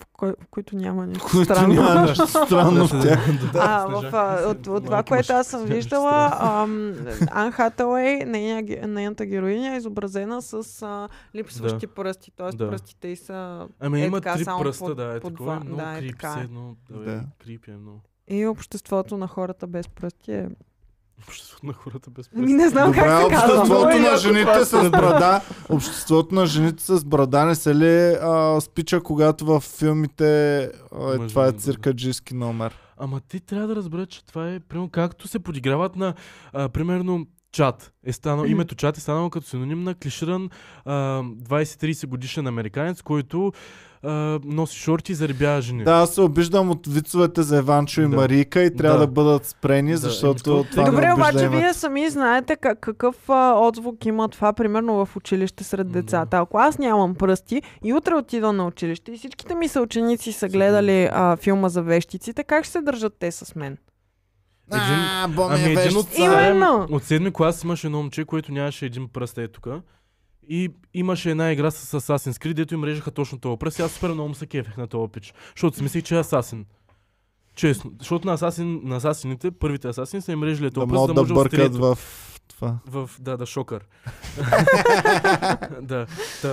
S3: В, кой, в които няма нищо
S1: Които
S3: странно.
S1: няма нищо странно в тях.
S3: А, в, а, от, от това,
S2: Малки
S3: което аз
S2: мъже.
S3: съм
S2: Нищо
S3: виждала, ам, Ан Хатауей, нейния ге- нейната героиня е изобразена с а, липсващи пръсти, т.е.
S2: Да.
S3: пръстите й са...
S2: Ами
S3: Е,
S2: има
S3: така,
S2: три
S3: само
S2: пръста,
S3: по-
S2: да, е
S3: по
S2: такова е
S3: два,
S2: много
S3: да, е
S2: крипи,
S3: така е.
S2: все едно, да,
S1: Да.
S2: е, крипи е много.
S3: И обществото на хората без пръсти е...
S2: Обществото на хората без
S3: Ми
S2: пръста.
S3: Ами не знам
S1: Добре,
S3: как се казва.
S1: обществото
S2: Много е
S1: на
S2: яко
S1: жените
S2: това.
S1: с брада. Обществото на жените с брада не се ли а, спича, когато в филмите а, е,
S2: Мъже
S1: това е
S2: да.
S1: циркаджийски номер?
S2: Ама ти трябва да разбереш, че това е, примерно, както се подиграват на, а, примерно, чат. Е станал, името чат е станало като синоним на клиширан а, 20-30 годишен американец, който а, носи шорти и заребява жени.
S1: Да, аз се обиждам от вицовете за Иванчо и
S2: Е. Да.
S1: Марийка и трябва да,
S2: Да.
S1: бъдат спрени,
S2: Да, Е,
S1: защото
S2: еми,
S1: това ме
S3: Добре,
S1: обижда
S3: обаче
S1: името.
S3: вие сами знаете как, какъв а, отзвук има това, примерно в училище сред
S2: М,
S3: децата. Ако аз нямам пръсти и утре отида на училище и всичките ми съученици са гледали а, филма за вещиците, как ще се държат те с мен?
S2: Един-
S1: А, Боми е
S2: Ами един
S1: вещ.
S2: от,
S3: Именно.
S2: от седми клас имаше едно момче, което нямаше един пръст е тук. И имаше една игра с Assassin's Creed, дето им режеха точно този пръст. И аз супер много му се кефех на този пич. Защото си мислех, че е асасин. Честно. Защото на, асасин, на асасините, първите асасини са им режели
S1: Да
S2: този пръст, да
S1: могат да
S2: може да
S1: бъркат
S2: острият
S1: в това.
S2: в... Да, да, шокър. да. Та,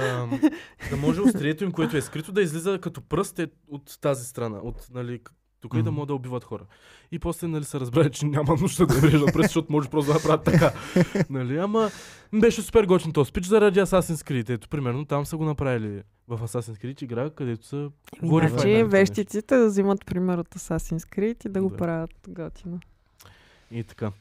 S2: да може острието им, което е скрито, да излиза като пръст е от тази страна. От, нали, к- тук и да
S1: Мгм.
S2: могат да убиват хора. И после нали, се разбра, че няма нужда да е врежда пръст, защото може просто да направят така. Нали, ама беше супер готин този спич заради Assassin's Creed. Ето, примерно там са го направили в Assassin's Creed игра, където са
S3: Еми,
S2: Glorify
S3: Значи
S2: Night,
S3: вещиците да взимат пример от Assassin's Creed и да го
S2: Да.
S3: правят готино.
S2: и така.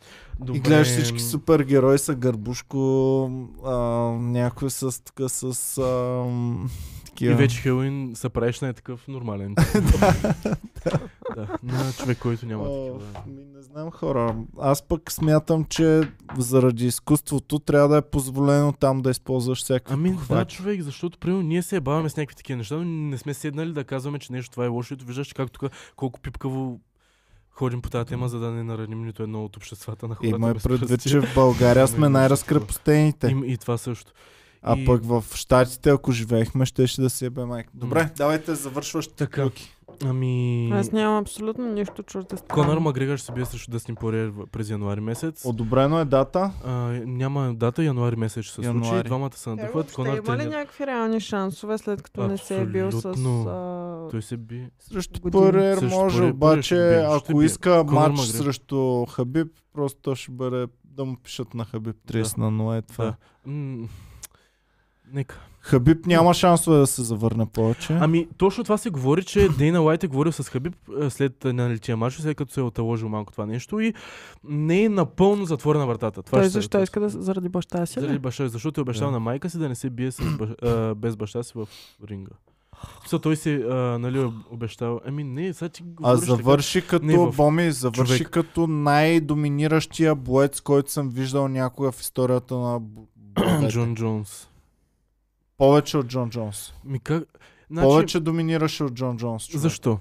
S2: Добре,
S1: И гледаш всички
S2: м,
S1: супергерои са гърбушко, а, някой с така с... А, м,
S2: И
S1: такива.
S2: вече Хелуин се правиш на е такъв нормален. да, на човек, който няма
S1: О,
S2: такива.
S1: ми не знам хора. Аз пък смятам, че заради изкуството трябва да е позволено там да използваш всякакви
S2: Ами да,
S1: похвати.
S2: човек, защото примерно ние се баваме с някакви такива неща, но не сме седнали да казваме, че нещо това е лошо. Ето виждаш как тук колко пипкаво ходим по тази тема, за да не нараним нито едно от обществата на хората.
S1: Имай
S2: без
S1: предвид,
S2: пръсти.
S1: че в България сме
S2: Ами,
S1: най-разкрепостените.
S2: Им, и това също.
S1: А
S2: и-
S1: пък в Штатите, ако живеехме, щеше да си ебе майка. Добре,
S2: М.
S1: давайте завършваш
S2: Така. Ами...
S3: Аз нямам абсолютно нищо чуждестранно.
S2: Конор Макгрегор ще се бие срещу Дъстин Пориер в- през януари месец.
S1: Одобрено е дата.
S2: А, няма дата, януари месец ще се
S1: Януари.
S2: случи. Двамата се
S3: Те
S2: надъхват.
S3: въобще
S2: Конор
S3: има ли
S2: тренира.
S3: някакви реални шансове, след като не се е бил с...
S2: Абсолютно.
S3: А...
S2: Той е се би.
S1: Срещу
S3: Години.
S1: Порер
S2: Срещу
S1: може,
S2: Порир-
S1: обаче,
S2: Порир ще бие, ще
S1: ако
S2: бие.
S1: иска
S2: Конор
S1: матч
S2: Макгрегор.
S1: срещу Хабиб, просто то ще бъде да му пишат на Хабиб 30 на 0 е това.
S2: Да. М, Нека.
S1: Хабиб няма шансове да се завърне повече.
S2: Ами, точно това се говори, че Дейна Лайт е говорил с Хабиб е, след е, налетия матч, след като се е оталожил малко това нещо и не е напълно затворена вратата. Това
S3: Той
S2: ще се
S3: защо
S2: е
S3: иска да... Заради баща си
S2: Заради
S3: ли?
S2: баща, защото е обещал
S1: Да.
S2: на майка си да не се бие с баш... а, без баща си в ринга. Со той си, а, нали, об- обещал. Ами не, сега ти
S1: А
S2: говориш така.
S1: завърши като,
S2: Не в
S1: Боми, завърши
S2: човек.
S1: като най-доминиращия боец, който съм виждал някога в историята на бо- боевете.
S2: Джон Джонс.
S1: Повече от Джон Джонс.
S2: Ми как... Значи,
S1: Повече доминираше от Джон Джонс. човек.
S2: Защо?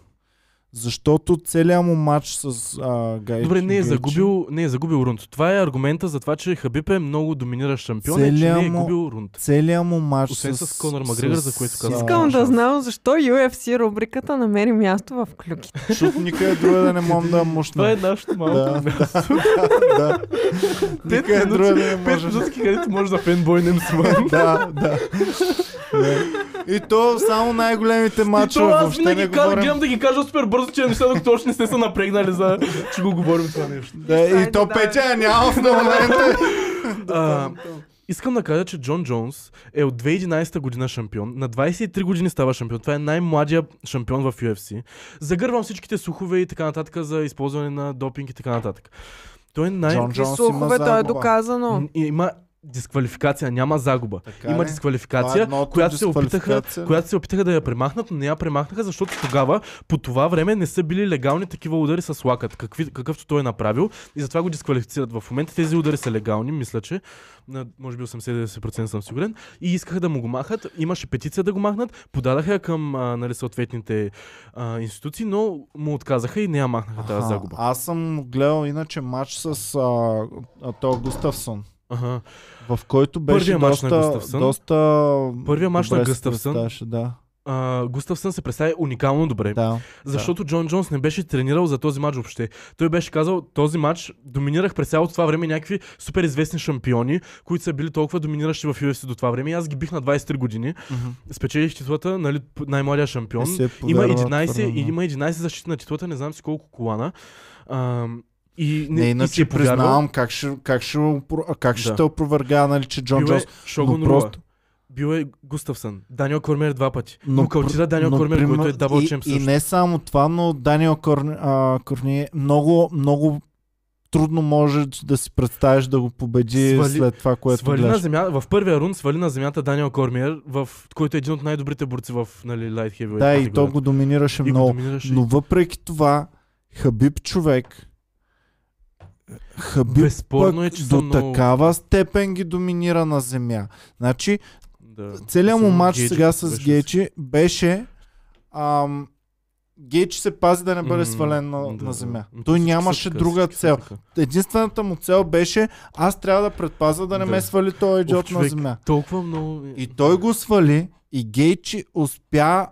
S1: Защото целият му матч с а, Гай.
S2: Добре, не е,
S1: Гайчи-
S2: загубил, не е загубил рунд. Това е аргумента за това, че Хабиб е много доминиращ шампион и че
S1: Целия
S2: не е
S1: му-
S2: губил рунд.
S1: Целият му матч
S2: Освен с Конор Макгрегор, за което казах.
S3: Искам да
S2: шанс.
S3: знам защо UFC рубриката намери място в клюките.
S1: Защото никъде е друга да не мога да
S2: Това е
S1: мушна.
S2: нашето
S1: Да,
S2: малко място.
S1: да. Никъде
S2: минути,
S1: друга да не
S2: Пет
S1: може.
S2: минутки, където може да Ами, фенбой не мислам.
S1: да, да. Да. И то само най-големите мачове,
S2: аз
S1: въобще не
S2: винаги каз,
S1: говорим.
S2: гледам да ги кажа супер бързо, че неща, докато още не сте се напрегнали за, че го говорим това нещо.
S1: Да, и
S3: Хайде,
S1: то
S3: да.
S1: пече я няма в момента.
S2: А, искам да кажа, че Джон Джонс е от 2011 година шампион. На 23 години става шампион. Това е най-младия шампион в UFC. Загървам всичките слухове и така нататък за използване на допинг и така нататък. Той е най...
S1: Джон Джонс има
S3: Слухове, то е
S1: загуба.
S3: доказано.
S2: Н- Има дисквалификация, няма загуба.
S1: Така
S2: има
S1: ли? Това е
S2: дисквалификация,
S1: едното
S2: която, се опитаха,
S1: дисквалификация ли?
S2: която се опитаха да я премахнат, но не я премахнаха, защото тогава по това време не са били легални такива удари с лакът, какви, какъвто той е направил и затова го дисквалифицират. В момента тези удари са легални, мисля, че на, може би 80-90% съм сигурен и искаха да му го махат. Имаше петиция да го махнат, подадаха я към а, нали, съответните а, институции, но му отказаха и не я махнаха тази
S1: Аха,
S2: загуба.
S1: Аз съм гледал иначе матч с а, а, то Густавсон,
S2: Ага.
S1: в който беше
S2: Първия матч
S1: доста,
S2: на Густавсън.
S1: доста
S2: Първия матч на
S1: добре се
S2: Густавсън.
S1: представяше, Да,
S2: А, Густавсън се представи уникално добре.
S1: да.
S2: Защото Джон Джонс не беше тренирал за този матч въобще. Той беше казал, този матч доминирах през цялото това време някакви супер известни шампиони, които са били толкова доминиращи в UFC до това време. И аз ги бих на 23 години. Спечелих титлата, нали, п- най-младия шампион.
S1: Не се
S2: Има
S1: повярва
S2: 11,
S1: твърдо,
S2: и-
S1: да.
S2: има 11 защити на титлата, не знам си колко колана. А, и,
S1: Не,
S2: и си е
S1: иначе
S2: повярвал.
S1: признавам как ще, как ще, опро- как ще
S2: Да.
S1: те опроверга, нали, че Джон
S2: Бил е
S1: Джонс.
S2: Шогон
S1: но
S2: Руа.
S1: просто-
S2: Бил е Густавсън. Даниел Кормер два пъти.
S1: Но
S2: Но, Нокаутира Даниел
S1: но,
S2: Кормер,
S1: примерно,
S2: който е дабл
S1: и-
S2: чемп
S1: И
S2: също.
S1: не само това, но Даниел Корни, а, Корни много, много трудно може да си представиш да го победи
S2: Свали-
S1: след това, което
S2: свали на
S1: гледаш.
S2: земя, в първия рунд свали на земята Даниел Кормиер, в, който е един от най-добрите борци в нали, Light Heavyweight.
S1: Да, и
S2: категорията.
S1: то го доминираше
S2: И го
S1: много.
S2: доминираше.
S1: Но въпреки това, Хабиб човек, Хабиб
S2: Безспорно
S1: пък
S2: е, че са
S1: до
S2: много-
S1: такава степен ги доминира на земя. Значи,
S2: Да.
S1: целият му
S2: Само
S1: матч
S2: Гейджи,
S1: сега
S2: който
S1: с
S2: беше
S1: Гечи беше... Ам, Гейч се пази да не бъде
S2: М,
S1: свален на,
S2: да,
S1: на
S2: да. Ами
S1: земя.
S2: М,
S1: Той
S2: всички са
S1: нямаше
S2: така,
S1: друга
S2: всички са
S1: цел.
S2: така.
S1: Единствената му цел беше аз трябва да предпазя да не
S2: Да.
S1: ме свали този
S2: Оф,
S1: идиот на
S2: човек,
S1: земя.
S2: Толкова много...
S1: И той го свали и Гейчи успя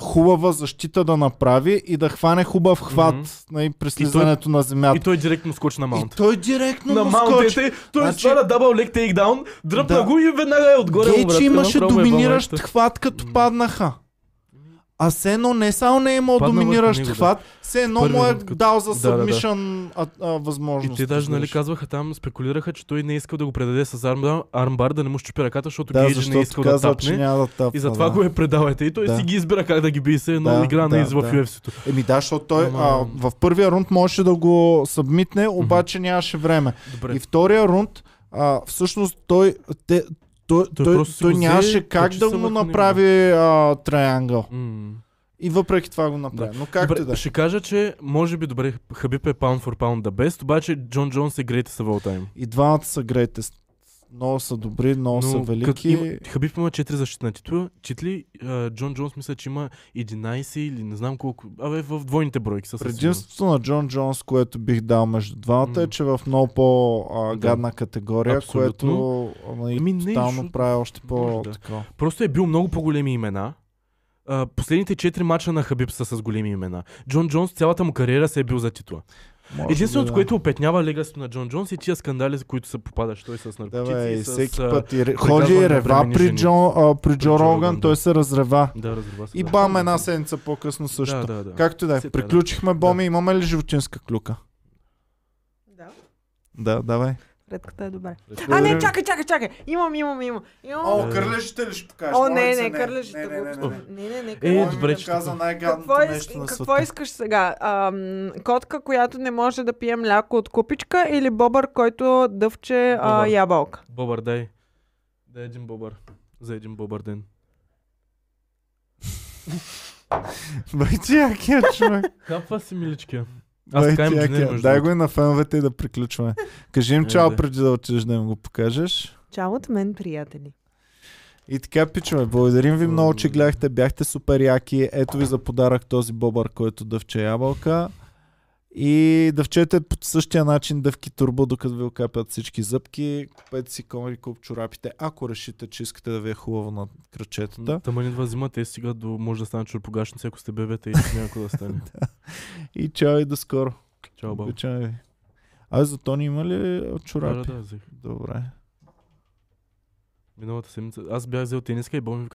S1: хубава защита да направи и да хване хубав хват
S2: Мгм.
S1: mm-hmm. на, при слизането на земята.
S2: и той директно скочи на
S1: И
S2: маунт.
S1: той директно
S2: На
S1: му
S2: маунт е,
S1: скочи.
S2: те, той
S1: Значи-
S2: значи... сваля дабъл лек тейкдаун, дръпна
S1: Да.
S2: го и веднага е отгоре. му,
S1: Гейчи
S2: брат,
S1: имаше
S2: направо му е
S1: доминиращ
S2: бамайта.
S1: хват като паднаха. А все едно не само не е имал
S2: Падна върху
S1: доминиращ
S2: него, да.
S1: хват, все едно му е
S2: Първият като-
S1: дал за
S2: Да, да, да.
S1: submission а, а, възможност.
S2: И те даже нали,
S1: разбираш.
S2: казваха там, спекулираха, че той не е искал да го предаде с армбар, армбар да не му щупи ръката, защото
S1: да,
S2: Гейджи не е
S1: защото
S2: искал да
S1: казва, че
S2: тапне.
S1: няма да тапне.
S2: И затова
S1: да.
S2: го е предавайте. И той
S1: Да.
S2: си ги избира как да ги бие се, но
S1: Да,
S2: игра на
S1: да,
S2: из в
S1: да.
S2: UFC-то.
S1: Еми да, защото той а,
S2: Ама-
S1: в първия рунд можеше да го събмитне, обаче нямаше време.
S2: Добре.
S1: И втория рунд, а, всъщност той, те, той, той,
S2: Той
S1: той,
S2: просто си
S1: той
S2: го взе,
S1: нямаше как
S2: качи
S1: да
S2: се
S1: му
S2: върху него.
S1: направи а, триангъл.
S2: М.
S1: И въпреки това го направи. Но както и
S2: добре,
S1: да. е.
S2: ще кажа, че може би добре Хабиб е pound for pound да best, обаче Джон Джонс е greatest of all time.
S1: И двамата са greatest. Много са добри, много са
S2: като
S1: велики.
S2: Има, Хабиб има 4 защитна титла, титли, а, Джон Джонс мисля, че има 11 или не знам колко. Абе, в двойните бройки са. със сигурност.
S1: Предимството на Джон Джонс, което бих дал между двамата е,
S2: М.
S1: че е в много по-гадна категория,
S2: Абсолютно.
S1: което ами,
S2: Ами не,
S1: тотално
S2: защото-
S1: прави още по
S2: Може да.
S1: такова
S2: Просто е бил много по-големи имена. А, последните 4 мача на Хабиб са с големи имена. Джон Джонс цялата му кариера се е бил за титла.
S1: Може
S2: Единственото,
S1: да.
S2: което опетнява легасто на Джон Джонс е тия скандали, за които се попадаш той с
S1: Да,
S2: наркотици.
S1: бе, и
S2: и с,
S1: всеки
S2: а,
S1: път и ре...
S2: прегазване
S1: ходи и
S2: на
S1: рева
S2: бремени
S1: при
S2: жени.
S1: Джо, а, при Джо
S2: Джо
S1: Роган,
S2: Роган,
S1: той
S2: да.
S1: се разрева.
S2: Да, разбира се.
S1: И
S2: да.
S1: бам, една седмица по-късно също.
S2: Да, да, да.
S1: Както и да е.
S2: Си, да, да.
S1: Приключихме, Боми, имаме ли животинска клюка?
S3: Да.
S1: Да, давай.
S3: Редката е добре. А,
S1: Благодаря
S3: не,
S1: ви.
S3: чакай, чакай, чакай. Имам, имам, имам. имам.
S1: О,
S2: Да.
S1: кърлежите ли ще покажеш?
S3: О,
S1: Моля
S3: не,
S1: те,
S3: не, кърлежите го. Не, не, не,
S2: Е,
S1: Боми
S3: кърлежите.
S1: ми
S2: добре,
S1: ми
S2: че
S1: каза
S2: така.
S1: най-гадното
S3: Какво,
S1: нещо
S3: ис...
S1: на
S3: какво
S1: света.
S3: искаш сега? Ам, котка, която не може да пие мляко от купичка или бобър, който дъвче а,
S2: Бобър.
S3: ябълка?
S2: Бобър, дай. Дай един бобър. За един бобър ден.
S1: Бай ти якия човек.
S2: Хапва си миличкия. Аз
S1: Бай
S2: така
S1: ти
S2: им инженер,
S1: якия.
S2: между
S1: Дай
S2: другото.
S1: го и на феновете и да приключваме. Кажи им
S2: Е,
S1: чао
S2: да.
S1: преди да отидеш да им го покажеш.
S3: Чао от мен, приятели.
S1: И така, пичове, благодарим ви много, че гледахте. Бяхте супер яки. Ето ви за подарък този бобър, който дъвче ябълка. И дъвчете по същия начин дъвки турбо, докато ви окапят всички зъбки. Купете си комери куп чорапите, ако решите, че искате да ви е хубаво на кръчетата.
S2: Тама не два зимата, е сега до, може да стане чурпогашница, ако сте бебета и някой да стане.
S1: И чао и до скоро.
S2: Чао, баба.
S1: Обичаме ви. А за Тони има ли
S2: Да, да,
S1: чорапи?
S2: да, взех.
S1: Добре.
S2: Миналата седмица. Аз бях взел тениска и Боми ми